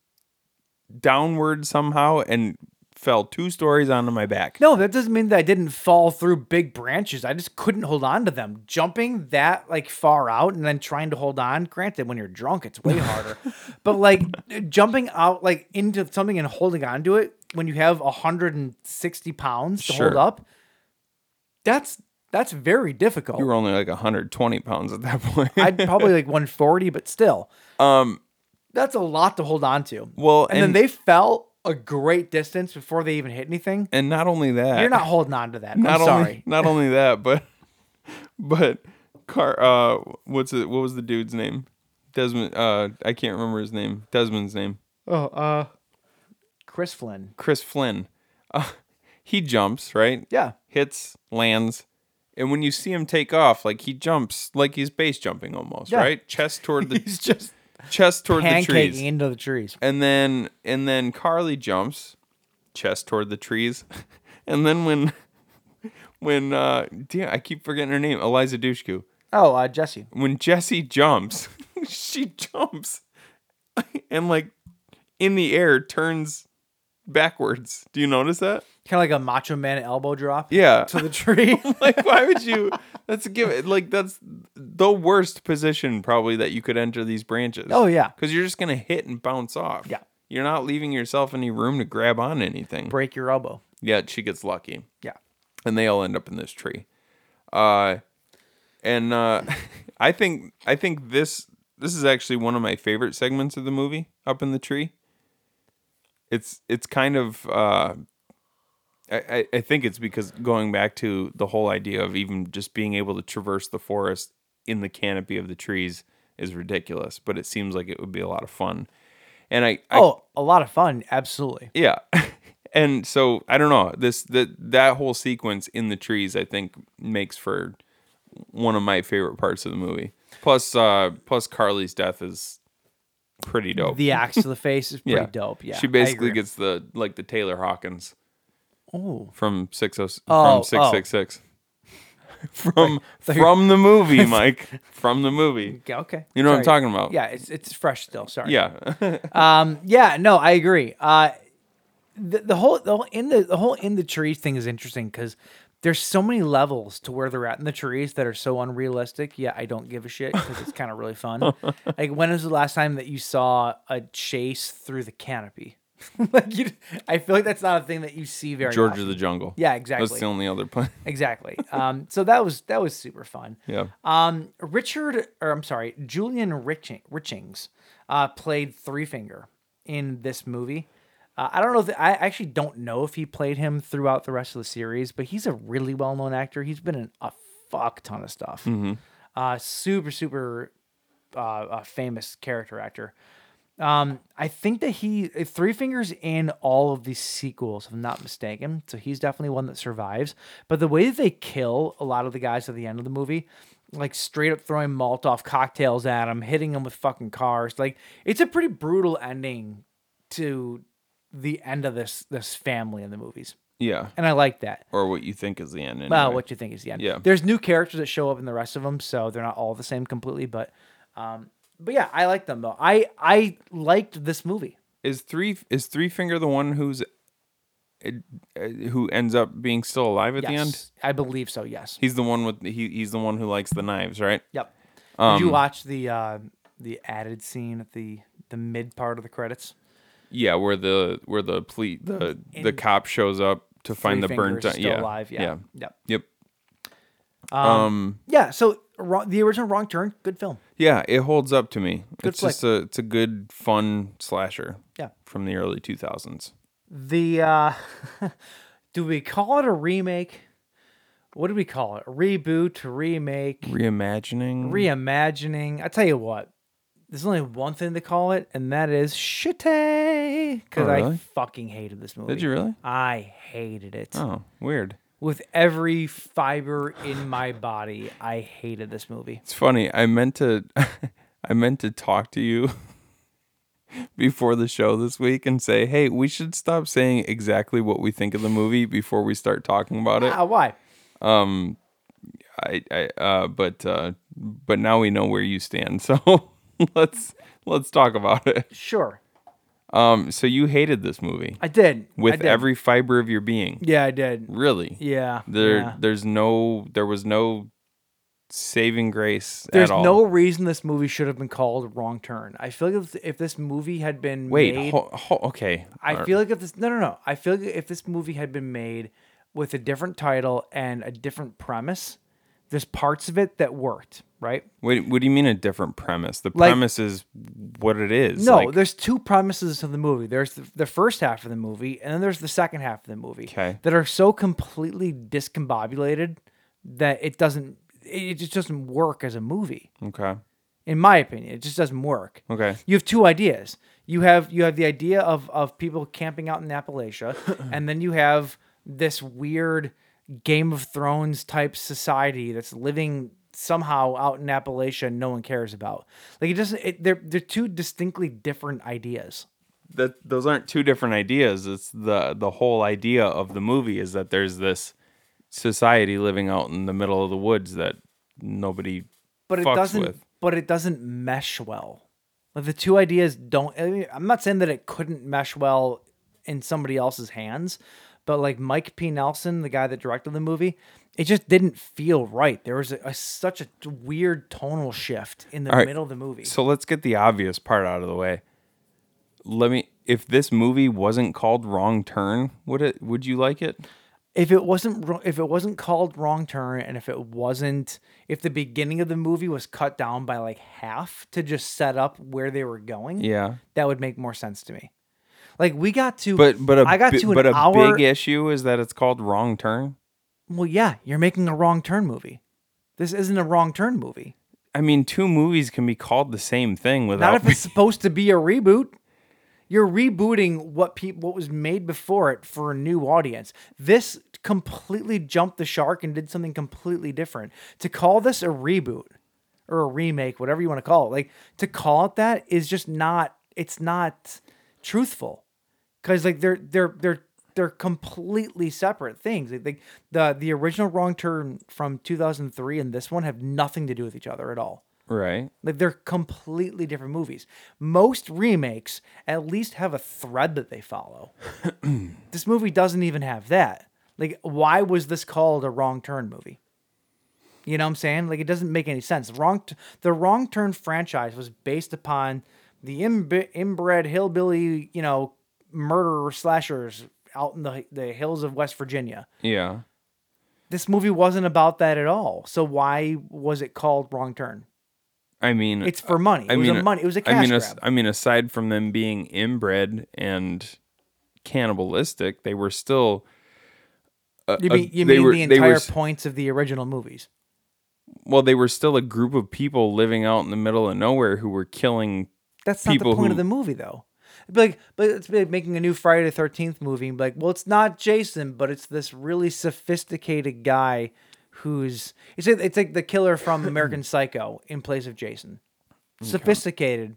[SPEAKER 8] downward somehow and fell two stories onto my back.
[SPEAKER 7] No, that doesn't mean that I didn't fall through big branches. I just couldn't hold on to them. Jumping that like far out and then trying to hold on. Granted, when you're drunk, it's way harder. but like jumping out like into something and holding on to it when you have 160 pounds to hold
[SPEAKER 8] Sure.
[SPEAKER 7] up, that's that's very difficult.
[SPEAKER 8] You were only like 120 pounds at that point.
[SPEAKER 7] I'd probably like 140, but still. Um that's a lot to hold on to.
[SPEAKER 8] Well,
[SPEAKER 7] and, then
[SPEAKER 8] and-
[SPEAKER 7] they fell a great distance before they even hit anything.
[SPEAKER 8] and not only that,
[SPEAKER 7] You're not holding on to that.
[SPEAKER 8] not
[SPEAKER 7] I'm
[SPEAKER 8] only,
[SPEAKER 7] sorry.
[SPEAKER 8] Not only that, but but car. Uh, what's it? What was the dude's name? Desmond. Uh, I can't remember his name. Desmond's name.
[SPEAKER 7] Oh, uh, Chris Flynn.
[SPEAKER 8] Chris Flynn. Uh, he jumps right.
[SPEAKER 7] Yeah.
[SPEAKER 8] Hits, lands, and when you see him take off, like he jumps, like he's base jumping almost,
[SPEAKER 7] Yeah.
[SPEAKER 8] right? Chest toward the
[SPEAKER 7] He's just
[SPEAKER 8] chest toward the trees.
[SPEAKER 7] pancaking into the trees.
[SPEAKER 8] and then and then Carly jumps, chest toward the trees, and then when when uh damn I keep forgetting her name Eliza Dushku
[SPEAKER 7] Oh, uh, Jesse.
[SPEAKER 8] when Jesse jumps, she jumps and like in the air turns backwards. Do you notice that?
[SPEAKER 7] Kind of like a Macho Man elbow drop.
[SPEAKER 8] Yeah. Oh
[SPEAKER 7] To the tree.
[SPEAKER 8] like why would you? That's a give like that's the worst position probably that you could enter these branches.
[SPEAKER 7] Oh, yeah.
[SPEAKER 8] because you're just gonna hit and bounce off.
[SPEAKER 7] Yeah.
[SPEAKER 8] You're not leaving yourself any room to grab on anything.
[SPEAKER 7] Break your elbow.
[SPEAKER 8] Yet she gets lucky,
[SPEAKER 7] Yeah.
[SPEAKER 8] and they all end up in this tree. Uh, and uh, I think I think this this is actually one of my favorite segments of the movie, up in the tree. It's it's kind of uh, I I- I think it's because going back to the whole idea of even just being able to traverse the forest in the canopy of the trees is ridiculous, but it seems like it would be a lot of fun. And I, I
[SPEAKER 7] Oh, a lot of fun. Absolutely.
[SPEAKER 8] yeah. And so I don't know this that that whole sequence in the trees I think makes for one of my favorite parts of the movie. Plus, uh, plus Carly's death is pretty dope.
[SPEAKER 7] The axe to the face is pretty dope. Yeah.
[SPEAKER 8] she
[SPEAKER 7] I
[SPEAKER 8] basically
[SPEAKER 7] agree.
[SPEAKER 8] gets the like the Taylor Hawkins.
[SPEAKER 7] Oh.
[SPEAKER 8] from six oh
[SPEAKER 7] Oh,
[SPEAKER 8] from six six six. From
[SPEAKER 7] you-
[SPEAKER 8] from the movie, Mike. From the movie.
[SPEAKER 7] Okay, okay.
[SPEAKER 8] You know what I'm
[SPEAKER 7] Sorry.
[SPEAKER 8] talking about.
[SPEAKER 7] Yeah, it's it's fresh still. Sorry.
[SPEAKER 8] Yeah.
[SPEAKER 7] Yeah, no, I agree. Uh, the, the whole the whole in the the whole in the trees thing is interesting because there's so many levels to where they're at in the trees that are so unrealistic. Yeah, I don't give a shit because it's kind of really fun. like, when was the last time that you saw a chase through the canopy? like, you, I feel like that's not a thing that you see very.
[SPEAKER 8] George
[SPEAKER 7] often.
[SPEAKER 8] of the Jungle.
[SPEAKER 7] Yeah,
[SPEAKER 8] That's
[SPEAKER 7] exactly.
[SPEAKER 8] the only other plan.
[SPEAKER 7] Exactly. Um, so that was that was super fun.
[SPEAKER 8] Yeah.
[SPEAKER 7] Um, Richard, or I'm sorry, Julian Riching, Richings, uh, played Three Finger in this movie. Uh, I don't know. If I actually don't know if he played him throughout the rest of the series, but he's a really well-known actor. He's been in a fuck ton of stuff. Uh, super, super uh, uh, famous character actor. Um, I think that he uh, Three Fingers in all of these sequels, if I'm not mistaken. So he's definitely one that survives. But the way that they kill a lot of the guys at the end of the movie, like straight up throwing Molotov cocktails at him, hitting him with fucking cars, like it's a pretty brutal ending to the end of this this family in the movies.
[SPEAKER 8] Yeah.
[SPEAKER 7] and I like that.
[SPEAKER 8] Or what you think is the end. Anyway.
[SPEAKER 7] Well, what you think is the end.
[SPEAKER 8] Yeah.
[SPEAKER 7] There's new characters that show up in the rest of them, so they're not all the same completely. But, um, but yeah, I like them though. I I liked this movie.
[SPEAKER 8] is three is three finger the one who's uh, uh, who ends up being still alive at
[SPEAKER 7] Yes,
[SPEAKER 8] the end?
[SPEAKER 7] I believe so. Yes.
[SPEAKER 8] He's the one with he, he's the one who likes the knives, right?
[SPEAKER 7] Yep. Did
[SPEAKER 8] Um,
[SPEAKER 7] you watch the uh, the added scene at the the mid part of the credits?
[SPEAKER 8] Yeah, where the where the ple- the the
[SPEAKER 7] And
[SPEAKER 8] cop shows up to find
[SPEAKER 7] Three
[SPEAKER 8] the burnt
[SPEAKER 7] Fingers
[SPEAKER 8] down.
[SPEAKER 7] still
[SPEAKER 8] Yeah,
[SPEAKER 7] alive. Yeah.
[SPEAKER 8] yeah,
[SPEAKER 7] Yep.
[SPEAKER 8] yep,
[SPEAKER 7] Um, yeah. So wrong, the original Wrong Turn, good film.
[SPEAKER 8] yeah. It holds up to me.
[SPEAKER 7] Good
[SPEAKER 8] it's just a it's a good fun slasher.
[SPEAKER 7] Yeah.
[SPEAKER 8] from the early two thousands.
[SPEAKER 7] The uh, do we call it a remake? What do we call it? A reboot, a remake?
[SPEAKER 8] Reimagining.
[SPEAKER 7] reimagining. I tell you what, there's only one thing to call it, and that is shitty. Because
[SPEAKER 8] Oh, really?
[SPEAKER 7] I fucking hated this movie.
[SPEAKER 8] Did you really?
[SPEAKER 7] I hated it
[SPEAKER 8] Oh, weird.
[SPEAKER 7] with every fiber in my body. I hated this movie.
[SPEAKER 8] It's funny. I meant to, I meant to talk to you before the show this week and say, hey, we should stop saying exactly what we think of the movie before we start talking about it.
[SPEAKER 7] Ah, why?
[SPEAKER 8] I, I, uh, but, uh, but now we know where you stand. So let's let's talk about it.
[SPEAKER 7] Sure,
[SPEAKER 8] Um, so you hated this movie
[SPEAKER 7] I did. I
[SPEAKER 8] with
[SPEAKER 7] did.
[SPEAKER 8] every fiber of your being.
[SPEAKER 7] Yeah, I did.
[SPEAKER 8] Really?
[SPEAKER 7] Yeah.
[SPEAKER 8] There,
[SPEAKER 7] yeah.
[SPEAKER 8] there's no, there was no saving grace
[SPEAKER 7] There's
[SPEAKER 8] at all.
[SPEAKER 7] no reason this movie should have been called Wrong Turn. I feel like if, if this movie had been
[SPEAKER 8] Wait,
[SPEAKER 7] made,
[SPEAKER 8] ho- ho- okay.
[SPEAKER 7] I
[SPEAKER 8] All
[SPEAKER 7] feel like if this no no no I feel like if this movie had been made with a different title and a different premise, there's parts of it that worked, right?
[SPEAKER 8] Wait, what do you mean a different premise? The
[SPEAKER 7] Like-
[SPEAKER 8] premise is what it is.
[SPEAKER 7] No,
[SPEAKER 8] like-
[SPEAKER 7] there's two premises to the movie. There's the, the first half of the movie, and then there's the second half of the movie
[SPEAKER 8] 'Kay.
[SPEAKER 7] that are so completely discombobulated that it doesn't it it just doesn't work as a movie.
[SPEAKER 8] okay.
[SPEAKER 7] in my opinion it just doesn't work
[SPEAKER 8] Okay.
[SPEAKER 7] you have two ideas you have you have the idea of of people camping out in appalachia and then you have this weird game of thrones type society that's living somehow out in appalachia and no one cares about like it doesn't it, they're they're two distinctly different ideas
[SPEAKER 8] That those aren't two different ideas. It's the the whole idea of the movie is that there's this society living out in the middle of the woods that nobody
[SPEAKER 7] but it
[SPEAKER 8] fucks
[SPEAKER 7] doesn't
[SPEAKER 8] with.
[SPEAKER 7] but it doesn't mesh well like the two ideas don't I mean, i'm not saying that it couldn't mesh well in somebody else's hands but like mike p nelson the guy that directed the movie it just didn't feel right there was a, a- such a t- weird tonal shift in the
[SPEAKER 8] All right,
[SPEAKER 7] middle of the movie
[SPEAKER 8] So let's get the obvious part out of the way. Let me if this movie wasn't called Wrong Turn, would it would you like it?
[SPEAKER 7] if it wasn't wro- if it wasn't called wrong turn and if it wasn't if the beginning of the movie was cut down by like half to just set up where they were going
[SPEAKER 8] Yeah.
[SPEAKER 7] that would make more sense to me like we got to
[SPEAKER 8] But but a
[SPEAKER 7] I got
[SPEAKER 8] bi-
[SPEAKER 7] to an
[SPEAKER 8] but a
[SPEAKER 7] hour
[SPEAKER 8] big issue is that it's called Wrong Turn.
[SPEAKER 7] Well, yeah, you're making a wrong turn movie. This isn't a wrong turn movie.
[SPEAKER 8] I mean, two movies can be called the same thing without
[SPEAKER 7] Not if it's supposed to be a reboot. You're rebooting what people what was made before it for a new audience. This completely jumped the shark and did something completely different. To call this a reboot or a remake, whatever you want to call it, like to call it that is just not it's not truthful. Cuz like they're they're they're they're completely separate things. Like like, the the original wrong turn from 2003 and this one have nothing to do with each other at all.
[SPEAKER 8] right.
[SPEAKER 7] Like they're completely different movies. Most remakes at least have a thread that they follow. this movie doesn't even have that. Like, why was this called a wrong turn movie? You know what I'm saying? Like, it doesn't make any sense. Wrong, t- the wrong turn franchise was based upon the imbe- inbred hillbilly, you know, murderer slashers out in the the hills of West Virginia.
[SPEAKER 8] Yeah.
[SPEAKER 7] This movie wasn't about that at all. So why was it called Wrong Turn?
[SPEAKER 8] I mean,
[SPEAKER 7] It's for money.
[SPEAKER 8] I
[SPEAKER 7] it was
[SPEAKER 8] mean,
[SPEAKER 7] a money. It was a cash
[SPEAKER 8] I mean, as-
[SPEAKER 7] grab.
[SPEAKER 8] I mean, aside from them being inbred and cannibalistic, they were still. uh,
[SPEAKER 7] You
[SPEAKER 8] uh,
[SPEAKER 7] mean, you
[SPEAKER 8] they
[SPEAKER 7] mean
[SPEAKER 8] were-
[SPEAKER 7] the
[SPEAKER 8] they were
[SPEAKER 7] entire
[SPEAKER 8] s-
[SPEAKER 7] points of the original movies?
[SPEAKER 8] well, they were still a group of people living out in the middle of nowhere who were killing.
[SPEAKER 7] That's not the
[SPEAKER 8] people
[SPEAKER 7] point of
[SPEAKER 8] who-
[SPEAKER 7] the movie, though. It'd be like, but it's like making a new Friday the Thirteenth movie. And be like, well, it's not Jason, but it's this really sophisticated guy who's it's like, it's like the killer from American Psycho in place of Jason. Sophisticated,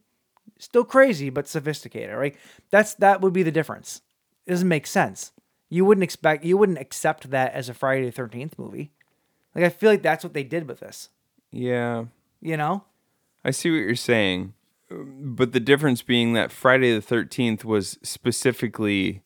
[SPEAKER 7] still crazy, but sophisticated. Right? That's that would be the difference. It doesn't make sense. You wouldn't expect you wouldn't accept that as a Friday the Thirteenth movie. Like I feel like that's what they did with this.
[SPEAKER 8] Yeah.
[SPEAKER 7] You know?
[SPEAKER 8] I see what you're saying. But the difference being that Friday the 13th was specifically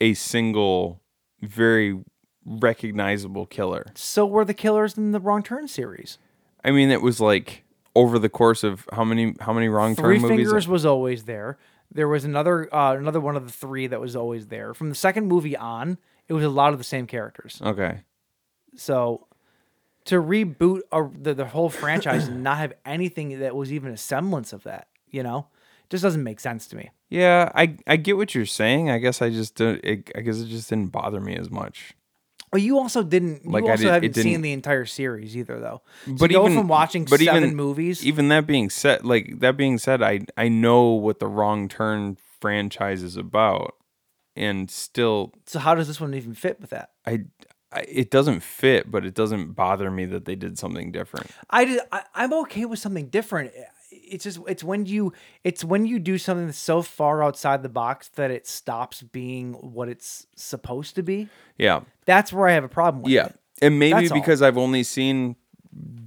[SPEAKER 8] a single, very recognizable killer.
[SPEAKER 7] So were the killers in the Wrong Turn series.
[SPEAKER 8] I mean, it was like over the course of how many how many wrong
[SPEAKER 7] Three
[SPEAKER 8] turn movies? uh,
[SPEAKER 7] Fingers was always there. There was another uh, another one of the three that was always there. From the second movie on, it was a lot of the same characters.
[SPEAKER 8] okay.
[SPEAKER 7] So to reboot a, the, the whole franchise and not have anything that was even a semblance of that, you know, just doesn't make sense to me.
[SPEAKER 8] Yeah, I I get what you're saying. I guess I just don't. It, I guess it just didn't bother me as much.
[SPEAKER 7] Well, you also didn't.
[SPEAKER 8] Like,
[SPEAKER 7] you
[SPEAKER 8] I
[SPEAKER 7] also
[SPEAKER 8] did- it
[SPEAKER 7] haven't seen
[SPEAKER 8] didn't-
[SPEAKER 7] the entire series either, though. To go from watching seven movies,
[SPEAKER 8] Even that being said, like that being said, I I know what the Wrong Turn franchise is about, and still,
[SPEAKER 7] so how does this one even fit with that?
[SPEAKER 8] I, I it doesn't fit, but it doesn't bother me that they did something different.
[SPEAKER 7] I, did, I I'm okay with something different. It's just it's when you it's when you do something that's so far outside the box that it stops being what it's supposed to be.
[SPEAKER 8] Yeah,
[SPEAKER 7] That's where I have a problem with
[SPEAKER 8] yeah,
[SPEAKER 7] it.
[SPEAKER 8] and maybe
[SPEAKER 7] That's all.
[SPEAKER 8] because I've only seen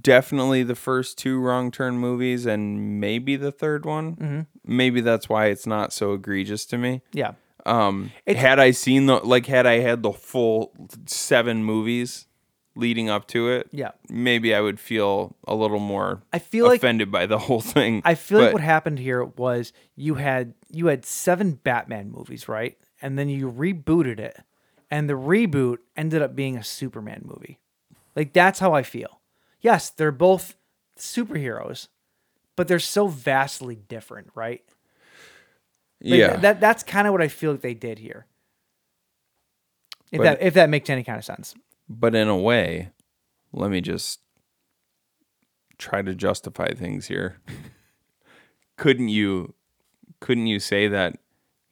[SPEAKER 8] definitely the first two Wrong Turn movies and maybe the third one. Maybe that's why it's not so egregious to me.
[SPEAKER 7] Mm-hmm. Yeah.
[SPEAKER 8] Um,
[SPEAKER 7] It's-
[SPEAKER 8] had I seen the like, had I had the full seven movies leading up to it,
[SPEAKER 7] Yeah.
[SPEAKER 8] maybe I would feel a little more.
[SPEAKER 7] I feel like-
[SPEAKER 8] offended by the whole thing.
[SPEAKER 7] I feel like
[SPEAKER 8] But
[SPEAKER 7] what happened here was you had you had seven Batman movies, right? And then you rebooted it, and the reboot ended up being a Superman movie. Like that's how I feel. Yes, they're both superheroes, but they're so vastly different, right? Like,
[SPEAKER 8] yeah,
[SPEAKER 7] That that's kind of what I feel like they did here. If
[SPEAKER 8] But-
[SPEAKER 7] that if that makes any kind of sense.
[SPEAKER 8] but in a way, let me just try to justify things here. couldn't you? Couldn't you say that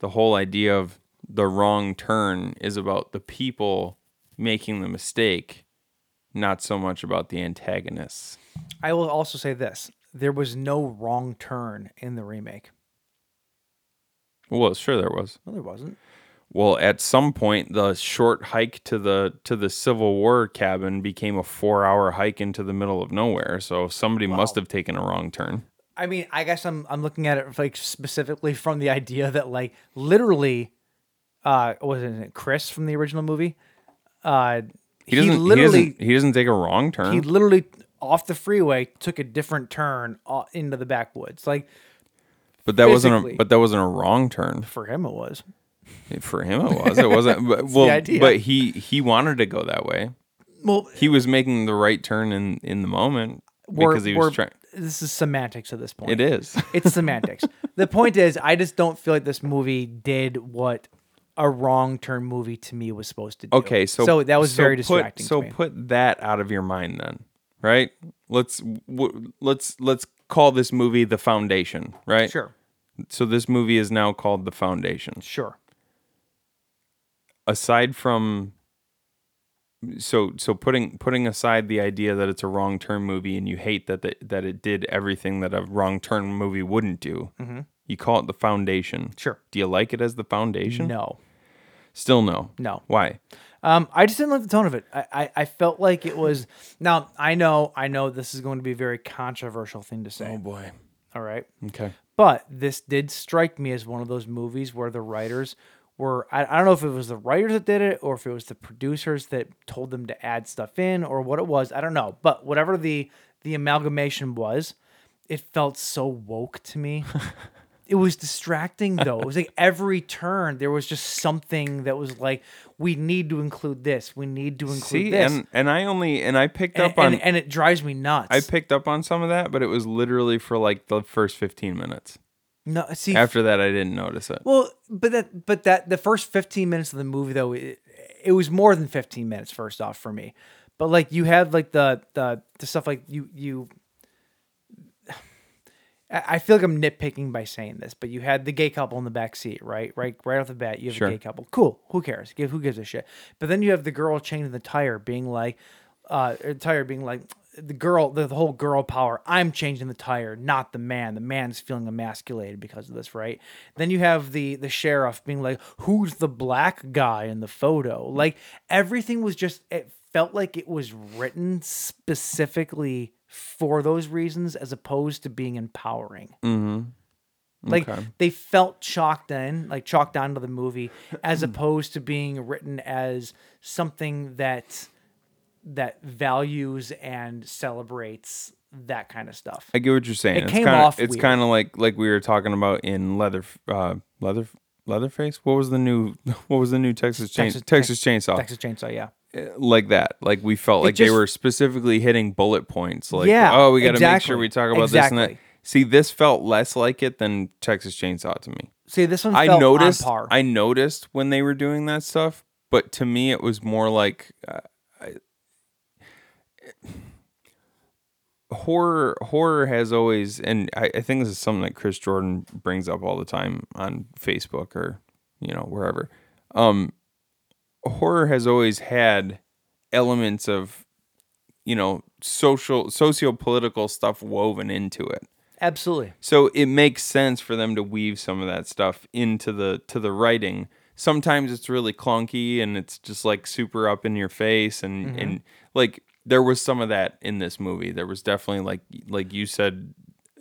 [SPEAKER 8] the whole idea of the wrong turn is about the people making the mistake, not so much about the antagonists?
[SPEAKER 7] I will also say this: there was no wrong turn in the remake.
[SPEAKER 8] Well, sure there was.
[SPEAKER 7] No, there wasn't.
[SPEAKER 8] Well, at some point the short hike to the to the Civil War cabin became a 4-hour hike into the middle of nowhere, so somebody must have taken a wrong turn.
[SPEAKER 7] I mean, I guess I'm I'm looking at it like specifically from the idea that like literally, uh, wasn't it Chris from the original movie? Uh,
[SPEAKER 8] He
[SPEAKER 7] he,
[SPEAKER 8] doesn't he
[SPEAKER 7] literally
[SPEAKER 8] doesn't, he doesn't take a wrong turn.
[SPEAKER 7] he literally off the freeway took a different turn o- into the backwoods. Like
[SPEAKER 8] but that wasn't
[SPEAKER 7] physically.
[SPEAKER 8] a, but that wasn't a wrong turn
[SPEAKER 7] for him, it was.
[SPEAKER 8] for him it was. It wasn't but, well
[SPEAKER 7] idea.
[SPEAKER 8] but he he wanted to go that way.
[SPEAKER 7] Well,
[SPEAKER 8] He was making the right turn in in the moment
[SPEAKER 7] we're-
[SPEAKER 8] because he
[SPEAKER 7] we're-
[SPEAKER 8] was trying
[SPEAKER 7] This is semantics at this point.
[SPEAKER 8] It is.
[SPEAKER 7] It's semantics. the point is, I just don't feel like this movie did what a wrong turn movie to me was supposed to do.
[SPEAKER 8] Okay, so
[SPEAKER 7] that was
[SPEAKER 8] so
[SPEAKER 7] very
[SPEAKER 8] put-
[SPEAKER 7] distracting.
[SPEAKER 8] So
[SPEAKER 7] to me.
[SPEAKER 8] put that out of your mind then, right? Let's w- let's let's call this movie The Foundation, right?
[SPEAKER 7] sure,
[SPEAKER 8] So this movie is now called The Foundation.
[SPEAKER 7] sure.
[SPEAKER 8] Aside from so so putting putting aside the idea that it's a wrong turn movie and you hate that the, that it did everything that a wrong turn movie wouldn't do. You call it The Foundation.
[SPEAKER 7] Mm-hmm. Sure.
[SPEAKER 8] Do you like it as The Foundation?
[SPEAKER 7] No.
[SPEAKER 8] Still no.
[SPEAKER 7] No.
[SPEAKER 8] Why?
[SPEAKER 7] Um, I just didn't like the tone of it. I, I, I felt like it was. Now I know, I know this is going to be a very controversial thing to say.
[SPEAKER 8] boy.
[SPEAKER 7] All right,
[SPEAKER 8] Okay.
[SPEAKER 7] but this did strike me as one of those movies where the writers were. I, I don't know if it was the writers that did it or if it was the producers that told them to add stuff in or what it was. I don't know, but whatever the the amalgamation was, it felt so woke to me. it was distracting though. It was like every turn there was just something that was like, we need to include this. We need to include
[SPEAKER 8] See,
[SPEAKER 7] this.
[SPEAKER 8] and and I only and I picked
[SPEAKER 7] And,
[SPEAKER 8] up on
[SPEAKER 7] and, and it drives me nuts.
[SPEAKER 8] I picked up on some of that, but it was literally for like the first 15 minutes.
[SPEAKER 7] no, see,
[SPEAKER 8] After that, I didn't notice it.
[SPEAKER 7] well, but that, but that, the first fifteen minutes of the movie though, it, it was more than fifteen minutes. First off, for me, but like you have like the the the stuff like you you. I I feel like I'm nitpicking by saying this, but you had the gay couple in the back seat, right? Right, right off the bat, you have
[SPEAKER 8] Sure.
[SPEAKER 7] a gay couple. Cool. Who cares? Give who gives a shit. But then you have the girl chained to the tire, being like, uh, or tire being like, the girl, the, the whole girl power. I'm changing the tire, not the man. The man is feeling emasculated because of this, right? Then you have the the sheriff being like, "Who's the black guy in the photo?" Like everything was just it felt like it was written specifically for those reasons, as opposed to being empowering. Like they felt chalked in, like chalked onto the movie, as opposed to being written as something that that values and celebrates that kind of stuff.
[SPEAKER 8] I get what you're saying.
[SPEAKER 7] It
[SPEAKER 8] it's
[SPEAKER 7] came
[SPEAKER 8] kinda,
[SPEAKER 7] off
[SPEAKER 8] It's
[SPEAKER 7] weird.
[SPEAKER 8] kind of like like we were talking about in leather, uh, leather, leatherface. What was the new? What was the new Texas chain? Texas, chainsaw. Eh,
[SPEAKER 7] Texas Chainsaw, yeah.
[SPEAKER 8] Like that. Like we felt like they
[SPEAKER 7] just-
[SPEAKER 8] were specifically hitting bullet points. Like
[SPEAKER 7] Yeah,
[SPEAKER 8] oh, we got to make
[SPEAKER 7] exactly,
[SPEAKER 8] sure we talk about this and
[SPEAKER 7] exactly.
[SPEAKER 8] that. See, this felt less like it than Texas Chainsaw to me.
[SPEAKER 7] See, this one
[SPEAKER 8] I
[SPEAKER 7] felt
[SPEAKER 8] noticed.
[SPEAKER 7] on par.
[SPEAKER 8] I noticed when they were doing that stuff, but to me, it was more like uh, I, horror. Horror has always, and I, I think this is something that Chris Jordan brings up all the time on Facebook or you know wherever. Um, horror has always had elements of you know social socio-political stuff woven into it
[SPEAKER 7] Absolutely.
[SPEAKER 8] so it makes sense for them to weave some of that stuff into the to the writing. Sometimes it's really clunky and it's just like super up in your face and and like there was some of that in this movie. There was definitely like like you said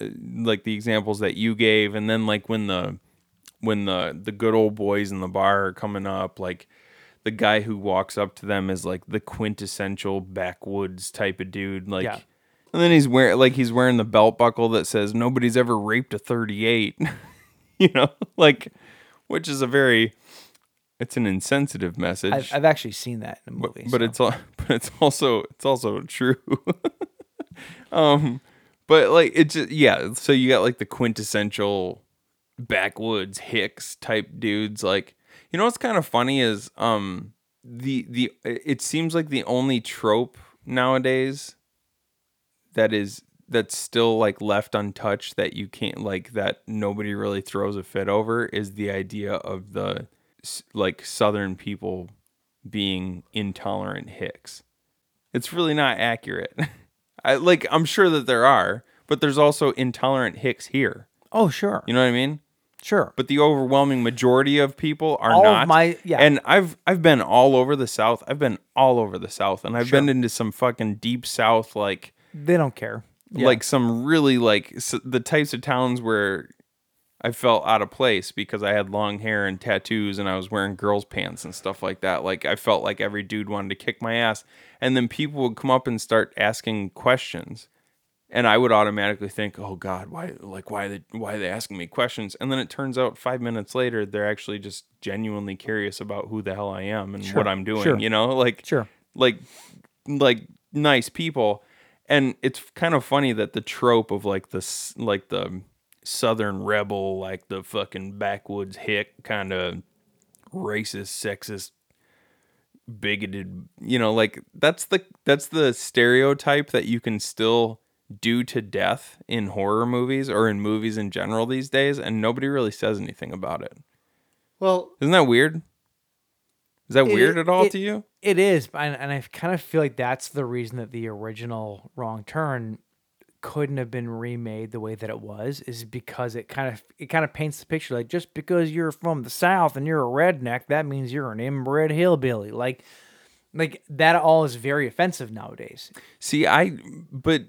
[SPEAKER 8] uh, like the examples that you gave and then like when the when the the good old boys in the bar are coming up like the guy who walks up to them is like the quintessential backwoods type of dude like
[SPEAKER 7] Yeah.
[SPEAKER 8] and then he's wearing like he's wearing the belt buckle that says nobody's ever raped a 38 you know like which is a very it's an insensitive message
[SPEAKER 7] I've, I've actually seen that in a movie.
[SPEAKER 8] but
[SPEAKER 7] so.
[SPEAKER 8] it's all but it's also it's also true um but like it's just, yeah so you got like the quintessential backwoods hicks type dudes like you know what's kind of funny is um the the it seems like the only trope nowadays that is that's still like left untouched that you can't like that nobody really throws a fit over is the idea of the s- like southern people being intolerant hicks it's really not accurate i like i'm sure that there are but there's also intolerant hicks here
[SPEAKER 7] oh sure,
[SPEAKER 8] you know what i mean
[SPEAKER 7] sure.
[SPEAKER 8] but the overwhelming majority of people are
[SPEAKER 7] All of
[SPEAKER 8] not.
[SPEAKER 7] my- yeah.
[SPEAKER 8] And I've I've been all over the South. I've been all over the South, and I've been into some fucking deep South, like
[SPEAKER 7] they don't care. Yeah.
[SPEAKER 8] like some really like s the types of towns where I felt out of place because I had long hair and tattoos and I was wearing girls' pants and stuff like that. Like I felt like every dude wanted to kick my ass, and then people would come up and start asking questions, and I would automatically think, "Oh God, why? Like why? They, why are they asking me questions?" And then it turns out five minutes later, they're actually just genuinely curious about who the hell I am and what I'm doing.
[SPEAKER 7] sure.
[SPEAKER 8] You know, like
[SPEAKER 7] Sure.
[SPEAKER 8] like like nice people and it's kind of funny that the trope of like the s- like the southern rebel like the fucking backwoods hick kind of racist sexist bigoted you know like that's the that's the stereotype that you can still do to death in horror movies or in movies in general these days and nobody really says anything about it
[SPEAKER 3] Well,
[SPEAKER 8] isn't that weird is that
[SPEAKER 7] It-
[SPEAKER 8] weird at all
[SPEAKER 7] it-
[SPEAKER 8] to you
[SPEAKER 7] It is, and, and I kind of feel like that's the reason that the original Wrong Turn couldn't have been remade the way that it was, is because it kind of it kind of paints the picture like just because you're from the South and you're a redneck, that means you're an inbred hillbilly. Like, like that all is very offensive nowadays.
[SPEAKER 8] see i but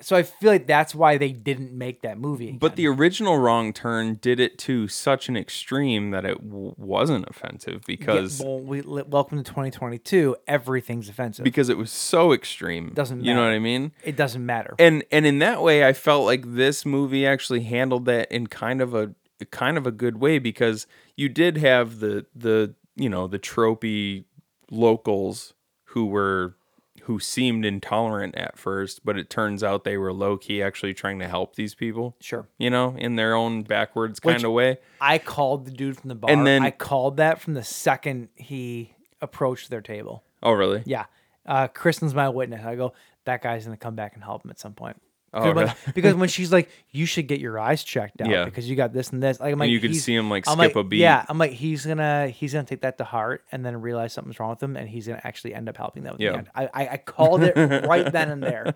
[SPEAKER 7] So I feel like that's why they didn't make that movie. Again.
[SPEAKER 8] But the original wrong turn did it to such an extreme that it w- wasn't offensive
[SPEAKER 7] Yeah,
[SPEAKER 8] because
[SPEAKER 7] well, we li- welcome to 2022. Everything's offensive.
[SPEAKER 8] because it was so extreme.
[SPEAKER 7] Doesn't
[SPEAKER 8] you know what
[SPEAKER 7] matter.
[SPEAKER 8] I mean?
[SPEAKER 7] it doesn't matter.
[SPEAKER 8] And and in that way, I felt like this movie actually handled that in kind of a kind of a good way because you did have the the you know the tropey locals who were who seemed intolerant at first, but it turns out they were low key actually trying to help these people.
[SPEAKER 7] Sure.
[SPEAKER 8] you know, in their own backwards
[SPEAKER 7] Which-
[SPEAKER 8] kind of way.
[SPEAKER 7] I called the dude from the bar.
[SPEAKER 8] And then-
[SPEAKER 7] I called that from the second he approached their table.
[SPEAKER 8] Oh, really?
[SPEAKER 7] Yeah. Uh, Kristen's my witness. I go, that guy's going to come back and help him at some point.
[SPEAKER 8] Oh,
[SPEAKER 7] Because when-
[SPEAKER 8] really?
[SPEAKER 7] because when she's like, you should get your eyes checked out
[SPEAKER 8] Yeah.
[SPEAKER 7] because you got this and this. Like, I'm like,
[SPEAKER 8] you could
[SPEAKER 7] he's-
[SPEAKER 8] see him, like,
[SPEAKER 7] I'm
[SPEAKER 8] skip a beat.
[SPEAKER 7] Yeah, I'm like, he's gonna he's gonna take that to heart and then realize something's wrong with him, and he's gonna actually end up helping them. at the
[SPEAKER 8] Yeah.
[SPEAKER 7] end. I, I I called it right then and there.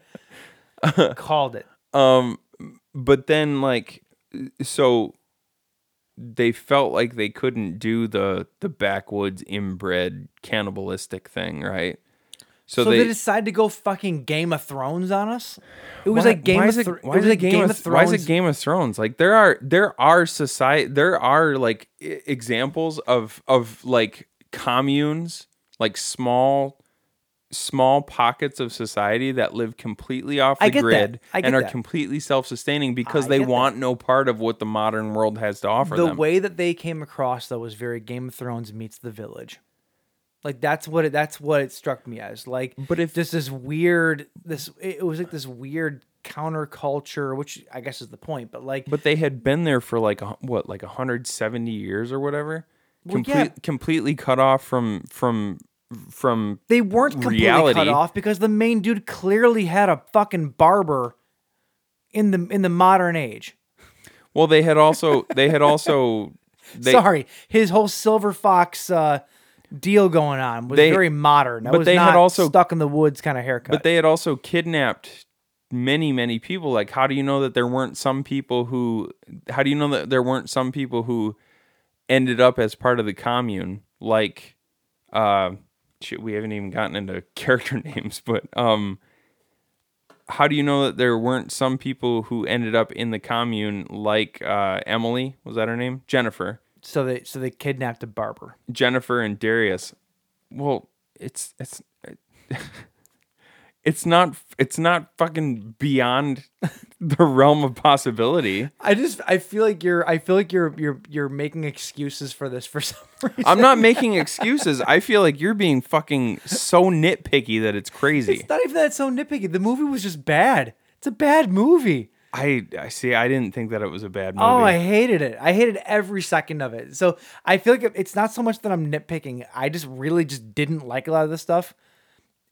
[SPEAKER 7] called it.
[SPEAKER 8] Um, but then like, so they felt like they couldn't do the the backwoods inbred cannibalistic thing, right?
[SPEAKER 7] So,
[SPEAKER 8] So, they.
[SPEAKER 7] they, decide to go fucking Game of Thrones on us. It was
[SPEAKER 8] Why-
[SPEAKER 7] like Game
[SPEAKER 8] why
[SPEAKER 7] of
[SPEAKER 8] is it-
[SPEAKER 7] Thro-
[SPEAKER 8] why
[SPEAKER 7] it
[SPEAKER 8] is
[SPEAKER 7] was
[SPEAKER 8] it
[SPEAKER 7] like Game of
[SPEAKER 8] Th- Why
[SPEAKER 7] Thrones.
[SPEAKER 8] is it Game of Thrones? Like there are there are society there are like e- examples of of like communes, like small small pockets of society that live completely off
[SPEAKER 7] I
[SPEAKER 8] the
[SPEAKER 7] get that.
[SPEAKER 8] grid
[SPEAKER 7] I get
[SPEAKER 8] and are
[SPEAKER 7] that.
[SPEAKER 8] completely self-sustaining because
[SPEAKER 7] I
[SPEAKER 8] they
[SPEAKER 7] get that.
[SPEAKER 8] want no part of what the modern world has to offer
[SPEAKER 7] the
[SPEAKER 8] them.
[SPEAKER 7] way that they came across though was very Game of Thrones meets The Village. Like that's what it, that's what it struck me as. Like,
[SPEAKER 8] But if-
[SPEAKER 7] just this weird, this it it was like this weird counterculture, which I guess is the point. But like,
[SPEAKER 8] but they had been there for like a hu- what like 170 years or whatever.
[SPEAKER 7] Well, yeah.
[SPEAKER 8] completely cut off from from from
[SPEAKER 7] they weren't completely cut
[SPEAKER 8] reality.
[SPEAKER 7] off because the main dude clearly had a fucking barber in the in the modern age.
[SPEAKER 8] Well, they had also they had also they,
[SPEAKER 7] Sorry, his whole silver fox uh, deal going on was
[SPEAKER 8] They-
[SPEAKER 7] very modern. That
[SPEAKER 8] but
[SPEAKER 7] was
[SPEAKER 8] they had
[SPEAKER 7] not
[SPEAKER 8] also-
[SPEAKER 7] stuck in the woods kind of haircut.
[SPEAKER 8] but they had also kidnapped many many people. Like, how do you know that there weren't some people who? How do you know that there weren't some people who ended up as part of the commune? Like, uh, shit, we haven't even gotten into character names, but um. How do you know that there weren't some people who ended up in the commune, like uh, Emily? Was that her name? Jennifer.
[SPEAKER 7] so they so they kidnapped a barber.
[SPEAKER 8] Jennifer and Darius. Well, it's it's it's not it's not fucking beyond the realm of possibility.
[SPEAKER 7] I just I feel like you're I feel like you're you're you're making excuses for this for some reason.
[SPEAKER 8] I'm not making excuses. I feel like you're being fucking so nitpicky that it's crazy.
[SPEAKER 7] It's not even that it's so nitpicky. The movie was just bad. It's a bad movie.
[SPEAKER 8] I I see. I didn't think that it was a bad movie.
[SPEAKER 7] Oh, I hated it. I hated every second of it. So I feel like it- it's not so much that I'm nitpicking. I just really just didn't like a lot of this stuff.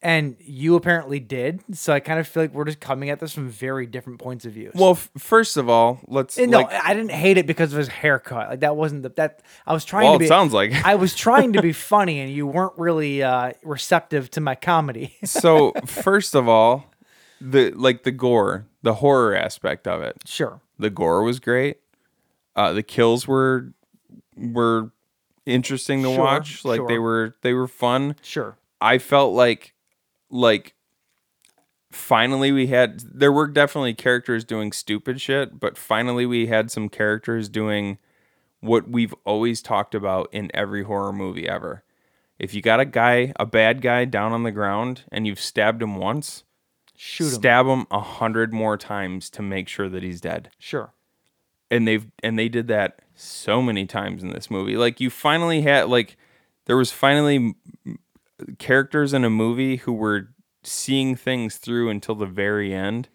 [SPEAKER 7] And you apparently did. So I kind of feel like we're just coming at this from very different points of view.
[SPEAKER 8] well, f- first of all, let's
[SPEAKER 7] And no,
[SPEAKER 8] like,
[SPEAKER 7] I didn't hate it because of his haircut. Like that wasn't the that I was trying
[SPEAKER 8] Well,
[SPEAKER 7] to
[SPEAKER 8] it
[SPEAKER 7] be
[SPEAKER 8] sounds like it.
[SPEAKER 7] I was trying to be funny and you weren't really uh receptive to my comedy.
[SPEAKER 8] so first of all, the like the gore, the horror aspect of it.
[SPEAKER 7] sure.
[SPEAKER 8] the gore was great. Uh, the kills were were interesting to
[SPEAKER 7] Sure,
[SPEAKER 8] watch. Like they
[SPEAKER 7] sure.
[SPEAKER 8] were they were fun.
[SPEAKER 7] Sure.
[SPEAKER 8] I felt like like finally we had there were definitely characters doing stupid shit, but finally we had some characters doing what we've always talked about in every horror movie ever. If you got a guy, a bad guy down on the ground and you've stabbed him once,
[SPEAKER 7] Shoot him.
[SPEAKER 8] stab him a hundred more times to make sure that he's dead
[SPEAKER 7] sure.
[SPEAKER 8] and they've and they did that so many times in this movie like you finally had like there was finally m- m- characters in a movie who were seeing things through until the very end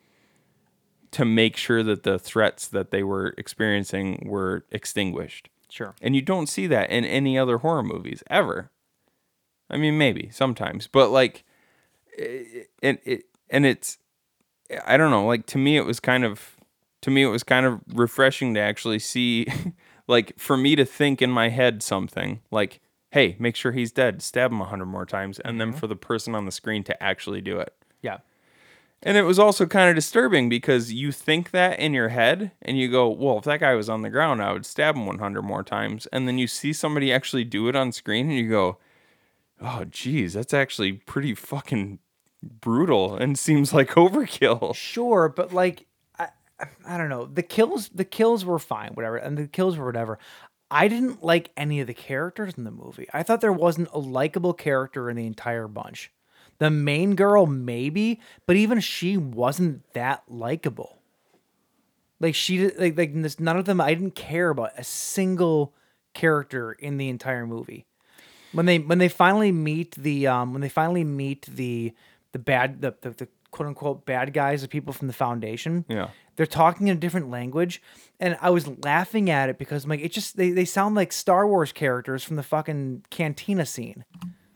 [SPEAKER 8] to make sure that the threats that they were experiencing were extinguished
[SPEAKER 7] Sure.
[SPEAKER 8] and you don't see that in any other horror movies ever i mean maybe sometimes but like and it and it's I don't know, like to me it was kind of to me it was kind of refreshing to actually see like for me to think in my head something like hey, make sure he's dead, stab him a hundred more times, and then for the person on the screen to actually do it.
[SPEAKER 7] Yeah.
[SPEAKER 8] And it was also kind of disturbing because you think that in your head and you go, well, if that guy was on the ground, I would stab him 100 more times. And then you see somebody actually do it on screen and you go, oh, geez, that's actually pretty fucking brutal and seems like overkill.
[SPEAKER 7] Sure, but like I, I don't know. The kills the kills were fine, whatever, and the kills were whatever. I didn't like any of the characters in the movie. I thought there wasn't a likable character in the entire bunch. The main girl maybe, but even she wasn't that likable. Like she did- like like this, none of them I didn't care about a single character in the entire movie. When they when they finally meet the um when they finally meet the the bad the the, the quote unquote bad guys, the people from the foundation.
[SPEAKER 8] Yeah.
[SPEAKER 7] They're talking in a different language. And I was laughing at it because I'm like it just they, they sound like Star Wars characters from the fucking cantina scene.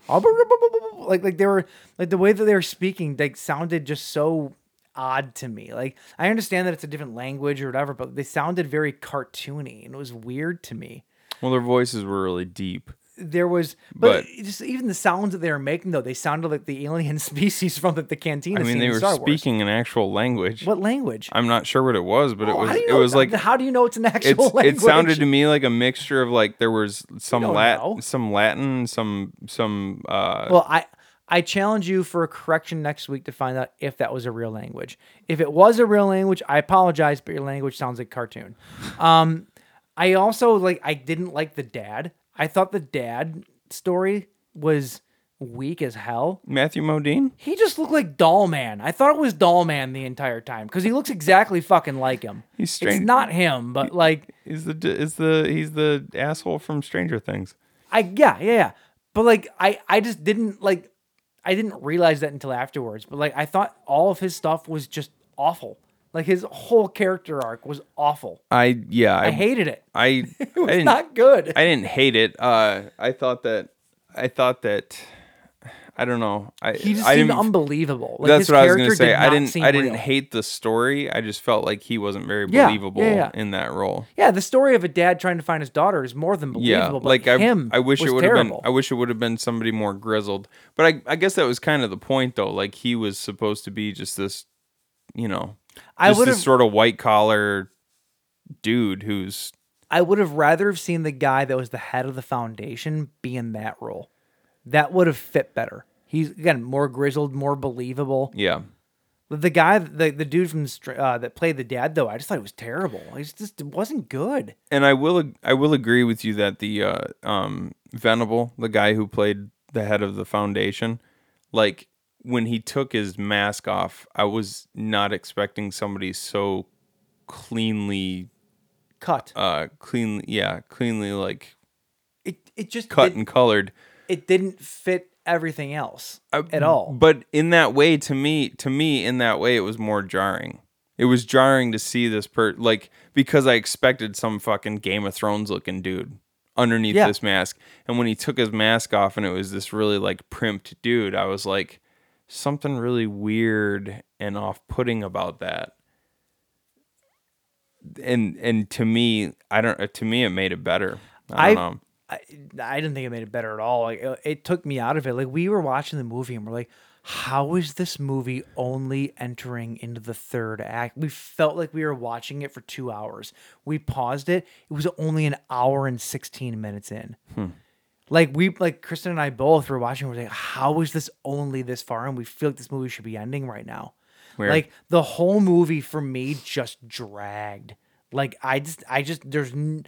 [SPEAKER 7] All blah, blah, blah, blah, blah, blah. Like like they were like the way that they were speaking, like sounded just so odd to me. Like I understand that it's a different language or whatever, but they sounded very cartoony and it was weird to me.
[SPEAKER 8] Well, their voices were really deep.
[SPEAKER 7] There was,
[SPEAKER 8] But-
[SPEAKER 7] but, just even the sounds that they were making though, they sounded like the alien species from the, the cantina.
[SPEAKER 8] I mean,
[SPEAKER 7] scene
[SPEAKER 8] they
[SPEAKER 7] in
[SPEAKER 8] were
[SPEAKER 7] Star Wars.
[SPEAKER 8] speaking an actual language.
[SPEAKER 7] What language?
[SPEAKER 8] I'm not sure what it was, but it
[SPEAKER 7] Oh,
[SPEAKER 8] was
[SPEAKER 7] how do you
[SPEAKER 8] it
[SPEAKER 7] know-
[SPEAKER 8] was like
[SPEAKER 7] how do you know it's an actual
[SPEAKER 8] it's,
[SPEAKER 7] language?
[SPEAKER 8] it sounded to me like a mixture of like there was some
[SPEAKER 7] don't
[SPEAKER 8] Lat
[SPEAKER 7] know.
[SPEAKER 8] some Latin, some some uh
[SPEAKER 7] Well, I I challenge you for a correction next week to find out if that was a real language. If it was a real language, I apologize, but your language sounds like cartoon. Um, I also like I didn't like the dad. I thought the dad story was weak as hell.
[SPEAKER 8] Matthew Modine.
[SPEAKER 7] He just looked like Doll Man. I thought it was Doll Man the entire time because he looks exactly fucking like him.
[SPEAKER 8] He's strange.
[SPEAKER 7] It's not him, but like
[SPEAKER 8] Is the is the he's the asshole from Stranger Things.
[SPEAKER 7] I yeah, yeah, yeah. But like I I just didn't like I didn't realize that until afterwards. But like I thought all of his stuff was just awful. Like his whole character arc was awful.
[SPEAKER 8] I yeah, I
[SPEAKER 7] I hated it.
[SPEAKER 8] I,
[SPEAKER 7] It was
[SPEAKER 8] I didn't
[SPEAKER 7] not good.
[SPEAKER 8] I didn't hate it. Uh I thought that I thought that I don't know. I
[SPEAKER 7] he just
[SPEAKER 8] I
[SPEAKER 7] seemed
[SPEAKER 8] didn't
[SPEAKER 7] unbelievable. Like
[SPEAKER 8] That's
[SPEAKER 7] his
[SPEAKER 8] what I was gonna
[SPEAKER 7] character
[SPEAKER 8] say.
[SPEAKER 7] Did
[SPEAKER 8] I
[SPEAKER 7] not
[SPEAKER 8] didn't.
[SPEAKER 7] seem
[SPEAKER 8] I didn't
[SPEAKER 7] real.
[SPEAKER 8] hate the story. I just felt like he wasn't very
[SPEAKER 7] Yeah, yeah,
[SPEAKER 8] believable
[SPEAKER 7] yeah.
[SPEAKER 8] in that role.
[SPEAKER 7] Yeah, the story of a dad trying to find his daughter is more than
[SPEAKER 8] Yeah,
[SPEAKER 7] believable. but
[SPEAKER 8] like I,
[SPEAKER 7] him,
[SPEAKER 8] I wish
[SPEAKER 7] was
[SPEAKER 8] it would have been.
[SPEAKER 7] terrible.
[SPEAKER 8] I wish it would have been somebody more grizzled. But I, I guess that was kind of the point, though. Like he was supposed to be just this, you know,
[SPEAKER 7] I
[SPEAKER 8] just
[SPEAKER 7] would've-
[SPEAKER 8] this sort of white collar dude who's
[SPEAKER 7] I would have rather have seen the guy that was the head of the foundation be in that role. That would have fit better. He's again more grizzled, more believable.
[SPEAKER 8] yeah.
[SPEAKER 7] The guy, the, the dude from the str- uh, that played the dad, though, I just thought it was terrible. It was just it wasn't good.
[SPEAKER 8] And I will ag- I will agree with you that the uh, um Venable, the guy who played the head of the foundation, like when he took his mask off, I was not expecting somebody so cleanly
[SPEAKER 7] Cut.
[SPEAKER 8] uh cleanly yeah, cleanly like
[SPEAKER 7] it it just
[SPEAKER 8] cut
[SPEAKER 7] did,
[SPEAKER 8] and colored.
[SPEAKER 7] it didn't fit everything else
[SPEAKER 8] I-
[SPEAKER 7] at all.
[SPEAKER 8] But in that way, to me, to me, in that way, it was more jarring. It was jarring to see this per like because I expected some fucking Game of Thrones looking dude underneath
[SPEAKER 7] Yeah.
[SPEAKER 8] this mask, and when he took his mask off and it was this really like primped dude, I was like, something really weird and off putting about that. And and to me, I don't. To me, it made it better. I don't
[SPEAKER 7] I-
[SPEAKER 8] know.
[SPEAKER 7] I, I didn't think it made it better at all. Like, it, it took me out of it. Like we were watching the movie and we're like, how is this movie only entering into the third act? We felt like we were watching it for two hours. We paused it. It was only an hour and sixteen minutes in. Like we like Kristen and I both were watching. We're like, how is this only this far? And we feel like this movie should be ending right now.
[SPEAKER 8] Weird.
[SPEAKER 7] Like the whole movie for me just dragged. Like I just I just there's n-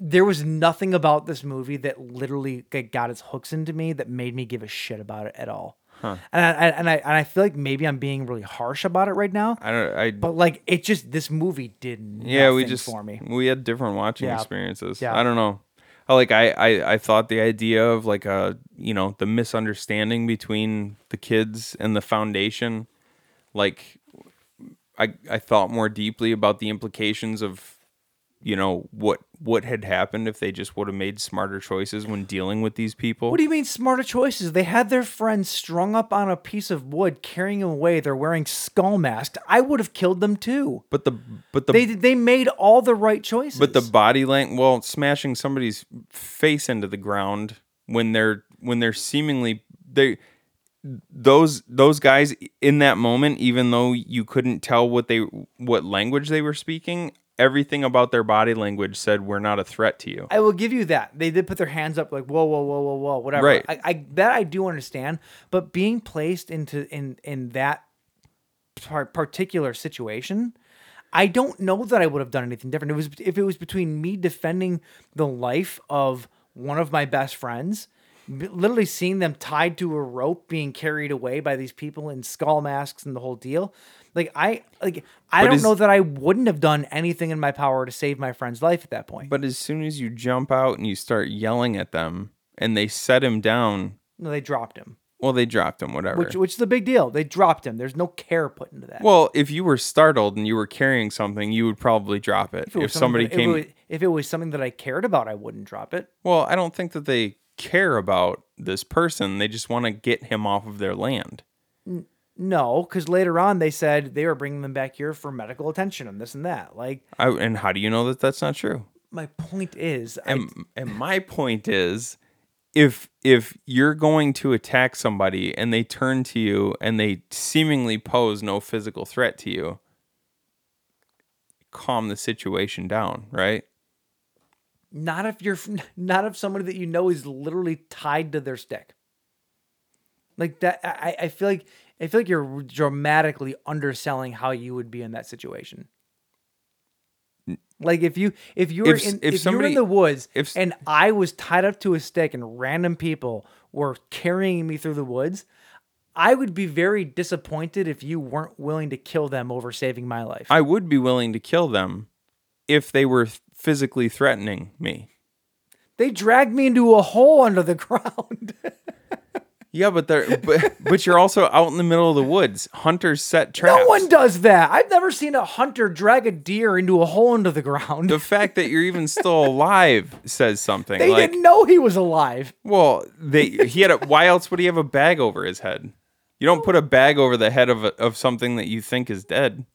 [SPEAKER 7] there was nothing about this movie that literally like, got its hooks into me that made me give a shit about it at all. And I, I- and I and I feel like maybe I'm being really harsh about it right now,
[SPEAKER 8] I don't. I
[SPEAKER 7] but like it just this movie did nothing
[SPEAKER 8] yeah we just
[SPEAKER 7] for me.
[SPEAKER 8] we had different watching
[SPEAKER 7] Yeah.
[SPEAKER 8] experiences
[SPEAKER 7] Yeah.
[SPEAKER 8] i don't know I like I, I i thought the idea of like a you know the misunderstanding between the kids and the foundation like i i thought more deeply about the implications of you know what what had happened if they just would have made smarter choices when dealing with these people
[SPEAKER 7] What do you mean smarter choices? They had their friend strung up on a piece of wood, carrying him away. They're wearing skull masks. I would have killed them too.
[SPEAKER 8] but the but the
[SPEAKER 7] They they made all the right choices.
[SPEAKER 8] But the body language, well, smashing somebody's face into the ground when they're when they're seemingly they those those guys in that moment, even though you couldn't tell what they what language they were speaking, everything about their body language said we're not a threat to you.
[SPEAKER 7] I will give you that. They did put their hands up, like whoa, whoa, whoa, whoa, whoa, whatever.
[SPEAKER 8] Right.
[SPEAKER 7] I, I that I do understand, but being placed into in in that par- particular situation, I don't know that I would have done anything different. It was if it was between me defending the life of one of my best friends, b- literally seeing them tied to a rope, being carried away by these people in skull masks and the whole deal. Like I like I
[SPEAKER 8] But
[SPEAKER 7] don't
[SPEAKER 8] is-
[SPEAKER 7] know that I wouldn't have done anything in my power to save my friend's life at that point.
[SPEAKER 8] But as soon as you jump out and you start yelling at them and they set him down,
[SPEAKER 7] no, they dropped him.
[SPEAKER 8] well, they dropped him, whatever.
[SPEAKER 7] which which is the big deal. They dropped him. There's no care put into that.
[SPEAKER 8] well, if you were startled and you were carrying something, you would probably drop it. If,
[SPEAKER 7] it was something
[SPEAKER 8] somebody
[SPEAKER 7] that-
[SPEAKER 8] came,
[SPEAKER 7] if it, was, if it was something that I cared about, I wouldn't drop it.
[SPEAKER 8] Well, I don't think that they care about this person. They just want to get him off of their land.
[SPEAKER 7] No, because later on they said they were bringing them back here for medical attention and this and that. Like,
[SPEAKER 8] I, and how do you know that that's not true?
[SPEAKER 7] my point is, I,
[SPEAKER 8] And and my point is, if if you're going to attack somebody and they turn to you and they seemingly pose no physical threat to you, calm the situation down, right?
[SPEAKER 7] not if you're not if somebody that you know is literally tied to their stick. Like that, I, I feel like I feel like you're dramatically underselling how you would be in that situation. Like if you if you were
[SPEAKER 8] If s-
[SPEAKER 7] in
[SPEAKER 8] if
[SPEAKER 7] if,
[SPEAKER 8] somebody-
[SPEAKER 7] you were in the woods
[SPEAKER 8] if s-
[SPEAKER 7] and I was tied up to a stick and random people were carrying me through the woods, I would be very disappointed if you weren't willing to kill them over saving my life.
[SPEAKER 8] I would be willing to kill them if they were physically threatening me.
[SPEAKER 7] they dragged me into a hole under the ground.
[SPEAKER 8] Yeah, but they're but, but you're also out in the middle of the woods. Hunters set traps.
[SPEAKER 7] No one does that. I've never seen a hunter drag a deer into a hole under the ground.
[SPEAKER 8] the fact that you're even still alive says something.
[SPEAKER 7] they
[SPEAKER 8] like,
[SPEAKER 7] didn't know he was alive.
[SPEAKER 8] well, they he had a. Why else would he have a bag over his head? You don't put a bag over the head of a, of something that you think is dead.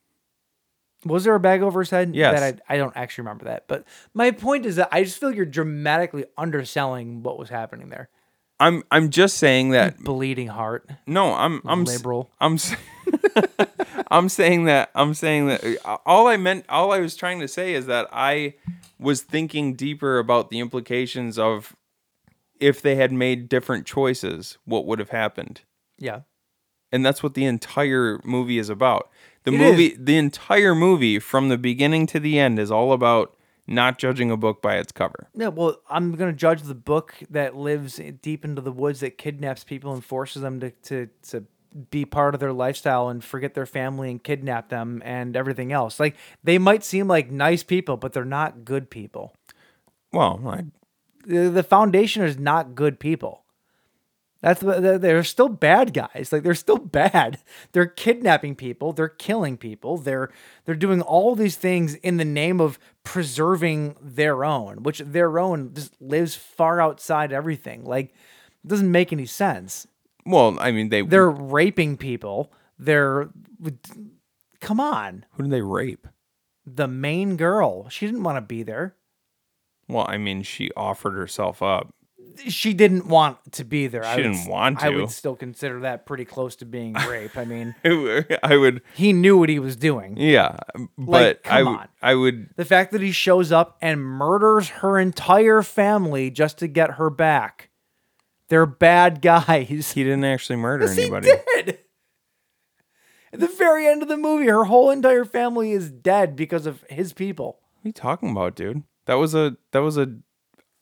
[SPEAKER 7] Was there a bag over his head?
[SPEAKER 8] Yes.
[SPEAKER 7] That I, I don't actually remember that. But my point is that I just feel like you're dramatically underselling what was happening there.
[SPEAKER 8] I'm I'm just saying that.
[SPEAKER 7] Bleeding heart.
[SPEAKER 8] No, I'm I'm s-
[SPEAKER 7] Liberal.
[SPEAKER 8] I'm s- I'm saying that I'm saying that uh, all I meant all I was trying to say is that I was thinking deeper about the implications of if they had made different choices, what would have happened.
[SPEAKER 7] Yeah.
[SPEAKER 8] and that's what the entire movie is about. The
[SPEAKER 7] It
[SPEAKER 8] movie, the entire movie from the beginning to the end is all about not judging a book by its cover.
[SPEAKER 7] Yeah, well, I'm going to judge the book that lives in- deep into the woods that kidnaps people and forces them to, to, to be part of their lifestyle and forget their family and kidnap them and everything else. Like, they might seem like nice people, but they're not good people.
[SPEAKER 8] Well, I,
[SPEAKER 7] the the foundation is not good people. That's the- the- they're still bad guys. Like they're still bad. They're kidnapping people. They're killing people. They're they're doing all these things in the name of preserving their own, which their own just lives far outside everything. Like it doesn't make any sense.
[SPEAKER 8] well, I mean, they
[SPEAKER 7] They're raping people. They're come on.
[SPEAKER 8] who do they rape?
[SPEAKER 7] The main girl, she didn't want to be there.
[SPEAKER 8] Well, I mean, she offered herself up.
[SPEAKER 7] she didn't want to be there. I
[SPEAKER 8] She
[SPEAKER 7] would
[SPEAKER 8] didn't
[SPEAKER 7] s-
[SPEAKER 8] want
[SPEAKER 7] I
[SPEAKER 8] to.
[SPEAKER 7] would still consider that pretty close to being rape. I mean,
[SPEAKER 8] I would,
[SPEAKER 7] he knew what he was doing.
[SPEAKER 8] yeah, but I,
[SPEAKER 7] come
[SPEAKER 8] would-
[SPEAKER 7] on.
[SPEAKER 8] I would,
[SPEAKER 7] The fact that he shows up and murders her entire family just to get her back. They're bad guys.
[SPEAKER 8] he didn't actually murder
[SPEAKER 7] Yes, he
[SPEAKER 8] anybody.
[SPEAKER 7] did. At the very end of the movie, her whole entire family is dead because of his people.
[SPEAKER 8] What are you talking about, dude? That was a, that was a,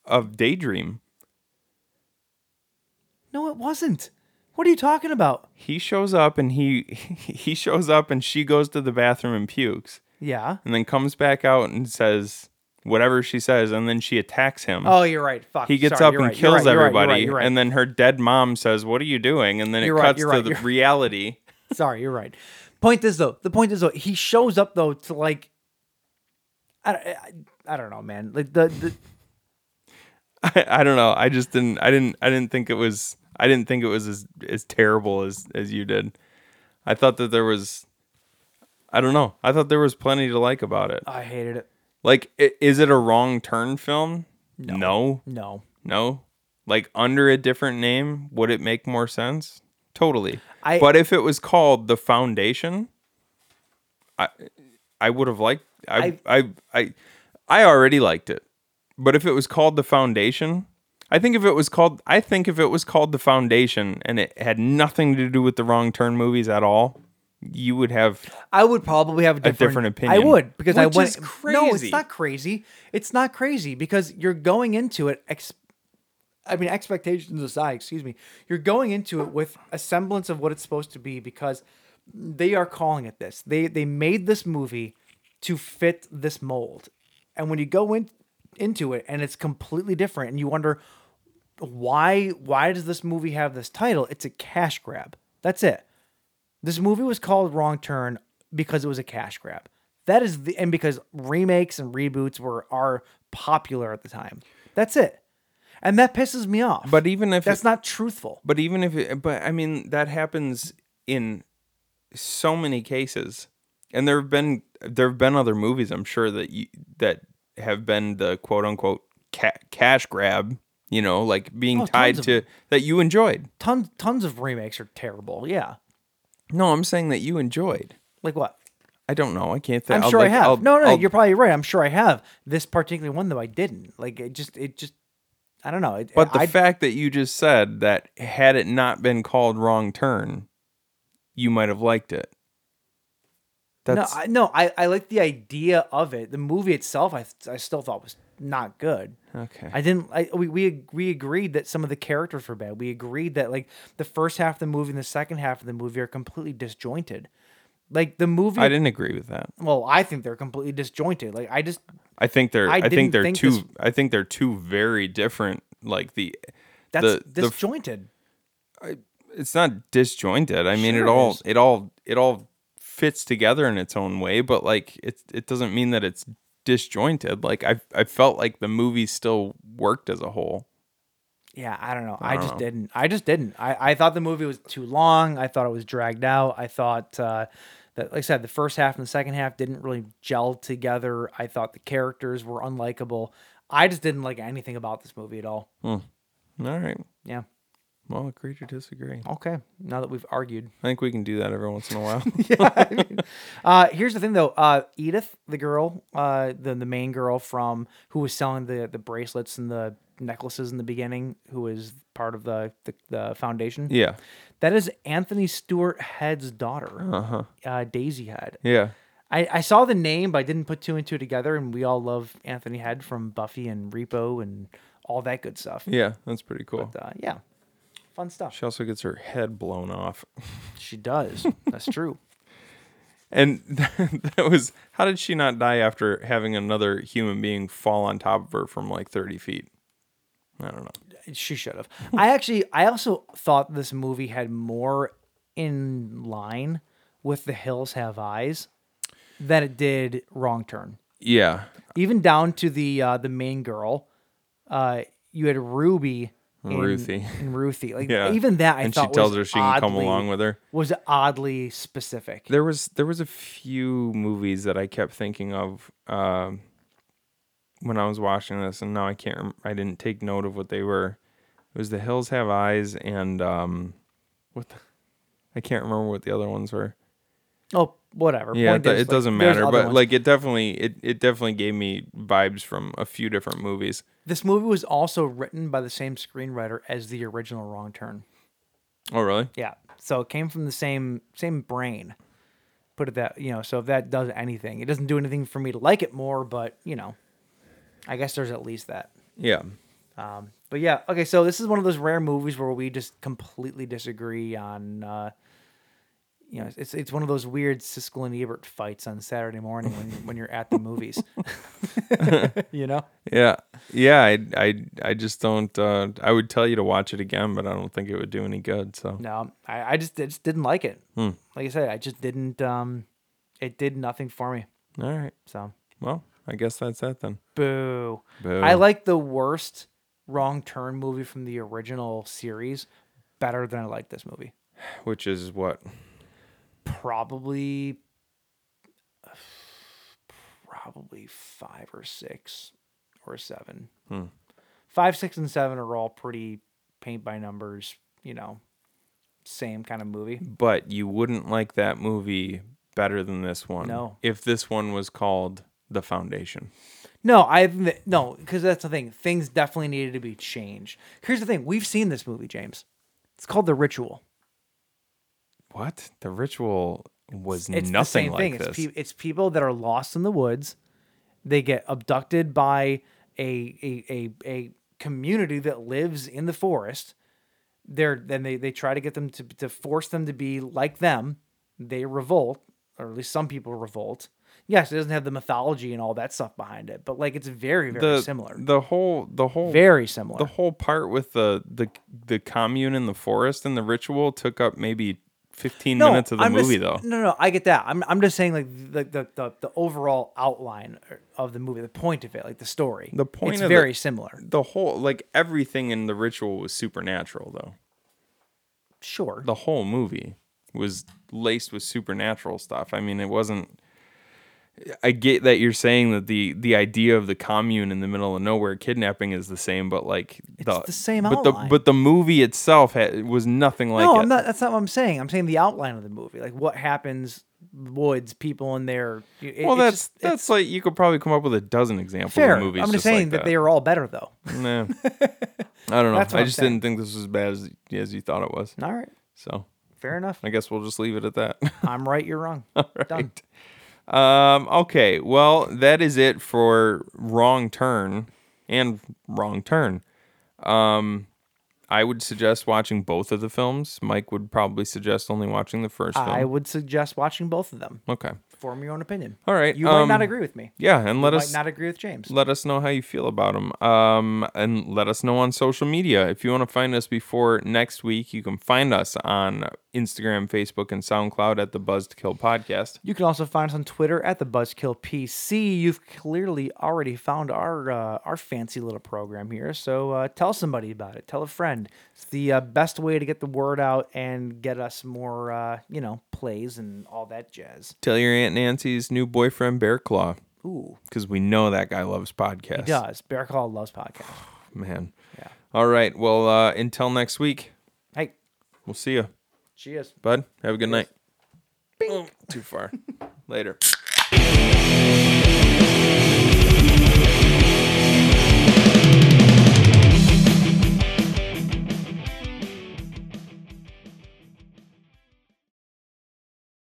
[SPEAKER 8] a daydream.
[SPEAKER 7] No, it wasn't. What are you talking about?
[SPEAKER 8] He shows up and he, he shows up and she goes to the bathroom and pukes.
[SPEAKER 7] Yeah.
[SPEAKER 8] and then comes back out and says whatever she says, and then she attacks him.
[SPEAKER 7] Oh, you're right. Fuck.
[SPEAKER 8] he gets
[SPEAKER 7] Sorry,
[SPEAKER 8] up
[SPEAKER 7] you're
[SPEAKER 8] and
[SPEAKER 7] right, you're
[SPEAKER 8] kills
[SPEAKER 7] right, you're right, you're
[SPEAKER 8] everybody,
[SPEAKER 7] right, you're right.
[SPEAKER 8] and then her dead mom says, "What are you doing?" And then it
[SPEAKER 7] You're right,
[SPEAKER 8] cuts
[SPEAKER 7] you're
[SPEAKER 8] to
[SPEAKER 7] right,
[SPEAKER 8] the
[SPEAKER 7] you're right.
[SPEAKER 8] reality.
[SPEAKER 7] Sorry, you're right. Point is though, the point is though, he shows up though to like, I, I, I don't know, man. Like the, the
[SPEAKER 8] I, I don't know. I just didn't. I didn't. I didn't think it was. I didn't think it was as as terrible as as you did. I thought that there was. I don't know. I thought there was plenty to like about it.
[SPEAKER 7] I hated it.
[SPEAKER 8] Like, i- is it a wrong turn film? No. No.
[SPEAKER 7] No,
[SPEAKER 8] No. Like under a different name, would it make more sense? Totally.
[SPEAKER 7] I-
[SPEAKER 8] but if it was called The Foundation, I I would have liked I, I I I already liked it. But if it was called The Foundation, I think if it was called I think if it was called The Foundation and it had nothing to do with the wrong turn movies at all, you would have
[SPEAKER 7] I would probably have a different,
[SPEAKER 8] different opinion,
[SPEAKER 7] I would because I
[SPEAKER 8] which
[SPEAKER 7] went
[SPEAKER 8] is
[SPEAKER 7] No,
[SPEAKER 8] crazy.
[SPEAKER 7] it's not crazy. It's not crazy because you're going into it. Ex- I mean, expectations aside, excuse me, you're going into it with a semblance of what it's supposed to be because they are calling it this. They they made this movie to fit this mold, and when you go in into it and it's completely different, and you wonder why why does this movie have this title? It's a cash grab. That's it. This movie was called Wrong Turn because it was a cash grab. That is the and because remakes and reboots were are popular at the time. That's it. And that pisses me off.
[SPEAKER 8] But even if
[SPEAKER 7] that's
[SPEAKER 8] it-
[SPEAKER 7] not truthful.
[SPEAKER 8] But even if it, but I mean that happens in so many cases, and there have been there have been other movies I'm sure that you, that have been the quote unquote ca- cash grab. You know, like being
[SPEAKER 7] Oh,
[SPEAKER 8] tied
[SPEAKER 7] tons of
[SPEAKER 8] to that you enjoyed.
[SPEAKER 7] Tons tons of remakes are terrible. Yeah.
[SPEAKER 8] No, I'm saying that you enjoyed.
[SPEAKER 7] Like what?
[SPEAKER 8] I don't know. I can't think.
[SPEAKER 7] I'm
[SPEAKER 8] I'll,
[SPEAKER 7] sure
[SPEAKER 8] like,
[SPEAKER 7] I have.
[SPEAKER 8] I'll-
[SPEAKER 7] no, no,
[SPEAKER 8] I'll-
[SPEAKER 7] you're probably right. I'm sure I have this particular one though. I didn't like it. Just it just I don't know. It,
[SPEAKER 8] But the
[SPEAKER 7] I,
[SPEAKER 8] fact that you just said that had it not been called Wrong Turn, you might have liked it.
[SPEAKER 7] no,
[SPEAKER 8] That's
[SPEAKER 7] I, no, I I like the idea of it. The movie itself, I I still thought was not good.
[SPEAKER 8] okay.
[SPEAKER 7] I didn't. I we we ag- we agreed that some of the characters were bad. We agreed that like the first half of the movie and the second half of the movie are completely disjointed. Like the movie,
[SPEAKER 8] I didn't agree with that.
[SPEAKER 7] well, I think they're completely disjointed. Like I just
[SPEAKER 8] I think they're.
[SPEAKER 7] I
[SPEAKER 8] I,
[SPEAKER 7] didn't
[SPEAKER 8] think they're
[SPEAKER 7] think
[SPEAKER 8] two.
[SPEAKER 7] this-
[SPEAKER 8] I think they're two very different. Like the,
[SPEAKER 7] that's
[SPEAKER 8] The- the f-
[SPEAKER 7] disjointed.
[SPEAKER 8] it's not disjointed. I mean,
[SPEAKER 7] Sure
[SPEAKER 8] it
[SPEAKER 7] it
[SPEAKER 8] all.
[SPEAKER 7] is.
[SPEAKER 8] It all. It all fits together in its own way. But like, it. It doesn't mean that it's disjointed. Like I. I felt like the movie still worked as a whole.
[SPEAKER 7] yeah, I don't know. I,
[SPEAKER 8] don't
[SPEAKER 7] just
[SPEAKER 8] know.
[SPEAKER 7] didn't. I just didn't. I I thought the movie was too long. I thought it was dragged out. I thought. uh that, like I said, the first half and the second half didn't really gel together. I thought the characters were unlikable. I just didn't like anything about this movie at all.
[SPEAKER 8] All right.
[SPEAKER 7] Yeah.
[SPEAKER 8] Well, agree to disagree.
[SPEAKER 7] Okay. Now that we've argued.
[SPEAKER 8] I think we can do that every once in a while.
[SPEAKER 7] Uh, here's the thing, though. Uh, Edith, the girl, uh, the the main girl from who was selling the the bracelets and the necklaces in the beginning, who was part of the the, the foundation.
[SPEAKER 8] yeah.
[SPEAKER 7] that is Anthony Stewart Head's daughter, uh-huh. Daisy Head.
[SPEAKER 8] Yeah.
[SPEAKER 7] I, I saw the name, but I didn't put two and two together. And we all love Anthony Head from Buffy and Repo and all that good stuff.
[SPEAKER 8] Yeah. That's pretty cool.
[SPEAKER 7] Uh, yeah, fun stuff.
[SPEAKER 8] she also gets her head blown off.
[SPEAKER 7] She does. That's true.
[SPEAKER 8] And that, was how did she not die after having another human being fall on top of her from like 30 feet? I don't know.
[SPEAKER 7] She should have. I actually, I also thought this movie had more in line with The Hills Have Eyes than it did Wrong Turn.
[SPEAKER 8] Yeah.
[SPEAKER 7] Even down to the uh, the main girl, uh, you had Ruby, and-
[SPEAKER 8] Ruthie.
[SPEAKER 7] and Ruthie. Like
[SPEAKER 8] Yeah.
[SPEAKER 7] even that, I
[SPEAKER 8] and
[SPEAKER 7] thought
[SPEAKER 8] she tells
[SPEAKER 7] was
[SPEAKER 8] her she can come
[SPEAKER 7] oddly-
[SPEAKER 8] along with her.
[SPEAKER 7] Was oddly specific.
[SPEAKER 8] There was there was a few movies that I kept thinking of um when I was watching this, and now I can't. Rem- I didn't take note of what they were. It was The Hills Have Eyes, and um, what the, I can't remember what the other ones were.
[SPEAKER 7] oh, whatever.
[SPEAKER 8] Yeah,
[SPEAKER 7] Point
[SPEAKER 8] it, do-
[SPEAKER 7] is,
[SPEAKER 8] it
[SPEAKER 7] like,
[SPEAKER 8] doesn't
[SPEAKER 7] there's
[SPEAKER 8] matter,
[SPEAKER 7] other
[SPEAKER 8] but
[SPEAKER 7] ones.
[SPEAKER 8] like it definitely it, it definitely gave me vibes from a few different movies.
[SPEAKER 7] this movie was also written by the same screenwriter as the original Wrong Turn.
[SPEAKER 8] Oh, really?
[SPEAKER 7] Yeah. So it came from the same same brain. Put it that you know. So if that does anything, it doesn't do anything for me to like it more, but you know, I guess there's at least that.
[SPEAKER 8] Yeah.
[SPEAKER 7] But yeah, okay. So this is one of those rare movies where we just completely disagree on. Uh, you know, it's it's one of those weird Siskel and Ebert fights on Saturday morning when when you're at the movies. you know.
[SPEAKER 8] Yeah. Yeah, I I I just don't uh I would tell you to watch it again, but I don't think it would do any good, so.
[SPEAKER 7] No, I, I just I just didn't like it. Like I said, I just didn't. Um, it did nothing for me.
[SPEAKER 8] All right.
[SPEAKER 7] So
[SPEAKER 8] Well, I guess that's that then.
[SPEAKER 7] Boo.
[SPEAKER 8] Boo.
[SPEAKER 7] I like the worst wrong turn movie from the original series better than I like this movie.
[SPEAKER 8] Which is what?
[SPEAKER 7] Probably probably 5 or 6 or 7. 5, 6 and 7 are all pretty paint by numbers, you know, same kind of movie.
[SPEAKER 8] But you wouldn't like that movie better than this one.
[SPEAKER 7] No.
[SPEAKER 8] If this one was called The Foundation.
[SPEAKER 7] No, I admit- no, because that's the thing. Things definitely needed to be changed. Here's the thing: we've seen this movie, James. It's called The Ritual.
[SPEAKER 8] What? The ritual was
[SPEAKER 7] it's
[SPEAKER 8] nothing
[SPEAKER 7] the same
[SPEAKER 8] like
[SPEAKER 7] thing.
[SPEAKER 8] this.
[SPEAKER 7] It's, pe- it's people that are lost in the woods. They get abducted by a a a, a community that lives in the forest. They're then they, they try to get them to to force them to be like them. They revolt, or at least some people revolt. Yes, it doesn't have the mythology and all that stuff behind it, but like it's very very
[SPEAKER 8] the
[SPEAKER 7] similar.
[SPEAKER 8] the whole the whole
[SPEAKER 7] very similar.
[SPEAKER 8] the whole part with the the the commune in the forest and the ritual took up maybe 15 minutes of the
[SPEAKER 7] I'm
[SPEAKER 8] movie
[SPEAKER 7] just,
[SPEAKER 8] though
[SPEAKER 7] No, no, I get that. I'm, I'm just saying like the, the the the overall outline of the movie, the point of it, like the story.
[SPEAKER 8] The point
[SPEAKER 7] It's
[SPEAKER 8] of
[SPEAKER 7] very
[SPEAKER 8] it-
[SPEAKER 7] similar.
[SPEAKER 8] the whole like everything in the ritual was supernatural though
[SPEAKER 7] Sure.
[SPEAKER 8] the whole movie was laced with supernatural stuff. I mean, it wasn't. I get that you're saying that the the idea of the commune in the middle of nowhere kidnapping is the same, but like
[SPEAKER 7] the same
[SPEAKER 8] But the
[SPEAKER 7] outline.
[SPEAKER 8] but the movie itself had, was nothing like
[SPEAKER 7] no,
[SPEAKER 8] it.
[SPEAKER 7] I'm not. That's not what I'm saying. I'm saying the outline of the movie, like what happens, woods, people in there. It-
[SPEAKER 8] well,
[SPEAKER 7] it's
[SPEAKER 8] that's
[SPEAKER 7] just-
[SPEAKER 8] that's like you could probably come up with a dozen examples
[SPEAKER 7] fair.
[SPEAKER 8] of movies.
[SPEAKER 7] I'm just
[SPEAKER 8] just
[SPEAKER 7] saying
[SPEAKER 8] like
[SPEAKER 7] that. they are all better though.
[SPEAKER 8] Nah. I don't know.
[SPEAKER 7] That's what
[SPEAKER 8] I
[SPEAKER 7] I'm
[SPEAKER 8] just
[SPEAKER 7] saying.
[SPEAKER 8] didn't think this was as bad as as you thought it was.
[SPEAKER 7] all right,
[SPEAKER 8] So
[SPEAKER 7] fair enough.
[SPEAKER 8] I guess we'll just leave it at that.
[SPEAKER 7] I'm right. You're wrong. Done.
[SPEAKER 8] Um, okay, well, that is it for Wrong Turn and Wrong Turn. Um, I would suggest watching both of the films. Mike would probably suggest only watching the first film.
[SPEAKER 7] I would suggest watching both of them.
[SPEAKER 8] okay.
[SPEAKER 7] Form your own opinion.
[SPEAKER 8] All right,
[SPEAKER 7] You might
[SPEAKER 8] um,
[SPEAKER 7] not agree with me.
[SPEAKER 8] Yeah, and let
[SPEAKER 7] you
[SPEAKER 8] us
[SPEAKER 7] might not agree with James.
[SPEAKER 8] let us know how you feel about them. Um, and let us know on social media. If you want to find us before next week, you can find us on Instagram, Facebook, and SoundCloud at the Buzz to Kill Podcast.
[SPEAKER 7] You can also find us on Twitter at the Buzzkill PC. You've clearly already found our uh, our fancy little program here, so uh, tell somebody about it. Tell a friend. It's the uh, best way to get the word out and get us more, uh, you know, plays and all that jazz.
[SPEAKER 8] Tell your Aunt Nancy's new boyfriend, Bear Claw.
[SPEAKER 7] Ooh,
[SPEAKER 8] because we know that guy loves podcasts.
[SPEAKER 7] he does. Bear Claw loves podcast.
[SPEAKER 8] man. All right. Well, uh, until next week,
[SPEAKER 7] Hey,
[SPEAKER 8] we'll see you,
[SPEAKER 7] cheers.
[SPEAKER 8] bud. Have a good night. Oh, too far. Later.